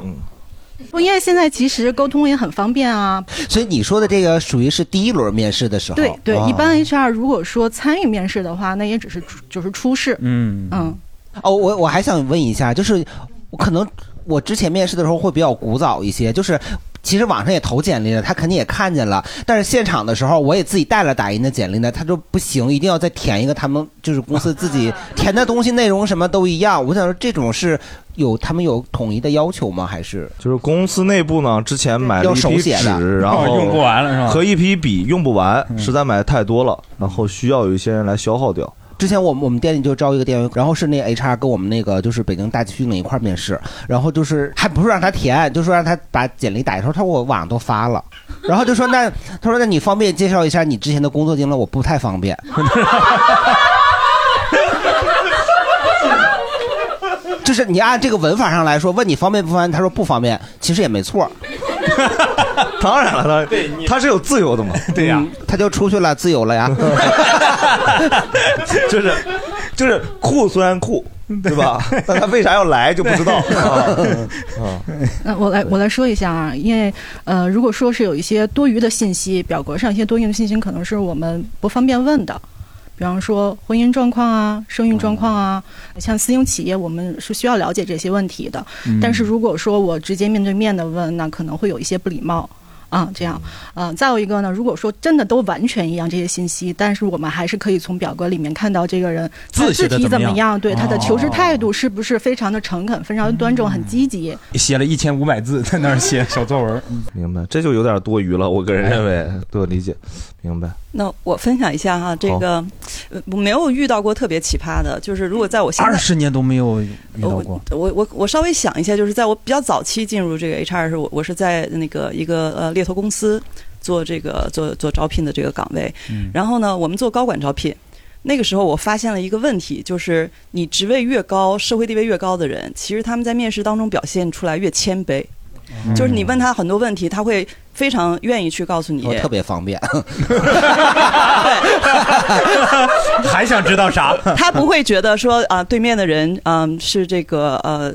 Speaker 16: 不，因为现在其实沟通也很方便啊。
Speaker 4: 所以你说的这个属于是第一轮面试的时候。
Speaker 16: 对对，
Speaker 4: 啊
Speaker 16: 一般 HR 如果说参与面试的话，那也只是出就是初试。
Speaker 4: 嗯
Speaker 16: 嗯，
Speaker 4: 哦，我我还想问一下，就是我可能我之前面试的时候会比较古早一些，就是。其实网上也投简历了，他肯定也看见了，但是现场的时候我也自己带了打印的简历呢，他说不行，一定要再填一个他们就是公司自己填的东西内容什么都一样。我想说这种是有他们有统一的要求吗？还是
Speaker 3: 就是公司内部呢，之前买了
Speaker 4: 要
Speaker 3: 一
Speaker 4: 手
Speaker 3: 批
Speaker 4: 写的
Speaker 3: 纸，然后
Speaker 4: 哦用不完了是吧
Speaker 3: 和一批笔用不完，
Speaker 5: 嗯
Speaker 3: 实在买的太多了，然后需要有一些人来消 耗掉。
Speaker 4: 之前我们我们店里就招一个店员，然后是那 HR 跟我们那个就是北京大区领一块儿面试，然后就是还不是让他填，就说让他把简历打一通，他说我网上都发了，然后就说那他说那你方便介绍一下你之前的工作经历？我不太方便。就是你按这个文法上来说，问你方便不方便，他说不方便，其实也没错。
Speaker 3: 当然了，
Speaker 4: 对
Speaker 3: 他他是有自由的嘛，
Speaker 4: 对呀、嗯他就出去了，自由了呀。
Speaker 3: 就是就是酷虽然酷，
Speaker 5: 嗯
Speaker 3: 对吧？但他为啥要来就不知道啊。啊
Speaker 16: 那呃我来我来说一下啊，因为呃，如果说是有一些多余的信息，表格上一些多余的信息，可能是我们不方便问的。比方说婚姻状况啊、生育状况啊，
Speaker 5: 哦
Speaker 16: 像私营企业，我们是需要了解这些问题的。
Speaker 12: 嗯
Speaker 16: 但是如果说我直接面对面的问，那可能会有一些不礼貌啊。这样，
Speaker 5: 嗯
Speaker 16: 呃，再有一个呢，如果说真的都完全一样这些信息，但是我们还是可以从表格里面看到这个人他
Speaker 5: 字写
Speaker 16: 字
Speaker 5: 得
Speaker 16: 体
Speaker 5: 怎么
Speaker 16: 么
Speaker 5: 样
Speaker 16: 样，对他的求职
Speaker 5: 哦
Speaker 16: 态度是不是非常的诚恳、非常的端正、很积极。
Speaker 5: 写了一千五百字，在那儿嗯哎写小作文。
Speaker 3: 明白，这就有点多余了，我个人认为，对我理解，明 白。
Speaker 15: 那我分享一下哈，这个呃我没有遇到过特别奇葩的，就是如果在我现
Speaker 5: 二
Speaker 15: 在
Speaker 5: 十年都没有遇到过，
Speaker 15: 我我我稍微想一下，就是在我比较早期进入这个 HR 的时候，我我是在那个一个呃猎头公司做这个做做招聘的这个岗位，
Speaker 14: 嗯
Speaker 15: 然后呢，我们做高管招聘。那个时候我发现了一个问题，就是你职位越高，社会地位越高的人，其实他们在面试当中表现出来越谦卑。
Speaker 4: 嗯
Speaker 15: 就是你问他很多问题，他会非常愿意去告诉你。
Speaker 4: 我特别方便，
Speaker 5: 还想知道啥？
Speaker 2: 啊
Speaker 15: 他不会觉得说啊、对面的人嗯、是这个呃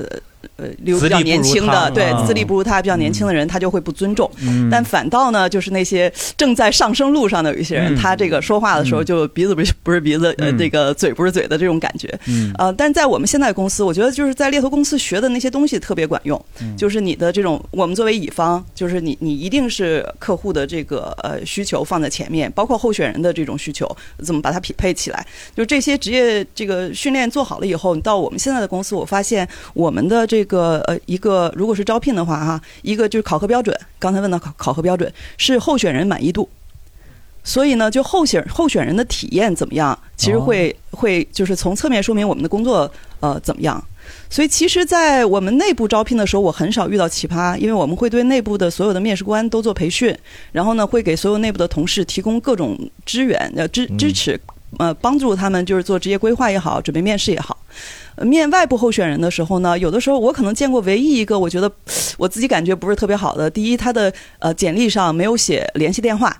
Speaker 15: 呃，留比
Speaker 5: 资历
Speaker 15: 较
Speaker 5: 不
Speaker 15: 年
Speaker 5: 如
Speaker 15: 轻
Speaker 5: 他
Speaker 15: 的，对
Speaker 5: 嗯
Speaker 15: 资历不如他比较年轻的人，他就会不尊重
Speaker 5: 嗯。
Speaker 15: 但反倒呢，就是那些正在上升路上的有一些人，
Speaker 5: 嗯
Speaker 15: 他这个说话的时候就鼻子不是不是鼻子，呃，
Speaker 5: 嗯
Speaker 15: 这个嘴不是嘴的这种感觉。
Speaker 5: 嗯
Speaker 15: 呃，但在我们现在公司，我觉得就是在猎头公司学的那些东西特别管用，
Speaker 11: 嗯
Speaker 15: 呃就是你的这种，我们作为乙方，就是你你一定是客户的这个呃需求放在前面，包括候选人的这种需求，怎么把它匹配起来？就这些职业这个训练做好了以后，你到我们现在的公司，我发现我们的这个呃一个如果是招聘的话哈，一个就是考核标准，刚才问到考考核标准是候选人满意度。所以呢，就候选候选人的体验怎么样，其实会、会就是从侧面说明我们的工作呃怎么样。所以其实，在我们内部招聘的时候，我很少遇到奇葩，因为我们会对内部的所有的面试官都做培训，然后呢，会给所有内部的同事提供各种支援呃支支持，呃，帮助他们就是做职业规划也好，准备面试也好。呃面外部候选人的时候呢，有的时候我可能见过唯一一个我觉得我自己感觉不是特别好的，第一，他的呃简历上没有写联系电话。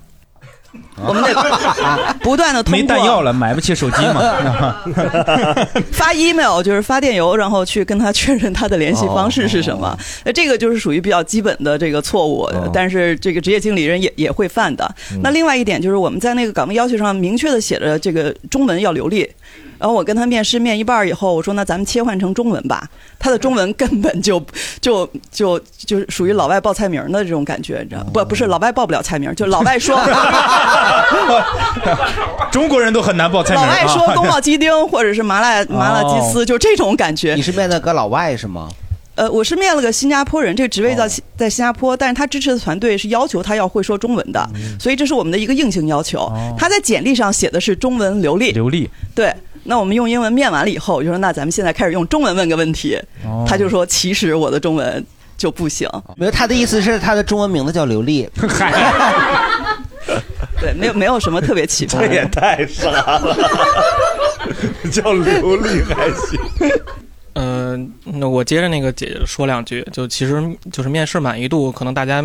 Speaker 15: 我们得 不断的通过
Speaker 2: 没弹药了，买不起手机嘛？
Speaker 15: 发 email 就是发电邮，然后去跟他确认他的联系方式是什么。
Speaker 2: 哦
Speaker 15: 那、这个就是属于比较基本的这个错误，呃但是这个职业经理人也也会犯的。
Speaker 2: 嗯
Speaker 15: 那另外一点就是我们在那个岗位要求上明确的写着这个中文要流利。然后我跟他面试面一半儿以后，我说那咱们切换成中文吧。他的中文根本就就就就是属于老外报菜名儿的这种感觉，你知道不？不是
Speaker 2: 哦
Speaker 15: 老外报不了菜名儿，就老外说
Speaker 2: 中国人都很难报菜名
Speaker 15: 老
Speaker 2: 啊。
Speaker 15: 外说宫保鸡丁或者是麻辣麻辣鸡丝，
Speaker 4: 哦
Speaker 15: 就这种感觉。
Speaker 4: 你是面的个老外是吗？哦
Speaker 15: 呃，我是面了个新加坡人，这个职位在新在新加坡，但是他支持的团队是要求他要会说中文的，
Speaker 4: 嗯
Speaker 15: 所以这是我们的一个硬性要求。
Speaker 4: 哦
Speaker 15: 他在简历上写的是中文流利，
Speaker 2: 流利。
Speaker 15: 对，那我们用英文面完了以后，我就说那咱们现在开始用中文问个问题，
Speaker 4: 哦
Speaker 15: 他就说其实我的中文就不行。
Speaker 4: 没有，他的意思是他的中文名字叫刘丽。
Speaker 15: 对，没有没有什么特别奇葩的。
Speaker 4: 这也
Speaker 3: 太傻了，叫流利还行。
Speaker 6: 嗯，那我接着那个姐姐说两句，就其实就是面试满意度，可能大家。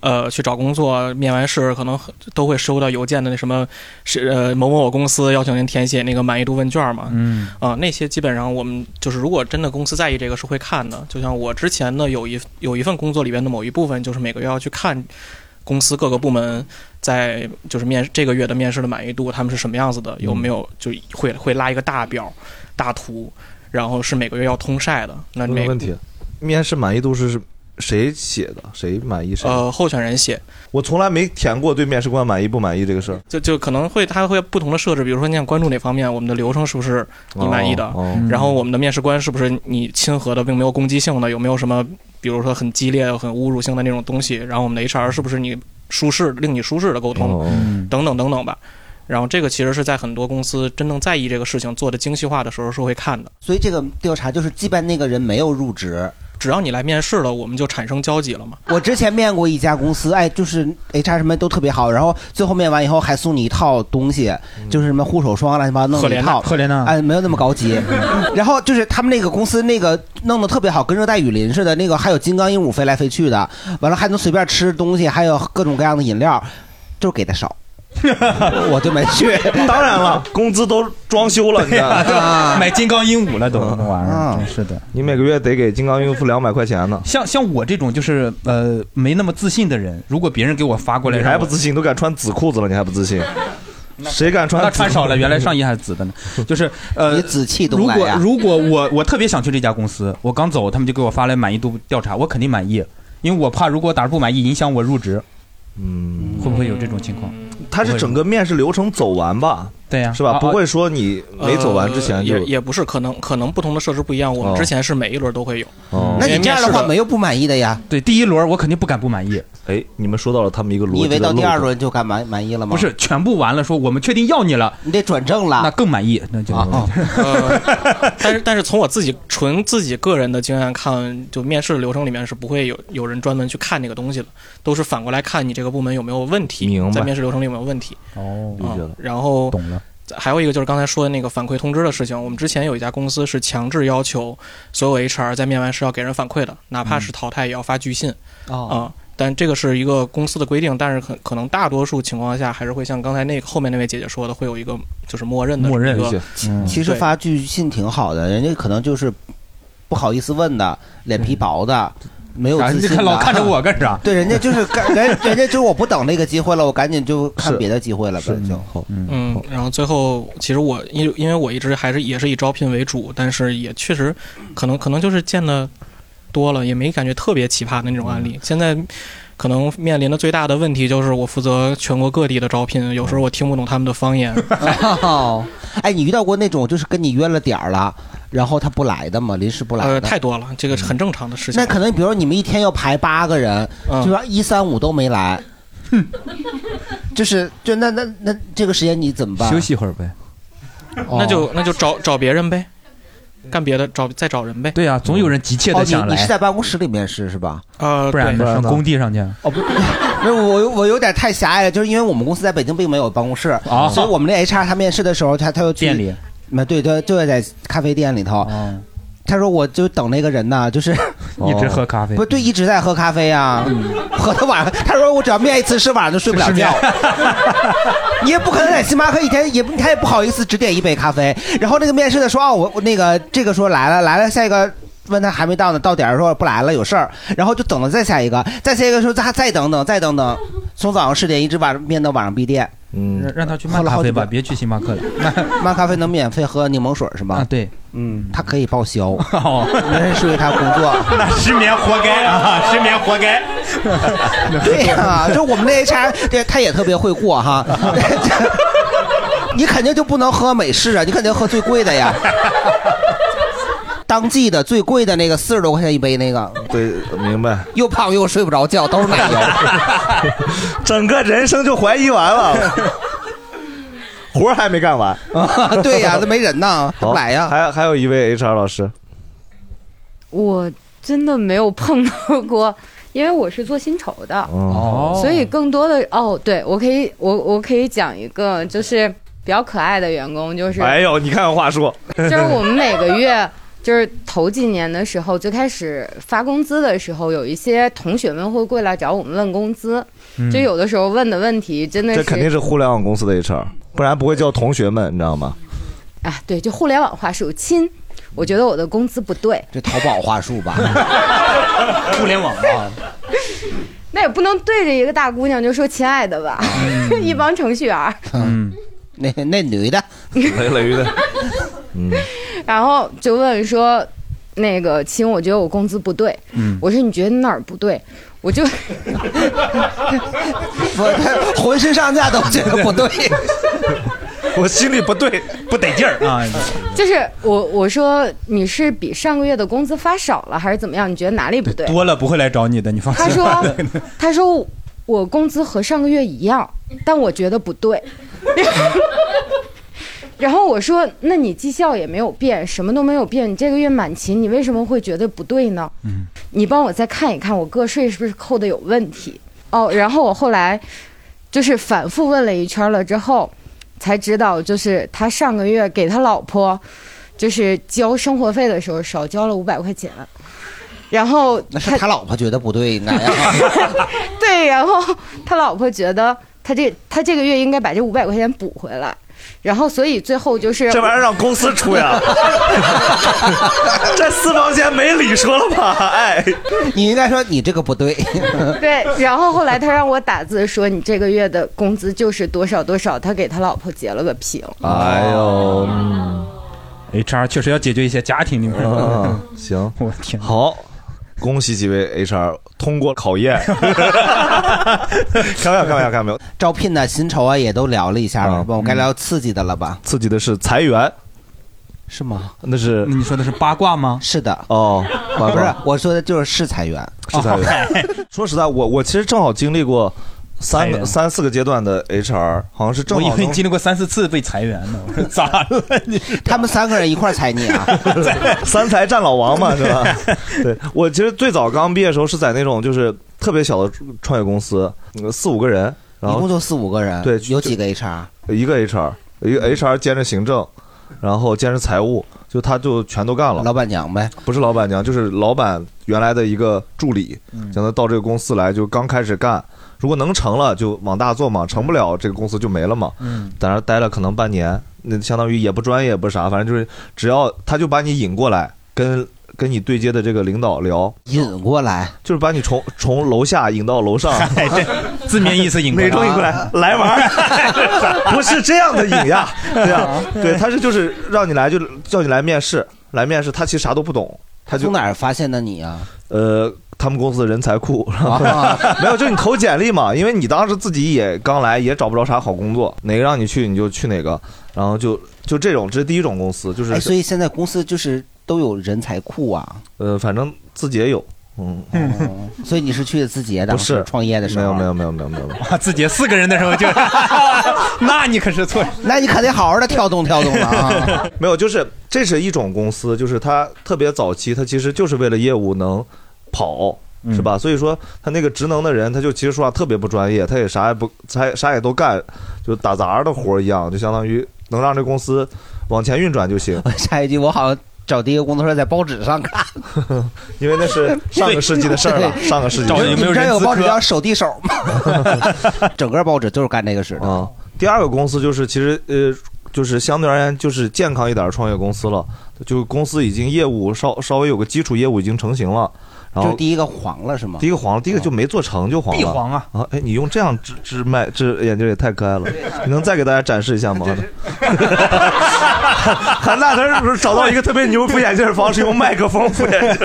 Speaker 6: 呃，去找工作，面完试可能很都会收到邮件的那什么，是呃某某某公司邀请您填写那个满意度问卷嘛。
Speaker 2: 嗯
Speaker 6: 啊、那些基本上我们就是，如果真的公司在意这个是会看的。就像我之前呢，有一有一份工作里边的某一部分，就是每个月要去看公司各个部门在就是面这个月的面试的满意度，他们是什么样子的，
Speaker 3: 嗯
Speaker 6: 有没有就会会拉一个大表、大图，然后是每个月要通晒的。那
Speaker 3: 没
Speaker 6: 每
Speaker 3: 问题。啊面试满意度是谁写的？谁满意谁？
Speaker 6: 呃，候选人写。
Speaker 3: 我从来没填过对面试官满意不满意这个事儿。
Speaker 6: 就就可能会它会有不同的设置，比如说你想关注哪方面，我们的流程是不是你满意的？
Speaker 3: 哦哦
Speaker 6: 然
Speaker 4: 嗯
Speaker 6: 后我们的面试官是不是你亲和的，并没有攻击性的？有没有什么，比如说很激烈、很侮辱性的那种东西？然后我们的 HR 是不是你舒适、令你舒适的沟通？
Speaker 3: 哦
Speaker 4: 嗯
Speaker 6: 等等等等吧。然后这个其实是在很多公司真正在意这个事情做的精细化的时候是会看的。
Speaker 4: 所以这个调查就是，即便那个人没有入职，
Speaker 6: 只要你来面试了，我们就产生交集了嘛。
Speaker 4: 我之前面过一家公司，哎，就是 HR 什么都特别好，然后最后面完以后还送你一套东西，
Speaker 6: 嗯
Speaker 4: 就是什么护手霜乱七八糟弄了一套，
Speaker 2: 赫莲娜，
Speaker 4: 哎，没有那么 高级。然后就是他们那个公司那个弄得特别好，跟热带雨林似的，那个还有金刚鹦鹉飞来飞去的，完了还能随便吃东西，还有各种各样的饮料，就是给的少。 我就没去，
Speaker 3: 当然了，工资都装修了，你
Speaker 2: 啊
Speaker 3: 看，
Speaker 2: 买金刚鹦鹉了都，那玩意
Speaker 3: 啊
Speaker 2: 儿真是的。
Speaker 3: 你每个月得给金刚孕妇两百块钱呢。
Speaker 2: 像像我这种就是呃没那么自信的人，如果别人给我发过来，
Speaker 3: 你还不自信，都敢穿紫裤子了，你还不自信？谁敢穿？
Speaker 2: 那穿少 了，原来上衣还是紫的呢。就是呃，你
Speaker 4: 紫气
Speaker 2: 如
Speaker 4: 东来
Speaker 2: 果
Speaker 4: 呀
Speaker 2: 如果我我特别想去这家公司，我刚走，他们就给我发来满意度调查，我肯定满意，因为我怕如果打不满意影响我入职。
Speaker 3: 嗯，
Speaker 2: 会不会有这种情况？
Speaker 3: 他是整个面试流程走完吧？
Speaker 2: 对呀
Speaker 3: 是吧？
Speaker 6: 啊
Speaker 3: 不会说你没走完之前就
Speaker 6: 呃也也不是，可能可能不同的设置不一样。我们
Speaker 3: 哦
Speaker 6: 之前是每一轮都会有。嗯
Speaker 3: 哦
Speaker 4: 那你这样的话没有不满意的呀？
Speaker 2: 对，第一轮我肯定不敢不满意。
Speaker 3: 哎，你们说到了他们一个逻辑
Speaker 4: 你以为
Speaker 3: 的
Speaker 4: 到第二
Speaker 3: 漏洞
Speaker 4: 轮就敢满满意了吗？
Speaker 2: 不是，全部完了，说我们确定要你了，
Speaker 4: 你得转正了，哦呃
Speaker 2: 那更满意，那就 啊，
Speaker 6: 但是但是从我自己纯自己个人的经验看，就面试的流程里面是不会有有人专门去看那个东西的，都是反过来看你这个部门有没有问题，
Speaker 3: 明白
Speaker 6: 在面试流程里有没有问题。嗯
Speaker 2: 哦
Speaker 3: 理解了。
Speaker 6: 然后
Speaker 2: 懂了。
Speaker 6: 还有一个就是刚才说的那个反馈通知的事情，我们之前有一家公司是强制要求所有 HR 在面完是要给人反馈的，哪怕是淘汰也要发拒信啊、
Speaker 2: 哦
Speaker 6: 但这个是一个公司的规定，但是可可能大多数情况下还是会像刚才那个后面那位姐姐说的，会有一个就是默认的一个
Speaker 4: 其
Speaker 2: 嗯
Speaker 4: 其实
Speaker 6: 对
Speaker 4: 发拒信挺好的，人家可能就是不好意思问的，脸皮薄的。没有
Speaker 2: 啊
Speaker 4: 自
Speaker 2: 你
Speaker 4: 信的，
Speaker 2: 看老看着我干啥
Speaker 4: 对，人家就是干，人人家就是我不等那个机会了，我赶紧就看
Speaker 6: 是
Speaker 4: 别的机会了呗，就
Speaker 3: 好。
Speaker 6: 嗯，然后最后其实我因因为我一直还是也是以招聘为主，但是也确实可能可能就是见的多了，也没感觉特别奇葩的那种
Speaker 4: 嗯
Speaker 6: 案例。现在可能面临的最大的问题就是我负责全国各地的招聘，有时候我听不懂他们的 方言。呃
Speaker 4: 哦，哎，你遇到过那种就是跟你约了点儿了，然后他不来的吗？临时不来的？
Speaker 6: 呃，太多了，这个是很正常的事情。
Speaker 4: 那可能比如说你们一天要排八个人，
Speaker 6: 嗯
Speaker 4: 就说一三五都没来， 就是就那那那这个时间你怎么办？
Speaker 6: 休息
Speaker 2: 会儿呗。嗯
Speaker 6: 那就那就找找别人呗，干别的找再找人呗。
Speaker 2: 对呀、总有人急切
Speaker 4: 哦
Speaker 2: 的
Speaker 4: 你
Speaker 2: 想来。
Speaker 4: 你是在办公室里面试是吧？
Speaker 6: 呃
Speaker 2: 不然呢上工地上去。啊
Speaker 4: 没有，我有我有点太狭隘了，就是因为我们公司在北京并没有办公室，
Speaker 2: 哦
Speaker 4: 所以我们那 HR 他面试的时候，他他又去
Speaker 2: 店里，哦
Speaker 4: 那对对，就在咖啡店里头。他说：“我就等那个人呢，就是
Speaker 12: 一直喝咖啡嗯
Speaker 4: 哦不对，一直在喝咖啡啊，喝到晚上。他说我只要面一次试，晚上就睡不了觉。你 也不可能在星巴克一天，也不他也不好意思只点一杯咖啡。然后那个面试的说哦，我我那个这个说来了来了，下一个。问他还没到呢，到点儿说不来了，有事儿，然后就等了再下一个，再下一个说再再等等，再等等，从早上十点一直晚面到晚上 闭店。
Speaker 3: 嗯，
Speaker 2: 让他去卖咖啡吧，别去星巴克了。
Speaker 4: 漫咖啡能免费喝柠檬水是吗？啊，
Speaker 2: 对，
Speaker 4: 嗯，他可以报 销，哦，那是为他工作。
Speaker 12: 那失眠活该啊，失眠活该。
Speaker 4: 对呀、就我们那 HR，对，他也特别会过哈。 你肯定就不能喝美式啊，你肯定喝最贵的呀。当季的最贵的那个四十多块钱一杯那个，
Speaker 3: 对，明白。
Speaker 4: 又胖又睡不着觉，都是奶油，
Speaker 3: 整个人生就怀疑 完了，活儿还没干完。
Speaker 4: 对呀这没人呢
Speaker 3: 好
Speaker 4: 不来呀
Speaker 3: 还有还有一位 HR 老师，
Speaker 23: 我真的没有碰到过，因为我是做薪酬的，
Speaker 3: 哦
Speaker 23: 所以更多的哦，对我可以，我我可以讲一个就是比较可爱的员工，就是
Speaker 3: 哎呦，你看看话术，
Speaker 23: 就是我们每个月，就是头几年的时候，最开始发工资的时候，有一些同学们会过来找我们问工资
Speaker 3: 嗯，
Speaker 23: 就有的时候问的问题真的
Speaker 3: 这
Speaker 23: 是
Speaker 3: 肯定是互联网公司的 HR，不然不会叫同学们，你知道吗？
Speaker 23: 啊，对，就互联网话术，亲，我觉得我的工资不对，
Speaker 4: 这淘宝话术 吧，
Speaker 12: 互联网啊，
Speaker 23: 那也不能对着一个大姑娘就说亲爱的吧， 一帮程序员儿。
Speaker 4: 嗯，那那女的，
Speaker 3: 雷雷的，
Speaker 23: 然后就问说，那个亲，我觉得我工资不对。
Speaker 4: 嗯
Speaker 23: 我说你觉得哪儿不对？我就
Speaker 4: 我浑身上下都觉得 不对，
Speaker 12: 我心里不对，不得劲儿啊。
Speaker 23: 就是我我说你是比上个月的工资发少了还是怎么样？你觉得哪里不对？
Speaker 2: 多了不会来找你的，你放心。
Speaker 23: 他说他说我工资和上个月一样，但我觉得不对。然后我说，那你绩效也没有变，什么都没有变，你这个月满勤，你为什么会觉得不对呢？
Speaker 12: 嗯，
Speaker 23: 你帮我再看一看我个税是不是扣的有问题哦。然后我后来就是反复问了一圈了之后，才知道就是他上个月给他老婆就是交生活费的时候少交了五百块钱，然后
Speaker 4: 那是他老婆觉得 不对，应该呀。
Speaker 23: 对，然后他老婆觉得他这他这个月应该把这五百块钱补回来，然后所以最后就是
Speaker 12: 这玩意儿让公司出呀，这私房钱没理说了吧？哎，
Speaker 4: 你应该说你这个不对。
Speaker 23: 对，然后后来他让我打字说你这个月的工资就是多少多少，他给他老婆结了个平。
Speaker 3: 哎呦
Speaker 2: ，HR 嗯确实要解决一些家庭里面。
Speaker 3: 嗯，行，
Speaker 2: 我天，
Speaker 3: 好，恭喜几位 HR 通过考验。 开玩笑，开玩笑，开玩笑。啊
Speaker 4: 招聘的薪酬啊，也都聊了一下了，我们该聊刺激的了吧？
Speaker 3: 刺激的是裁员，
Speaker 4: 是吗？
Speaker 3: 那是
Speaker 2: 你说的是八卦吗？
Speaker 4: 是的。
Speaker 3: 哦，八卦
Speaker 4: 不是，我说的就是是裁员，
Speaker 3: 是
Speaker 4: 哦
Speaker 3: 裁员。 说实在，我我其实正好经历过
Speaker 4: 哎
Speaker 3: 三
Speaker 2: 裁
Speaker 3: 个
Speaker 2: 员
Speaker 3: 三四个阶段的 HR，好像是 正
Speaker 2: 我
Speaker 3: 好
Speaker 2: 以为你
Speaker 3: 能
Speaker 2: 经历过三四次被裁员呢，我说咋了？
Speaker 4: 他们三个人一块儿裁你啊？
Speaker 3: 三才战老王嘛，是 吧？对我其实最早刚毕业的时候是在那种就是特别小的创业公司，呃四五个人，然后
Speaker 4: 一共就四五个人，
Speaker 3: 对，
Speaker 4: 有几个 HR？
Speaker 3: 一个 HR，一个 HR 兼着行政，然后兼着财务，就他就全都干了。
Speaker 4: 老板娘呗？
Speaker 3: 不是老板娘，就是老板原来的一个助理，
Speaker 4: 嗯
Speaker 3: 让他到这个公司来，就刚开始干。如果能成了就往大做嘛，成不了这个公司就没了嘛。
Speaker 2: 嗯，
Speaker 3: 在那儿待了可能半年，那相当于也不专业也不啥，反正就是只要他就把你引过来，跟跟你对接的这个领导聊，
Speaker 4: 引过来
Speaker 3: 就是把你从从楼下引到 楼上，
Speaker 2: 哎字面意思引过来
Speaker 3: 哪种引过来？来玩儿， 不是这样的引 呀，对呀，
Speaker 4: 啊
Speaker 3: 对，他是就是让你来就叫你来面试，来面试，他其实啥都不懂，他就
Speaker 4: 从哪儿发现的你啊？
Speaker 3: 呃，他们公司的人才库，
Speaker 4: 啊
Speaker 3: 没有，就是你投简历嘛，因为你当时自己也刚来，也找不着啥好工作，哪个让你去你就去哪个，然后就就这种，这是第一种公司，就是、
Speaker 4: 哎，所以现在公司就是都有人才库啊，
Speaker 3: 呃，反正自己也有，嗯，
Speaker 4: 所以你是去自己的
Speaker 3: 不
Speaker 4: 当时
Speaker 3: 是
Speaker 4: 创业的时候，啊
Speaker 3: 没有没有没有没有没有，
Speaker 2: 哇，自己四个人的时候就，那你可是错，
Speaker 4: 那你可得好好的跳动跳动 了啊！
Speaker 3: 没有，就是这是一种公司，就是它特别早期，它其实就是为了业务能跑，
Speaker 4: 嗯
Speaker 3: 是吧？所以说他那个职能的人，他就其实说话特别不专业，他也啥也不，啥也啥也都干，就打杂的活儿一样，就相当于能让这公司往前运转就行。
Speaker 4: 下一句我好像。找第一个工作室在报纸上看，
Speaker 3: 因为那是上个世纪的事儿了，
Speaker 4: 对
Speaker 3: 上个世纪
Speaker 4: 你们你们这儿有报纸叫
Speaker 3: 要
Speaker 4: 手递手吗？
Speaker 3: 整个报纸就是干这个事的啊。第二个公司就是其实呃，就是相对而言就是健康一点的创业公司了，就公司已经业务稍稍微有个基础业务已经成型了，然后
Speaker 4: 就第一个黄了是
Speaker 3: 哦
Speaker 4: 吗？
Speaker 3: 第一个黄了，第一个就没做成就黄了。
Speaker 4: 必黄啊！
Speaker 3: 啊，哎，你用这样支支麦支眼哎睛也太可爱了，你能再给大家展示一 下吗？ 韩大他是不是找到一个特别牛敷眼镜的方式，用 麦克风敷眼镜？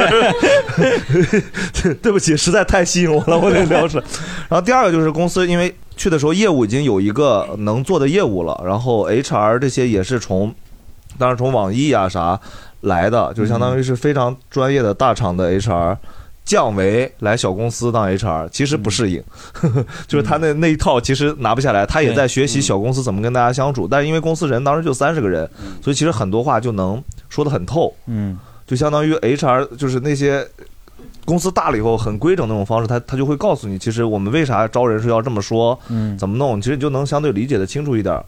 Speaker 3: 对不起，实在太吸引我了，我得聊出来。然后第二个就是公司，因为去的时候业务已经有一个能做的业务了，然后 HR 这些也是从，当然从网易啊啥来的，就是相当于是非常专业的大厂的 HR。降维来小公司当 HR，其实不适应， 就是他那那一套其实拿不下来。他也在学习小公司怎么跟大家相处，但是因为公司人当时就三十个人，所以其实很多话就能说得很透。
Speaker 5: 嗯，
Speaker 3: 就相当于 HR 就是那些公司大了以后很规整那种方式，他他就会告诉你，其实我们为啥招人是要这么说，
Speaker 5: 嗯
Speaker 3: 怎么弄，其实你就能相对理解的清楚一点儿。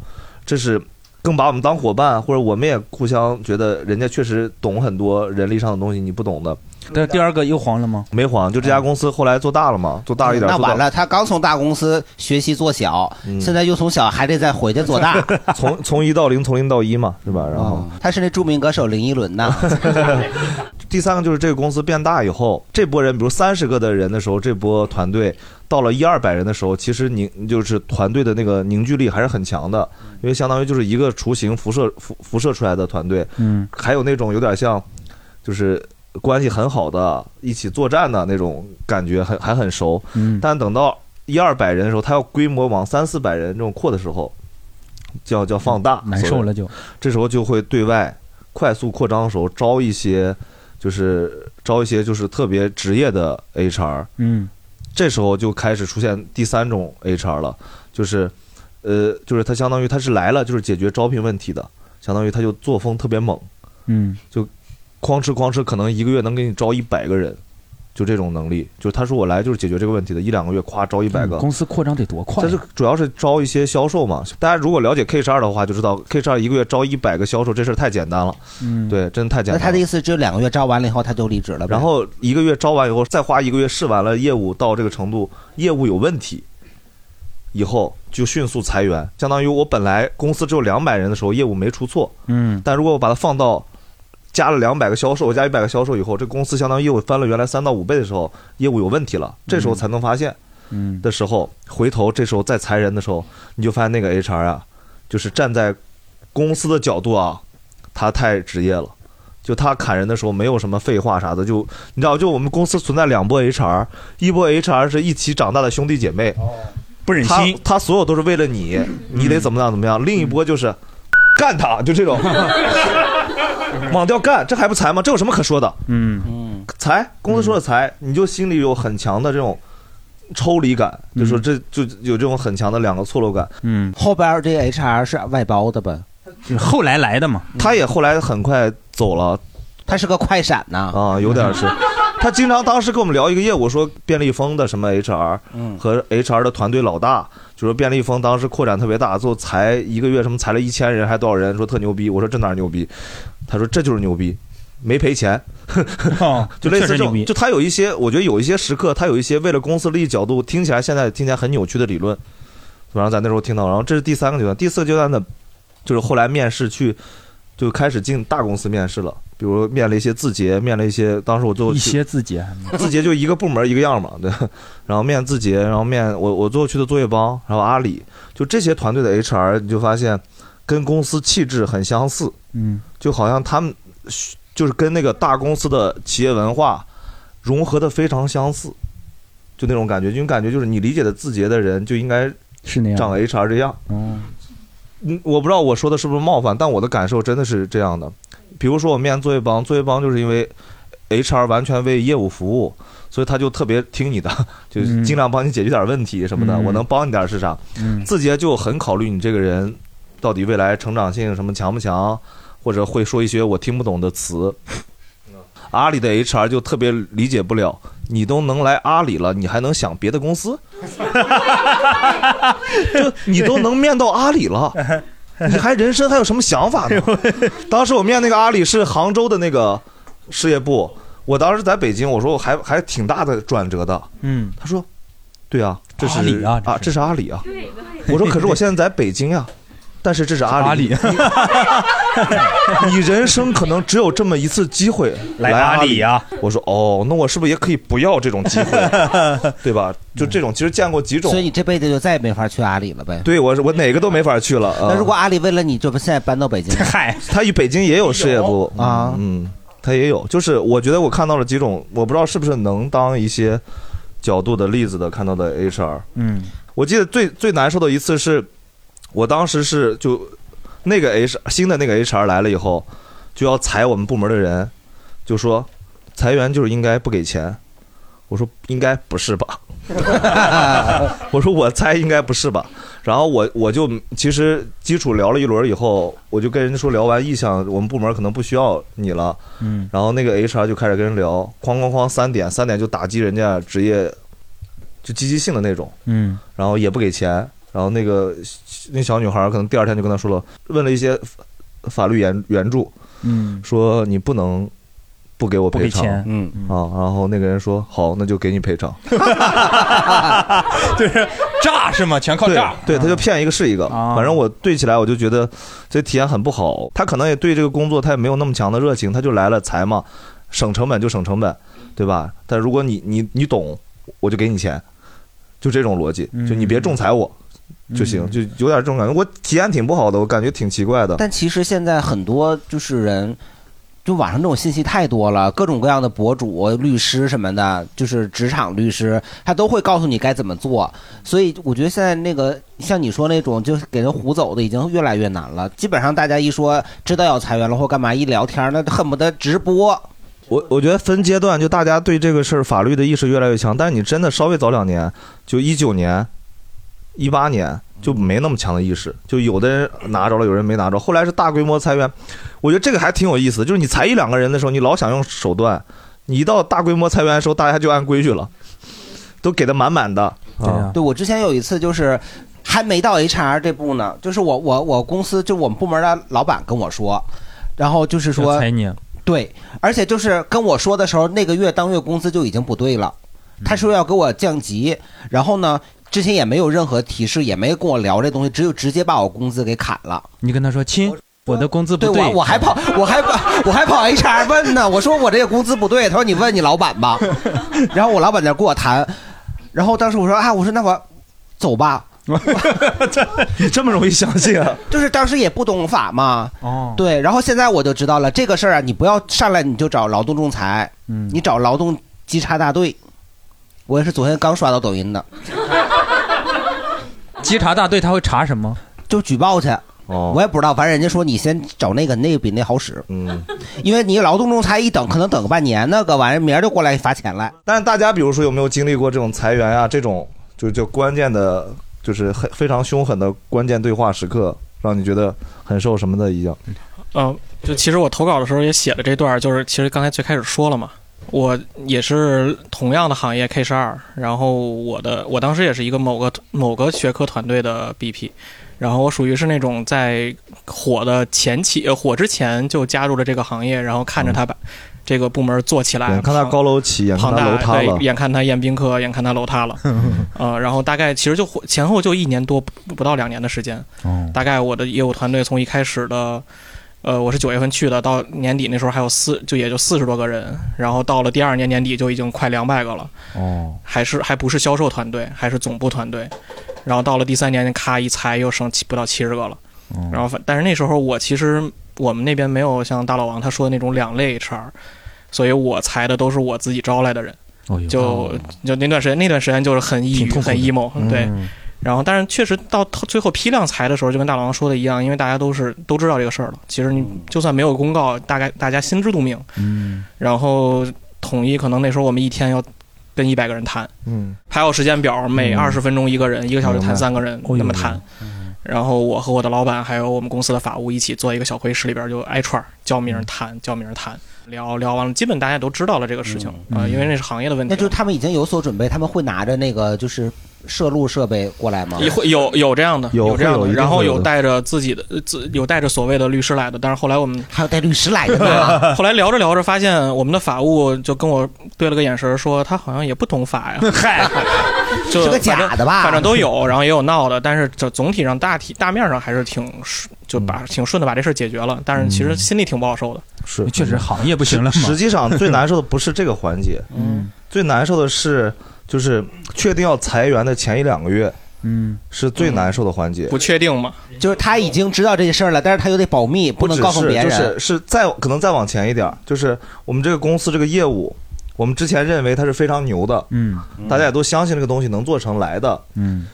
Speaker 3: 这是更把我们当伙伴，或者我们也互相觉得人家确实懂很多人力上的东西，你不懂的。
Speaker 5: 但第二个又黄了吗？嗯
Speaker 3: 没黄，就这家公司后来做大了嘛，做大一点。
Speaker 4: 那
Speaker 3: 做大嗯
Speaker 4: 完了，他刚从大公司学习做小，现在又从小还得再回去做大。 哦
Speaker 3: 从从一到零，从零到一嘛，是吧？然后、
Speaker 4: 他是那著名歌手林依轮呐。
Speaker 3: 第三个就是这个公司变大以后，这波人，比如三十个的人的时候，这波团队到了一二百人的时候，其实凝就是团队的那个凝聚力还是很强的，因为相当于就是一个雏形辐射辐辐射出来的团队，
Speaker 5: 嗯，
Speaker 3: 还有那种有点像，就是关系很好的一起作战的那种感觉，很还很熟，
Speaker 5: 嗯
Speaker 3: 但等到一二百人的时候，他要规模往三四百人这种扩的时候，叫叫放大，
Speaker 5: 嗯难受了
Speaker 3: 所谓
Speaker 5: 就。
Speaker 3: 这时候就会对外快速扩张的时候招一些，就是招一些就是特别职业的 HR。
Speaker 5: 嗯，
Speaker 3: 这时候就开始出现第三种 HR 了，就是，呃，就是他相当于他是来了就是解决招聘问题的，相当于他就作风特别猛，
Speaker 5: 嗯
Speaker 3: 就哐哧哐哧，可能一个月能给你招一百个人，就这种能力。就是他说我来就是解决这个问题的，一两个月夸招一百个、
Speaker 5: 嗯公司扩张得多快
Speaker 3: 但
Speaker 5: 呀、
Speaker 3: 是主要是招一些销售嘛。大家如果了解 K 十二的话，就知道 K 十二一个月招一百个销售这事儿太简单了。
Speaker 5: 嗯，
Speaker 3: 对，真的太简
Speaker 4: 那
Speaker 3: 单了。
Speaker 4: 他的意思只有两个月招完了以后他就离职了呗。
Speaker 3: 然后一个月招完以后，再花一个月试完了业务到这个程度，业务有问题，以后就迅速裁员。相当于我本来公司只有两百人的时候，业务没出错，
Speaker 5: 嗯，
Speaker 3: 但如果我把它放到加了两百个销售，加一百个销售以后，这公司相当于业务翻了原来三到五倍的时候，业务有问题了，这时候才能发现。
Speaker 5: 嗯
Speaker 3: 的时候，回头这时候再裁人的时候，你就发现那个 HR 啊，就是站在公司的角度啊，他太职业了。就他砍人的时候没有什么废话啥的，就你知道，就我们公司存在两波 HR，一波 HR 是一起长大的兄弟姐妹，
Speaker 5: 不忍
Speaker 3: 心，他所有都是为了你，你得怎么样怎么样。另一波就是干他，就这种 往掉干，这还不裁吗？这有什么可说的？
Speaker 5: 嗯
Speaker 3: 嗯，裁，公司说的裁，你就心里有很强的这种抽离感，就说这就有这种很强的两个错落感。
Speaker 5: 嗯，
Speaker 4: 后边这 HR 是外包的吧？
Speaker 5: 后来来的嘛。
Speaker 3: 嗯他也后来很快走了，
Speaker 4: 他是个快闪呐。
Speaker 3: 啊，有点是。他经常当时跟我们聊一个业务，说便利蜂的什么 HR
Speaker 4: 嗯
Speaker 3: 和 HR 的团队老大，就说便利蜂当时扩展特别大，最后裁一个月什么裁了一千人还多少人，说特牛逼。我说这哪儿牛逼？他说这就是牛逼，没赔钱。
Speaker 2: 哦
Speaker 3: 就类似这
Speaker 5: 确实牛逼
Speaker 3: 种，就他有一些，我觉得有一些时刻，他有一些为了公司利益角度，听起来现在听起来很扭曲的理论。然后咱那时候听到，然后这是第三个阶段，第四个阶段呢，就是后来面试去，就开始进大公司面试了，比如面了一些字节，面了一些，当时我最后
Speaker 5: 一
Speaker 3: 去
Speaker 5: 些字节，
Speaker 3: 字节就一个部门一个样嘛，对。然后面字节，然后面我我最后去的作业帮，然后阿里，就这些团队的 HR，你就发现跟公司气质很相似，
Speaker 5: 嗯，
Speaker 3: 就好像他们就是跟那个大公司的企业文化融合的非常相似，就那种感觉，因为感觉就是你理解的字节的人就应该
Speaker 5: 是那样
Speaker 3: 长 HR 这样，
Speaker 5: 哦，
Speaker 3: 嗯，我不知道我说的是不是冒犯，但我的感受真的是这样的。比如说我面作业帮，作业帮就是因为 HR 完全为业务服务，所以他就特别听你的，就是尽量帮你解决点问题什么的。
Speaker 5: 嗯
Speaker 3: 我能帮你点是啥？
Speaker 5: 嗯
Speaker 3: 字节就很考虑你这个人到底未来成长性什么强不强，或者会说一些我听不懂的词。阿里的 HR 就特别理解不了，你都能来阿里了，你还能想别的 公司？就你都能面到阿里了，你还人生还有什么想法 呢？当时我面那个阿里是杭州的那个事业部，我当时在北京，我说我还还挺大的转折的。
Speaker 5: 嗯，
Speaker 3: 他说，对啊，这是
Speaker 5: 阿里啊这是
Speaker 3: 这是阿里啊。我说可是我现在在北京呀、但是这是阿里。 你你人生可能只有这么一次机会
Speaker 5: 来
Speaker 3: 阿
Speaker 5: 阿里呀
Speaker 3: 我说哦，那我是不是也可以不要这种机 会，对吧？就这种其实见过几种
Speaker 4: 所以。你这辈子就再也没法去阿里了呗。
Speaker 3: 对我是我哪个都没法去了。
Speaker 4: 那
Speaker 3: 啊
Speaker 4: 如果阿里为了你，就不现在搬到北京？
Speaker 5: 嗨，
Speaker 3: 他与北京也有事业部啊，嗯，他也有，就是我觉得我看到了几种，我不知道是不是能当一些角度的例子的看到的 HR。
Speaker 5: 嗯，
Speaker 3: 我记得最最难受的一次是，我当时是就那个 HR 新的那个 HR 来了以后，就要裁我们部门的人，就说裁员就是应该不给钱。我说应该不是吧？我说我猜应该不是吧？然后我我就其实基础聊了一轮以后，我就跟人家说聊完意向，我们部门可能不需要你了。
Speaker 5: 嗯
Speaker 3: 然后那个 HR 就开始跟人聊，哐哐哐三点，三点就打击人家职业就积极性的那种。
Speaker 5: 嗯
Speaker 3: 然后也不给钱，然后那个那小女孩可能第二天就跟他说了，问了一些法法律援援助，
Speaker 5: 嗯
Speaker 3: 说你不能不给我
Speaker 5: 不给
Speaker 3: 赔偿
Speaker 5: 钱，
Speaker 3: 嗯啊，然后那个人说好，那就给你赔偿，
Speaker 5: 诈是吗？全靠诈。
Speaker 3: 对，对他就骗一个是一个，反正我对起来我就觉得这体验很不好，他可能也对这个工作他也没有那么强的热情，他就来了财嘛，省成本就省成本，对吧？但如果你你你懂，我就给你钱，就这种逻辑，就你别仲裁我。就行，就有点这种感觉。我体验挺不好的，我感觉挺奇怪的。
Speaker 4: 但其实现在很多就是人，就网上这种信息太多了，各种各样的博主、律师什么的，就是职场律师，他都会告诉你该怎么做。所以我觉得现在那个像你说那种就是给人唬走的，已经越来越难了。基本上大家一说知道要裁员了或干嘛，一聊天儿那恨不得直播。
Speaker 3: 我我觉得分阶段，就大家对这个事儿法律的意识越来越强，但是你真的稍微早两年，就一九年、一八年就没那么强的意识，就有的人拿着了，有人没拿着。后来是大规模裁员，我觉得这个还挺有意思，就是你裁一两个人的时候，你老想用手段，你一到大规模裁员的时候，大家就按规矩了，都给的满满的。啊，
Speaker 4: 对我之前有一次就是还没到 HR 这步呢，就是我我我公司就我们部门的老板跟我说，然后就是说
Speaker 5: 要裁你，啊
Speaker 4: 对，而且就是跟我说的时候，那个月当月工资就已经不对了，
Speaker 5: 嗯
Speaker 4: 他说要给我降级，然后呢。之前也没有任何提示，也没跟我聊这东西，只有直接把我工资给砍了。
Speaker 5: 你跟他说亲，我的工资
Speaker 4: 对
Speaker 5: 不
Speaker 4: 我我还跑我还跑我还跑 HR 问呢，我说我这个工资不对，他说你问你老板吧， 然后我老板在那跟我谈，然后当时我说啊，我说那我走 吧，
Speaker 3: 你这么容易相信啊？
Speaker 4: 就是当时也不懂法嘛，
Speaker 5: 哦，
Speaker 4: 对，然后现在我就知道了这个事儿啊，你不要上来你就找劳动仲裁，
Speaker 5: 嗯，
Speaker 4: 你找劳动稽查大队，我也是昨天刚刷到抖音的，
Speaker 5: 稽查大队他会查什么？
Speaker 4: 就举报去。
Speaker 3: 哦，
Speaker 4: 我也不知道，反正人家说你先找那个，那个比那好使。
Speaker 3: 嗯，
Speaker 4: 因为你劳动仲裁一等，可能等个半年，那个玩意儿明儿就过来罚钱来。
Speaker 3: 但是大家比如说有没有经历过这种裁员啊，这种就就关键的，就是很非常凶狠的关键对话时刻，让你觉得很受什么的一样？
Speaker 6: 嗯，就其实我投稿的时候也写了这段儿，就是其实刚才最开始说了嘛，我也是同样的行业 K 十二，然后我的我当时也是一个某个某个学科团队的 BP，然后我属于是那种在火的前期呃火之前就加入了这个行业，然后看着他把这个部门做起来，
Speaker 3: 嗯眼看他高楼起，眼看
Speaker 6: 庞
Speaker 3: 他
Speaker 6: 大
Speaker 3: 楼塌了
Speaker 6: 对，，眼看他宴宾客，眼看他楼 塌了，呃，然后大概其实就火前后就一年多不不到两年的时间，
Speaker 5: 哦
Speaker 6: 大概我的业务团队从一开始的，呃，我是九月份去的，到年底那时候还有四，就也就四十多个人，然后到了第二年年底就已经快两百个了，
Speaker 5: 哦，
Speaker 6: 还是还不是销售团队，还是总部团队，然后到了第三年，咔一裁又剩七不到七十个了，然后反但是那时候我其实我们那边没有像大老王他说的那种两类 HR，所以我裁的都是我自己招来的人。
Speaker 5: 哦哟
Speaker 6: 就就那段时间，那段时间就是很抑郁、很 emo，对。
Speaker 5: 嗯
Speaker 6: 然后，但是确实到头最后批量裁的时候，就跟大王说的一样，因为大家都是都知道这个事儿了。其实你就算没有公告，大概大家心知肚明。
Speaker 5: 嗯
Speaker 6: 然后统一可能那时候我们一天要跟一百个人谈，
Speaker 3: 嗯，
Speaker 6: 排好时间表，每二十分钟一个人，一个小时
Speaker 5: 明白
Speaker 6: 谈三个人，
Speaker 5: 哦哟
Speaker 6: 那么谈。然后我和我的老板还有我们公司的法务一起坐一个小会议室里边就挨串儿叫名儿谈，叫名儿谈，聊聊完了，基本大家都知道了这个事情啊、
Speaker 4: 嗯
Speaker 6: 因为那是行业的问题
Speaker 4: 那。就是他们已经有所准备，他们会拿着那个就是摄录设备过来吗？
Speaker 6: 也会有有这样的，
Speaker 4: 有
Speaker 6: 有这样
Speaker 4: 会有
Speaker 6: 的，
Speaker 4: 一定会有的
Speaker 6: 然后有带着自己的呃自有带着所谓的律师来的，但是后来我们
Speaker 4: 还有带律师来的
Speaker 6: 对， 后来聊着聊着发现我们的法务就跟我对了个眼神，说他好像也不懂法呀，
Speaker 4: 嗨，
Speaker 6: 就是
Speaker 4: 个
Speaker 6: 反正
Speaker 4: 假的吧
Speaker 6: 反正都有，然后也有闹的，但是这总体上大体大面上还是挺顺，就
Speaker 4: 嗯
Speaker 6: 把挺顺的把这事儿解决了，但是其实心里挺不好受的，
Speaker 3: 是
Speaker 2: 确实行业不行了嘛。
Speaker 3: 实际上最难受的不是这个环节，
Speaker 2: 嗯，
Speaker 3: 最难受的是就是确定要裁员的前一两个月，
Speaker 2: 嗯，
Speaker 3: 是最难受的环
Speaker 4: 嗯
Speaker 3: 节。
Speaker 6: 不确定嘛，
Speaker 4: 就是他已经知道这事儿了，但是他又得保密，不
Speaker 3: 只
Speaker 4: 能
Speaker 3: 是
Speaker 4: 告诉别
Speaker 3: 就
Speaker 4: 人。
Speaker 3: 是是再可能再往前一点儿，就是我们这个公司这个业务，我们之前认为它是非常牛的，
Speaker 2: 嗯，
Speaker 3: 大家也都相信这个东西能做成来的，
Speaker 2: 嗯，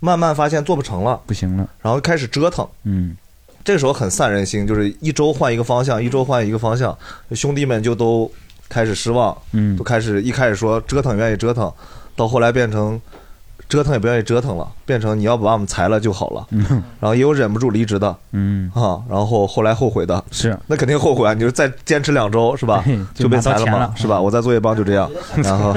Speaker 3: 慢慢发现做不成了，
Speaker 2: 不行了，
Speaker 3: 然后开始折腾，
Speaker 2: 嗯，
Speaker 3: 这个时候很散人心，就是一周换一个方向，一周换一个方向，兄弟们就都开始失望，
Speaker 2: 嗯
Speaker 3: 都开始一开始说折腾愿意折腾，到后来变成折腾也不愿意折腾了，变成你要不把我们裁了就好了，
Speaker 2: 嗯
Speaker 3: 然后也有忍不住离职的，
Speaker 2: 嗯
Speaker 3: 啊，然后后来后悔的，
Speaker 2: 是
Speaker 3: 那肯定后悔啊！你就是再坚持两周是吧
Speaker 2: 嘿，就
Speaker 3: 被
Speaker 2: 拿到
Speaker 3: 裁了
Speaker 2: 钱
Speaker 3: 嘛，
Speaker 2: 了
Speaker 3: 是吧？我在作业帮就这 样，然后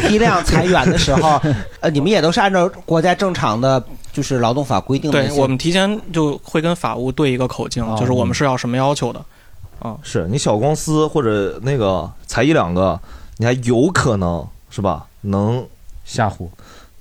Speaker 4: 批量裁员的 时候，呃，你们也都是按照国家正常的就是劳动法规定的那
Speaker 6: 对
Speaker 4: 些。
Speaker 6: 我们提前就会跟法务对一个口
Speaker 4: 哦
Speaker 6: 径， 就是
Speaker 4: 嗯
Speaker 6: 我们是要什么要求的，啊
Speaker 3: 是你小公司或者那个裁一两个，你还有可能是吧？能
Speaker 2: 吓唬。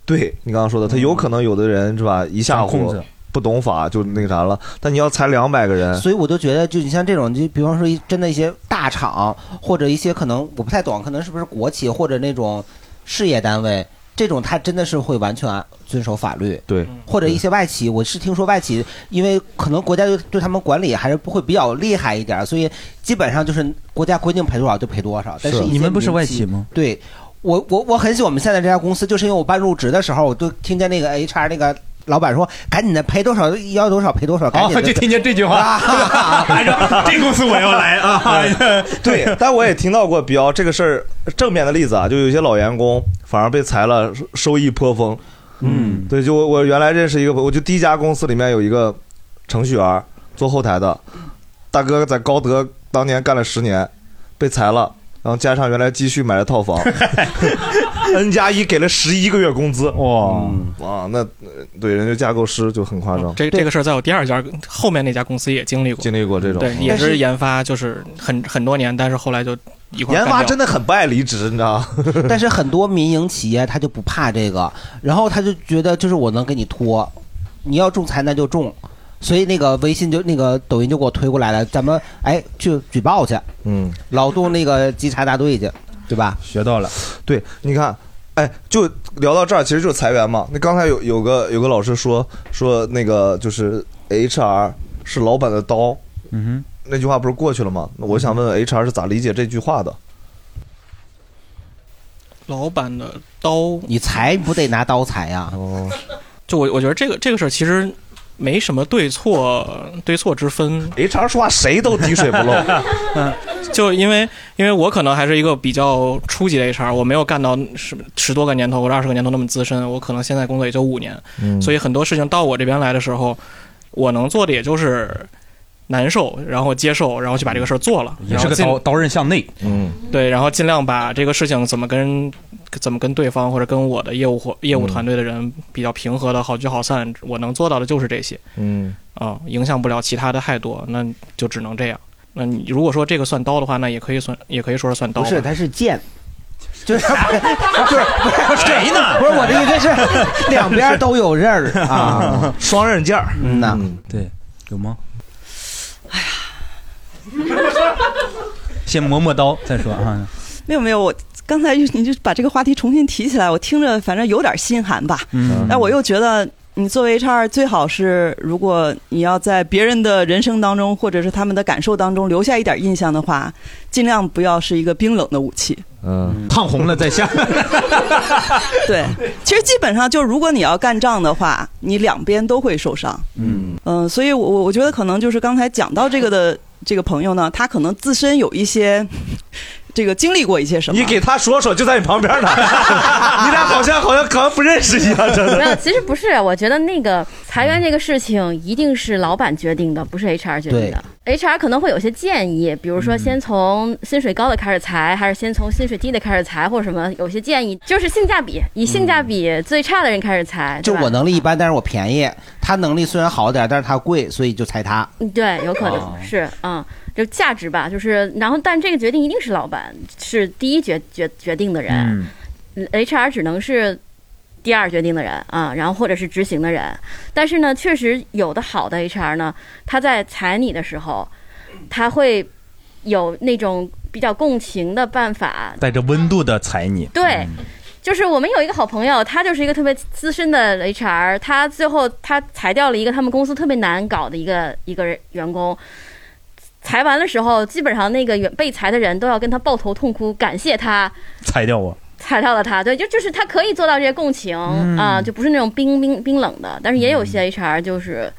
Speaker 3: 对你刚刚说的，他有可能有的人是吧，一吓
Speaker 4: 掌控
Speaker 3: 唬
Speaker 4: 制
Speaker 3: 不懂法就那个啥了。但你要裁两百个人，
Speaker 4: 所以我就觉得，就你像这种，就比方说一真的一些大厂，或者一些可能我不太懂，可能是不是国企或者那种事业单位，这种它真的是会完全遵守法律。
Speaker 3: 对，
Speaker 4: 或者一些外企，我是听说外企，因为可能国家对对他们管理还是会比较厉害一点，所以基本上就是国家规定赔多少就赔多少。但是
Speaker 2: 是
Speaker 4: 一些
Speaker 2: 你们不是
Speaker 4: 民
Speaker 2: 外企吗
Speaker 4: 对。我我我很喜欢我们现在这家公司，就是因为我办入职的时候，我都听见那个 HR 那个老板说，赶紧的赔多少要多少赔多少，赶紧的。
Speaker 2: 哦就听见这句话，按照 这公司我要来啊，
Speaker 3: 对，但我也听到过比较这个事儿正面的例子啊，就有些老员工反而被裁了，收益颇丰。
Speaker 2: 嗯，
Speaker 3: 对，就我我原来认识一个朋友，我就第一家公司里面有一个程序员做后台的，大哥在高德当年干了十年，被裁了，然后加上原来积蓄买了 套房，N 加一给了十一个月工资，嗯
Speaker 2: 哇、
Speaker 3: 哇，那对人家架构师就很夸张，
Speaker 6: 这这个事儿在我第二家后面那家公司也经历过，
Speaker 3: 经历过这种，嗯
Speaker 6: 对，也
Speaker 3: 但
Speaker 6: 是研发，就是很很多年，但是后来就一块儿干
Speaker 4: 研发
Speaker 6: 掉
Speaker 4: 真的
Speaker 3: 很不爱离职，你知道吗？
Speaker 4: 但是很多民营企业他就不怕这个，然后他就觉得就是我能给你拖，你要仲裁那就仲，所以那个微信就那个抖音就给我推过来了，咱们哎去举报去，
Speaker 3: 嗯，
Speaker 4: 劳动那个稽查大队去，对吧？
Speaker 2: 学到了，
Speaker 3: 对，你看，哎，就聊到这儿，其实就是裁员嘛。那刚才有有个有个老师说说那个就是 HR 是老板的刀，
Speaker 2: 嗯
Speaker 3: 那句话不是过去了吗？那我想问问 HR 是咋理解这句话的？
Speaker 6: 老板的刀，
Speaker 4: 你裁不得拿刀裁 呀、
Speaker 3: 哦，
Speaker 6: 啊就我我觉得这个这个事儿其实没什么对错对错之分。
Speaker 3: HR 说话谁都滴水不漏
Speaker 6: 嗯，就因为因为我可能还是一个比较初级的 HR，我没有干到十十多个年头或者二十个年头那么资深，我可能现在工作也就五年，
Speaker 3: 嗯
Speaker 6: 所以很多事情到我这边来的时候，我能做的也就是。难受，然后接受，然后去把这个事儿做了，
Speaker 2: 也是个
Speaker 6: 然
Speaker 2: 刀
Speaker 6: 后尽
Speaker 2: 刀刃向内，
Speaker 3: 嗯，
Speaker 6: 对，然后尽量把这个事情怎么跟怎么跟对方或者跟我的业务伙业务团队的人比较平和的好聚好散，我能做到的就是这些
Speaker 3: 嗯
Speaker 6: 啊、影响不了其他的太多，那就只能这样。那你如果说这个算刀的话，那也可以算，也可以说是算刀
Speaker 4: 不
Speaker 6: 吧。
Speaker 4: 是， 它是剑。就是不是不是
Speaker 6: 谁呢
Speaker 4: 不是我的意思是 两边都有刃儿啊，
Speaker 3: 双刃剑儿。
Speaker 4: 嗯呐，
Speaker 2: 对，有吗？哎先磨磨刀再说啊，
Speaker 15: 没有没有，我刚才就你就把这个话题重新提起来，我听着反正有点心寒吧。
Speaker 2: 嗯
Speaker 15: 但我又觉得，你作为 HR 最好是，如果你要在别人的人生当中，或者是他们的感受当中留下一点印象的话，尽量不要是一个冰冷的武器。
Speaker 3: 嗯，
Speaker 2: 烫红了再下，
Speaker 15: 对，其实基本上就是，如果你要干仗的话，你两边都会受伤。
Speaker 2: 嗯
Speaker 15: 嗯，所以我我我觉得可能就是刚才讲到这个的这个朋友呢，他可能自身有一些这个经历过一些什么。
Speaker 3: 你给他说说，就在你旁边呢。 你俩好像好像好像不认识一样， 真
Speaker 18: 没有，
Speaker 3: 的。
Speaker 18: 其实不是，我觉得那个裁员这个事情一定是老板决定的，不是 HR 决定的。 HR 可能会有些建议，比如
Speaker 4: 嗯
Speaker 18: 说先从薪水高的开始裁，还是先从薪水低的开始裁，或者什么，有些建议就是性价比，以性价比最差的人开始裁，
Speaker 4: 就
Speaker 18: 对吧
Speaker 4: 我能力一般，但是我便宜。他能力虽然好点儿，但是他贵，所以就裁他。
Speaker 18: 嗯对，有可能、
Speaker 4: 哦
Speaker 18: 是，嗯，就价值吧，就是，然后但这个决定一定是老板是第一决决决定的人、
Speaker 11: 嗯
Speaker 18: h r 只能是第二决定的人啊，然后或者是执行的人。但是呢，确实有的好的 HR 呢，他在裁你的时候，他会有那种比较共情的办法。
Speaker 5: 带着温度的踩 你。
Speaker 18: 对，就是我们有一个好朋友，他就是一个特别资深的 HR，他最后他裁掉了一个他们公司特别难搞的一个一个人员工。裁完的时候，基本上那个员被裁的人都要跟他抱头痛哭，感谢他，
Speaker 5: 裁掉我。
Speaker 18: 踩到了他，对，就就是他可以做到这些共情啊、
Speaker 5: 嗯
Speaker 18: 就不是那种冰冰冰冷的，但是也有
Speaker 4: 嗯
Speaker 18: 些 HR 就是，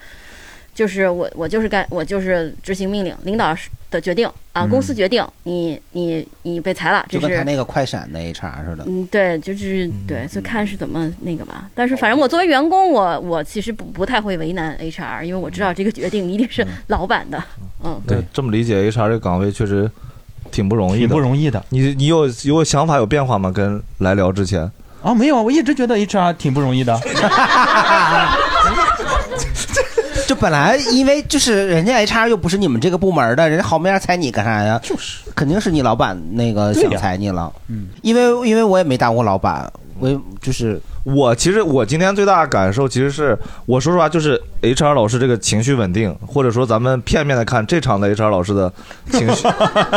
Speaker 18: 就是我我就是干我就是执行命令，领导的决定啊，
Speaker 4: 嗯
Speaker 18: 公司决定，你你你被裁了，这
Speaker 4: 就跟他
Speaker 18: 是。
Speaker 4: 那个嗯快闪的 HR 似的。
Speaker 18: 嗯，对，就是对，所以看是怎么那个吧。但是反正我作为员工，我我其实不不太会为难 HR，因为我知道这个决定一定是老板的。嗯，
Speaker 3: 对，这么理解 HR 这岗位确实挺不容易的，
Speaker 5: 挺不容易的。
Speaker 3: 你你有有想法有变化吗？跟来聊之前，
Speaker 5: 啊、没有啊，我一直觉得 HR 挺不容易的。
Speaker 4: 就本来因为就是人家 HR 又不是你们这个部门的，人家好没法裁你干啥呀？就是，肯定是你老板那个
Speaker 3: 对呀
Speaker 4: 想裁你了。嗯，因为因为我也没当过老板，我也就是
Speaker 3: 我其实我今天最大的感受其实是，我说实话，就是 HR 老师这个情绪稳定，或者说咱们片面的看这场的 HR 老师的情绪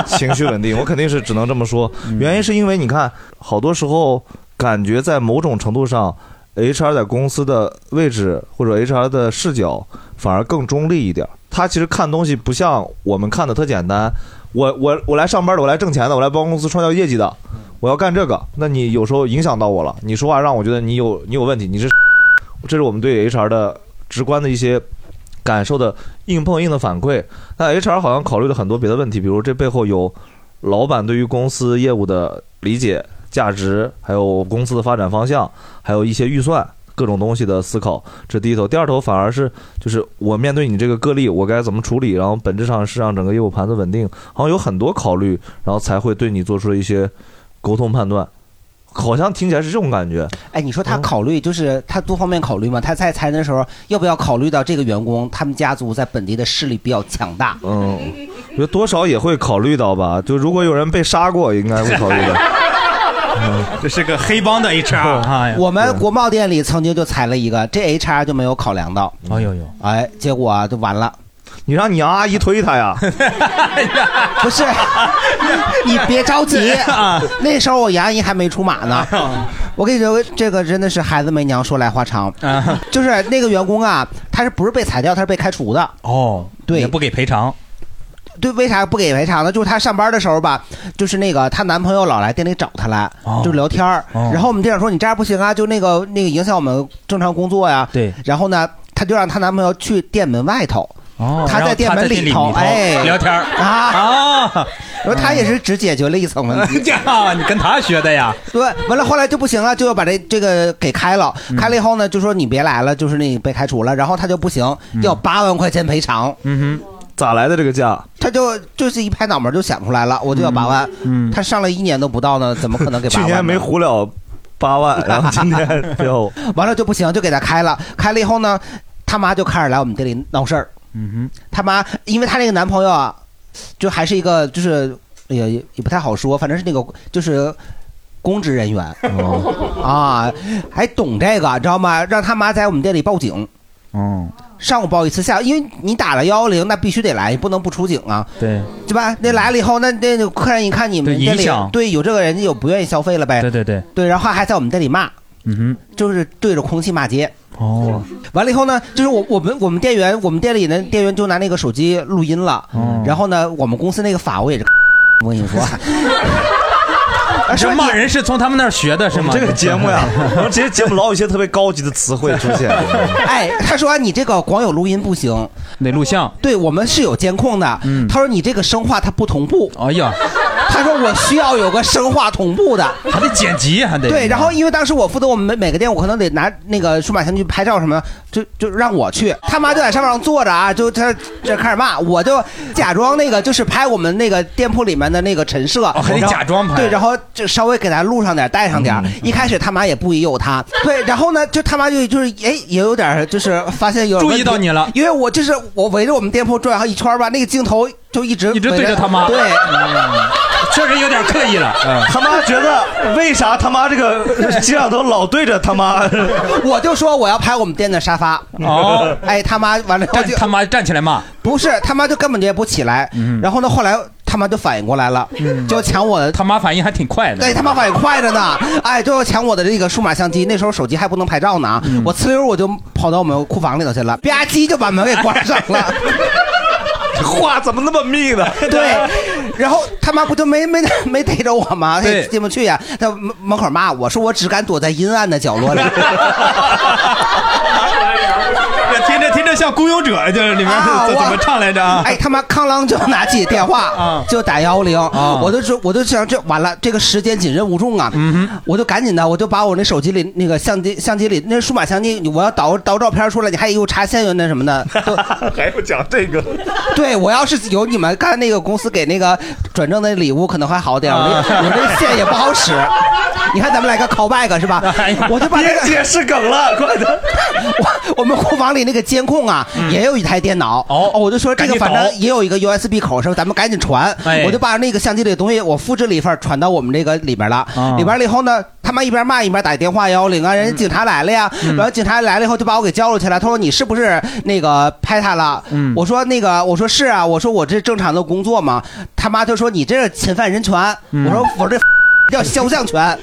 Speaker 3: 情绪稳定，我肯定是只能这么说。原因是因为你看，好多时候感觉在某种程度上，HR 在公司的位置或者 HR 的视角反而更中立一点儿。他其实看东西不像我们看的特简单。我我我来上班的，我来挣钱的，我来帮公司创造业绩的，我要干这个。那你有时候影响到我了，你说话让我觉得你有你有问题，你是， 这是我们对 HR 的直观的一些感受的硬碰硬的反馈。那 HR 好像考虑了很多别的问题，比如这背后有老板对于公司业务的理解、价值，还有公司的发展方向，还有一些预算。各种东西的思考，这第一头。第二头反而是就是我面对你这个个例，我该怎么处理？然后本质上是让整个业务盘子稳定，好像有很多考虑，然后才会对你做出一些沟通判断。好像听起来是这种感觉。
Speaker 4: 哎，你说他考虑就是他多方面考虑嘛？他在裁的时候要不要考虑到这个员工他们家族在本地的势力比较强大？
Speaker 3: 嗯，我觉得多少也会考虑到吧。就如果有人被杀过，应该会考虑到。
Speaker 5: 这是个黑帮的 HR 哈呀。
Speaker 4: 我们国贸店里曾经就裁了一个，这 HR 就没有考量到。
Speaker 5: 哎呦呦，
Speaker 4: 哎，结果、啊、就完了。
Speaker 3: 你让你阿姨推他呀？
Speaker 4: 不是， 你别着急啊！ 那时候我杨姨还没出马呢。
Speaker 5: 啊
Speaker 4: 我跟你说，这个真的是孩子没娘说来话长。
Speaker 5: 啊
Speaker 4: 就是那个员工啊，他是不是被裁掉，他是被开除的。
Speaker 5: 哦，
Speaker 4: 对
Speaker 5: 也不给赔偿。
Speaker 4: 对，为啥不给赔偿呢？就是她上班的时候吧，就是那个她男朋友老来店里找她来，就聊天儿。
Speaker 5: 哦
Speaker 4: 然后我们店长说你这样不行啊，就那个那个影响我们正常工作呀。
Speaker 5: 对。
Speaker 4: 然后呢，她就让她男朋友去店门外头。
Speaker 5: 哦
Speaker 4: 她在店门里头，哎，
Speaker 5: 聊天儿
Speaker 4: 啊
Speaker 5: 啊，
Speaker 4: 然后她 也是只解决了一层问 题。
Speaker 5: 呀，你跟他学的呀？
Speaker 4: 对，完了后来就不行了，就要把这这个给开了。
Speaker 3: 嗯
Speaker 4: 开了以后呢，就说你别来了，就是那个被开除了。然后他就不行，要八万块钱赔偿。
Speaker 5: 嗯
Speaker 3: 嗯哼，咋来的这个价？
Speaker 4: 他就就是一拍脑门就想出来了，我就要八万。
Speaker 5: 嗯，
Speaker 4: 他上了一年都不到呢，怎么可能给八
Speaker 3: 去
Speaker 4: 万呢？
Speaker 3: 年没糊了八万，然后今年就
Speaker 4: 完了就不行，就给他开了。开了以后呢，他妈就开始来我们店里闹事儿。
Speaker 5: 嗯
Speaker 4: 他妈，因为她那个男朋友啊，就还是一个就是也也不太好说，反正是那个就是公职人员、啊，还懂这个，知道吗？让他妈在我们店里报警，
Speaker 5: 嗯，
Speaker 4: 上午报一次，下午因为你打了幺幺零，那必须得来，你不能不出警啊。
Speaker 5: 对，
Speaker 4: 对吧？那来了以后，那那就客人一看你们
Speaker 5: 对
Speaker 4: 店里
Speaker 5: 影响
Speaker 4: 对有这个人家有不愿意消费了呗，
Speaker 5: 对对对，
Speaker 4: 对，然后还在我们店里骂，
Speaker 5: 嗯
Speaker 4: 就是对着空气骂街。
Speaker 5: 哼，哦，
Speaker 4: 完了以后呢，就是我我们我们店员，我们店里呢店员就拿那个手机录音了，
Speaker 5: 哦
Speaker 4: 然后呢，我们公司那个法务 也是，我跟你 说，哎
Speaker 5: 这骂人是从他们那儿学的是吗？
Speaker 3: 这个节目 呀，我 们这些节目老有一些特别高级的词汇出现。
Speaker 4: 哎，他说、你这个光有录音不行，
Speaker 5: 得录像。嗯
Speaker 4: 对我们是有监控的。他说你这个声画它不同步。
Speaker 5: 哎呀，
Speaker 4: 他说我需要有个声画同步的，
Speaker 2: 还得剪辑，还得
Speaker 4: 对。然后因为当时我负责我们每每个店，我可能得拿那个数码相机拍照什么的，就就让我去。他妈就在上面坐着啊，就他这开始骂，我就假装那个就是拍我们那个店铺里面的那个陈设，
Speaker 2: 哦还得
Speaker 4: 然后
Speaker 2: 假装拍嗯
Speaker 4: 对，然后就稍微给他录上点，带上点。一开始他妈也不疑有他，对，然后呢，就他妈就就是哎也有点就是发现有
Speaker 2: 注意到你了，
Speaker 4: 因为我就是我围着我们店铺转一圈吧，那个镜头就一直一直
Speaker 2: 对着他妈，
Speaker 4: 对。
Speaker 2: 嗯确实有点刻意了。嗯，
Speaker 4: 他妈觉得为啥他妈这个摄像头老对着他妈？ 我就说我要拍我们店的沙发。
Speaker 2: 哦
Speaker 4: 哎，他妈完了以后就
Speaker 2: 他妈嗯站起来骂，
Speaker 4: 不是他妈就根本就也不起来。然后呢，后来他妈就反应过来了，嗯就抢我的。
Speaker 2: 他妈反应还挺快的。
Speaker 4: 对他妈反应快着呢，哎，就要抢我的这个数码相机，那时候手机还不能拍照呢，
Speaker 3: 嗯
Speaker 4: 我呲溜我就跑到我们库房里头去了，吧唧就把门给关上了。
Speaker 3: 话怎么那么密呢？
Speaker 4: 对，然后他妈不就没没没逮着我吗？他也进不去呀、他门门口骂我说我只敢躲在阴暗的角落里。
Speaker 2: 听着听着像《孤勇者》，就是里面
Speaker 4: 啊
Speaker 2: 怎
Speaker 4: 我
Speaker 2: 么唱来着啊？
Speaker 4: 哎，他妈康啷就拿起电话，就打幺幺零，
Speaker 2: 啊
Speaker 4: 我就说，我就想这完了，这个时间紧任务重啊，
Speaker 2: 嗯
Speaker 4: 我就赶紧的，我就把我那手机里那个相机相机里那数码相机，我要导导照片出来，你还给我查现有那什么的，都
Speaker 3: 还要讲这个？
Speaker 4: 对我要是有你们干那个公司给那个转正的礼物，可能还好点，我
Speaker 3: 啊
Speaker 4: 这我这线也不好使。你看咱们来个 callback 是吧？我就把这个
Speaker 3: 别解释梗了，快点！
Speaker 4: 我我们库房里那个监控啊，也有一台电脑。哦，我就说这个
Speaker 2: 赶紧
Speaker 4: 反
Speaker 2: 导
Speaker 4: 正也有一个 USB 口，是吧？咱们赶紧传。
Speaker 2: 哎
Speaker 4: 我就把那个相机里的东西我复制了一份，传到我们这个里边了。
Speaker 2: 啊嗯
Speaker 4: 里边了以后呢，他妈一边骂一边打电话幺幺零啊，人家警察来了呀。然后警察来了以后就把我给叫了起来，他说你是不是那个拍他了？
Speaker 2: 嗯
Speaker 4: 我说那个，我说是啊，我说我这正常的工作嘛。他妈就说你这是侵犯人权。
Speaker 2: 嗯
Speaker 4: 我说我这叫肖像
Speaker 2: 啊
Speaker 4: 权。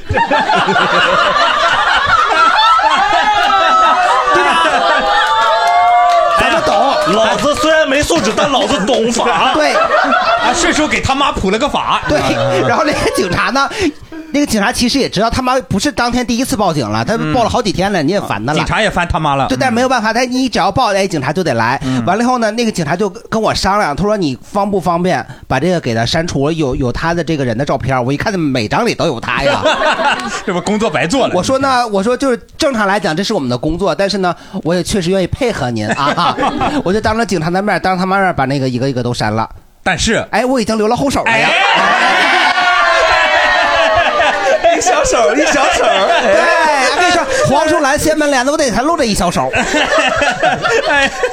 Speaker 4: 咱们
Speaker 2: 哎
Speaker 4: 懂。
Speaker 12: 老子虽然没素质，但老子懂法。
Speaker 4: 对，
Speaker 2: 啊，顺手给他妈普了个法。嗯
Speaker 4: 对，然后那个警察呢，那个警察其实也知道他妈不是当天第一次报警了，他
Speaker 2: 嗯
Speaker 4: 报了好几天了，你也烦他了。
Speaker 2: 警察也翻他妈了。
Speaker 4: 对，但是没有办法，但你只要报，哎，警察就得来。
Speaker 2: 嗯
Speaker 4: 完了以后呢，那个警察就跟我商量，他说你方不方便把这个给他删除，有有他的这个人的照片，我一看每张里都有他呀。
Speaker 2: 这嗯不工作白 做了。
Speaker 4: 我说呢，我说就是正常来讲，这是我们的工作，但是呢，我也确实愿意配合您啊， 我就当着警察的面，当着他妈面把那个一个一个都删了。
Speaker 2: 但是，
Speaker 4: 哎，我已经留了后手了呀。
Speaker 3: 一小手，一小手。
Speaker 4: 哎对，哎我跟你说，黄树兰、仙门帘子，我得给他露着一小手。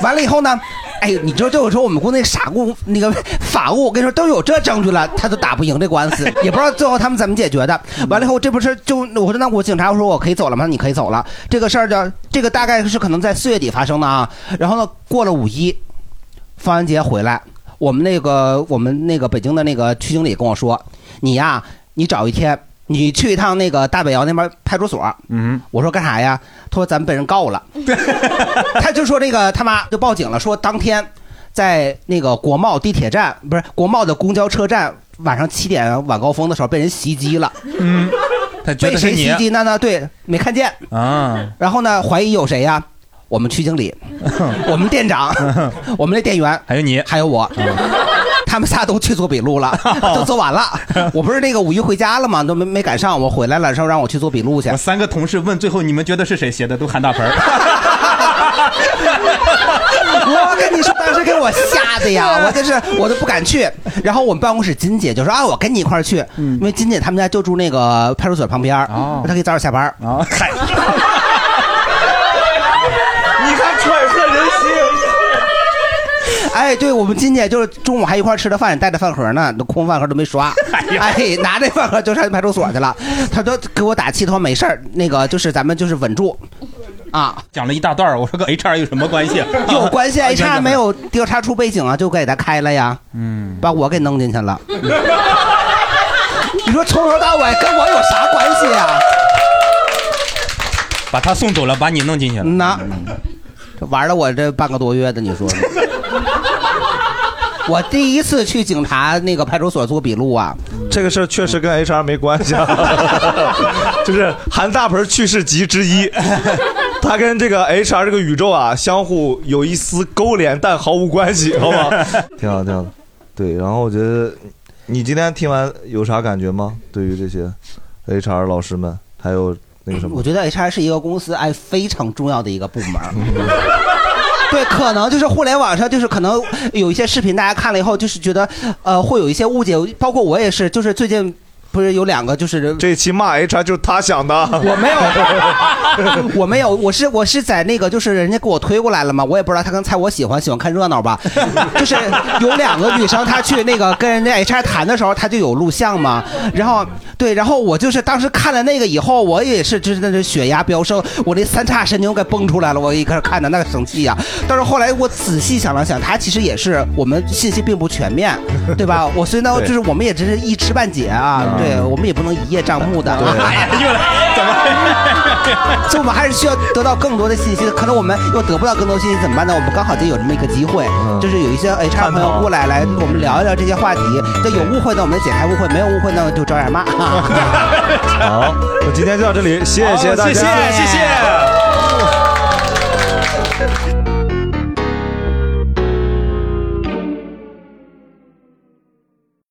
Speaker 4: 完了以后呢，哎，你知道，就有时候我们公司那傻姑那个法务，我跟你说都有这证据了，他都打不赢这官司，也不知道最后他们怎么解决的。完了以后，这不是就我说那我警察我说我可以走了吗？你可以走了。这个事儿叫这个大概是可能在四月底发生的啊。然后呢，过了五一，方安杰回来，我们那个我们那个北京的那个区经理跟我说，你呀，你找一天，你去一趟那个大北窑那边派出所。
Speaker 2: 嗯，
Speaker 4: 我说干啥呀？他说咱们被人 告了。他就说那个他妈就报警了，说当天在那个国贸地铁站，不是国贸的公交车站，晚上七点晚高峰的时候被人袭击了。
Speaker 2: 嗯，他觉
Speaker 4: 被
Speaker 2: 得是
Speaker 4: 谁
Speaker 2: 你
Speaker 3: 啊
Speaker 4: 袭击呢？那对，没看见。
Speaker 2: 啊，
Speaker 4: 然后呢，怀疑有谁呀？我们区经 理，我们店长，我们那店员，
Speaker 2: 还有你，啊
Speaker 4: 还有我，他们仨都去做笔录 了，都做完了。我不是那个五一回家了吗？都没没赶上，我回来了，然后让我去做笔录去。
Speaker 2: 我三个同事问，最后你们觉得是谁写的，都喊大盆儿。
Speaker 4: 我跟你说，当时给我吓 的呀，我真是我都不敢去。然后我们办公室金姐就说啊，我跟你一块儿去，
Speaker 2: 嗯
Speaker 4: 因为金姐他们家就住那个派出所旁边儿，
Speaker 2: 哦
Speaker 4: 她可以早点下班
Speaker 2: 啊。
Speaker 3: 你看揣测人 心。
Speaker 4: 哎，对我们金姐就是中午还一块儿吃的饭，带着饭盒呢，都空饭盒都没刷， 哎，拿着饭盒就上派出所去了。她都给我打气，她说没事儿，那个就是咱们就是稳 住啊，
Speaker 2: 讲了一大段儿，我说跟 HR 有什么关系？
Speaker 4: 有关系
Speaker 2: 啊
Speaker 4: HR 没有调查出背景啊，就给他开了呀，嗯，把我给弄进去了。你说从头到尾跟我有啥关系啊呀、
Speaker 2: 把他送走了，把你弄进去了。
Speaker 4: 那玩了我这半个多月的，你说 说。我第一次去警察那个派出所做笔录啊，
Speaker 3: 这个事儿确实跟 HR 哎没关系，啊， 就是韩大盆去世集之 一，他跟这个 HR 这个宇宙啊相互 有一丝勾连，但毫无关系，好不好？挺好，挺好的。对，然后我觉得你今天听完有啥感觉吗？对于这些 HR 老师们，还有那个什么，
Speaker 4: 我觉得 HR 是一个公司哎非常重要的一个部门。对，可能就是互联网上，就是可能有一些视频，大家看了以后，就是觉得，呃，会有一些误解，包括我也是，就是最近不是有两个，就是
Speaker 3: 这期骂 HR 就是他想的，
Speaker 4: 我没有， 我没有，我是我是在那个，就是人家给我推过来了嘛，我也不知道他跟猜我喜欢喜欢看热闹吧，就是有两个女生，她去那个跟人家 HR 谈的时候，她就有录像嘛，然后对，然后我就是当时看了那个以后，我也是就是那是血压飙升，我那三叉神经给蹦出来了，我一开始看的那个生气呀、啊但是后来我仔细想了想，他其实也是我们信息并不全面，对吧？我所以呢，
Speaker 3: 对嗯
Speaker 4: 就是我们也只是一知半解啊，对我们也不能一叶障目的。哎呀，
Speaker 12: 又来怎么？
Speaker 4: 所以我们还是需要得到更多的信息的。可能我们又得不到更多信息怎么办呢？我们刚好就有这么一个机会，就是有一些 HR 朋友过来来，我们聊一聊这些话题。就有误会呢，我们解开误会；没有误会呢，就找点骂。
Speaker 3: 好，那今天就到这里，谢
Speaker 4: 好
Speaker 3: 谢大家，哦
Speaker 4: 谢谢谢谢。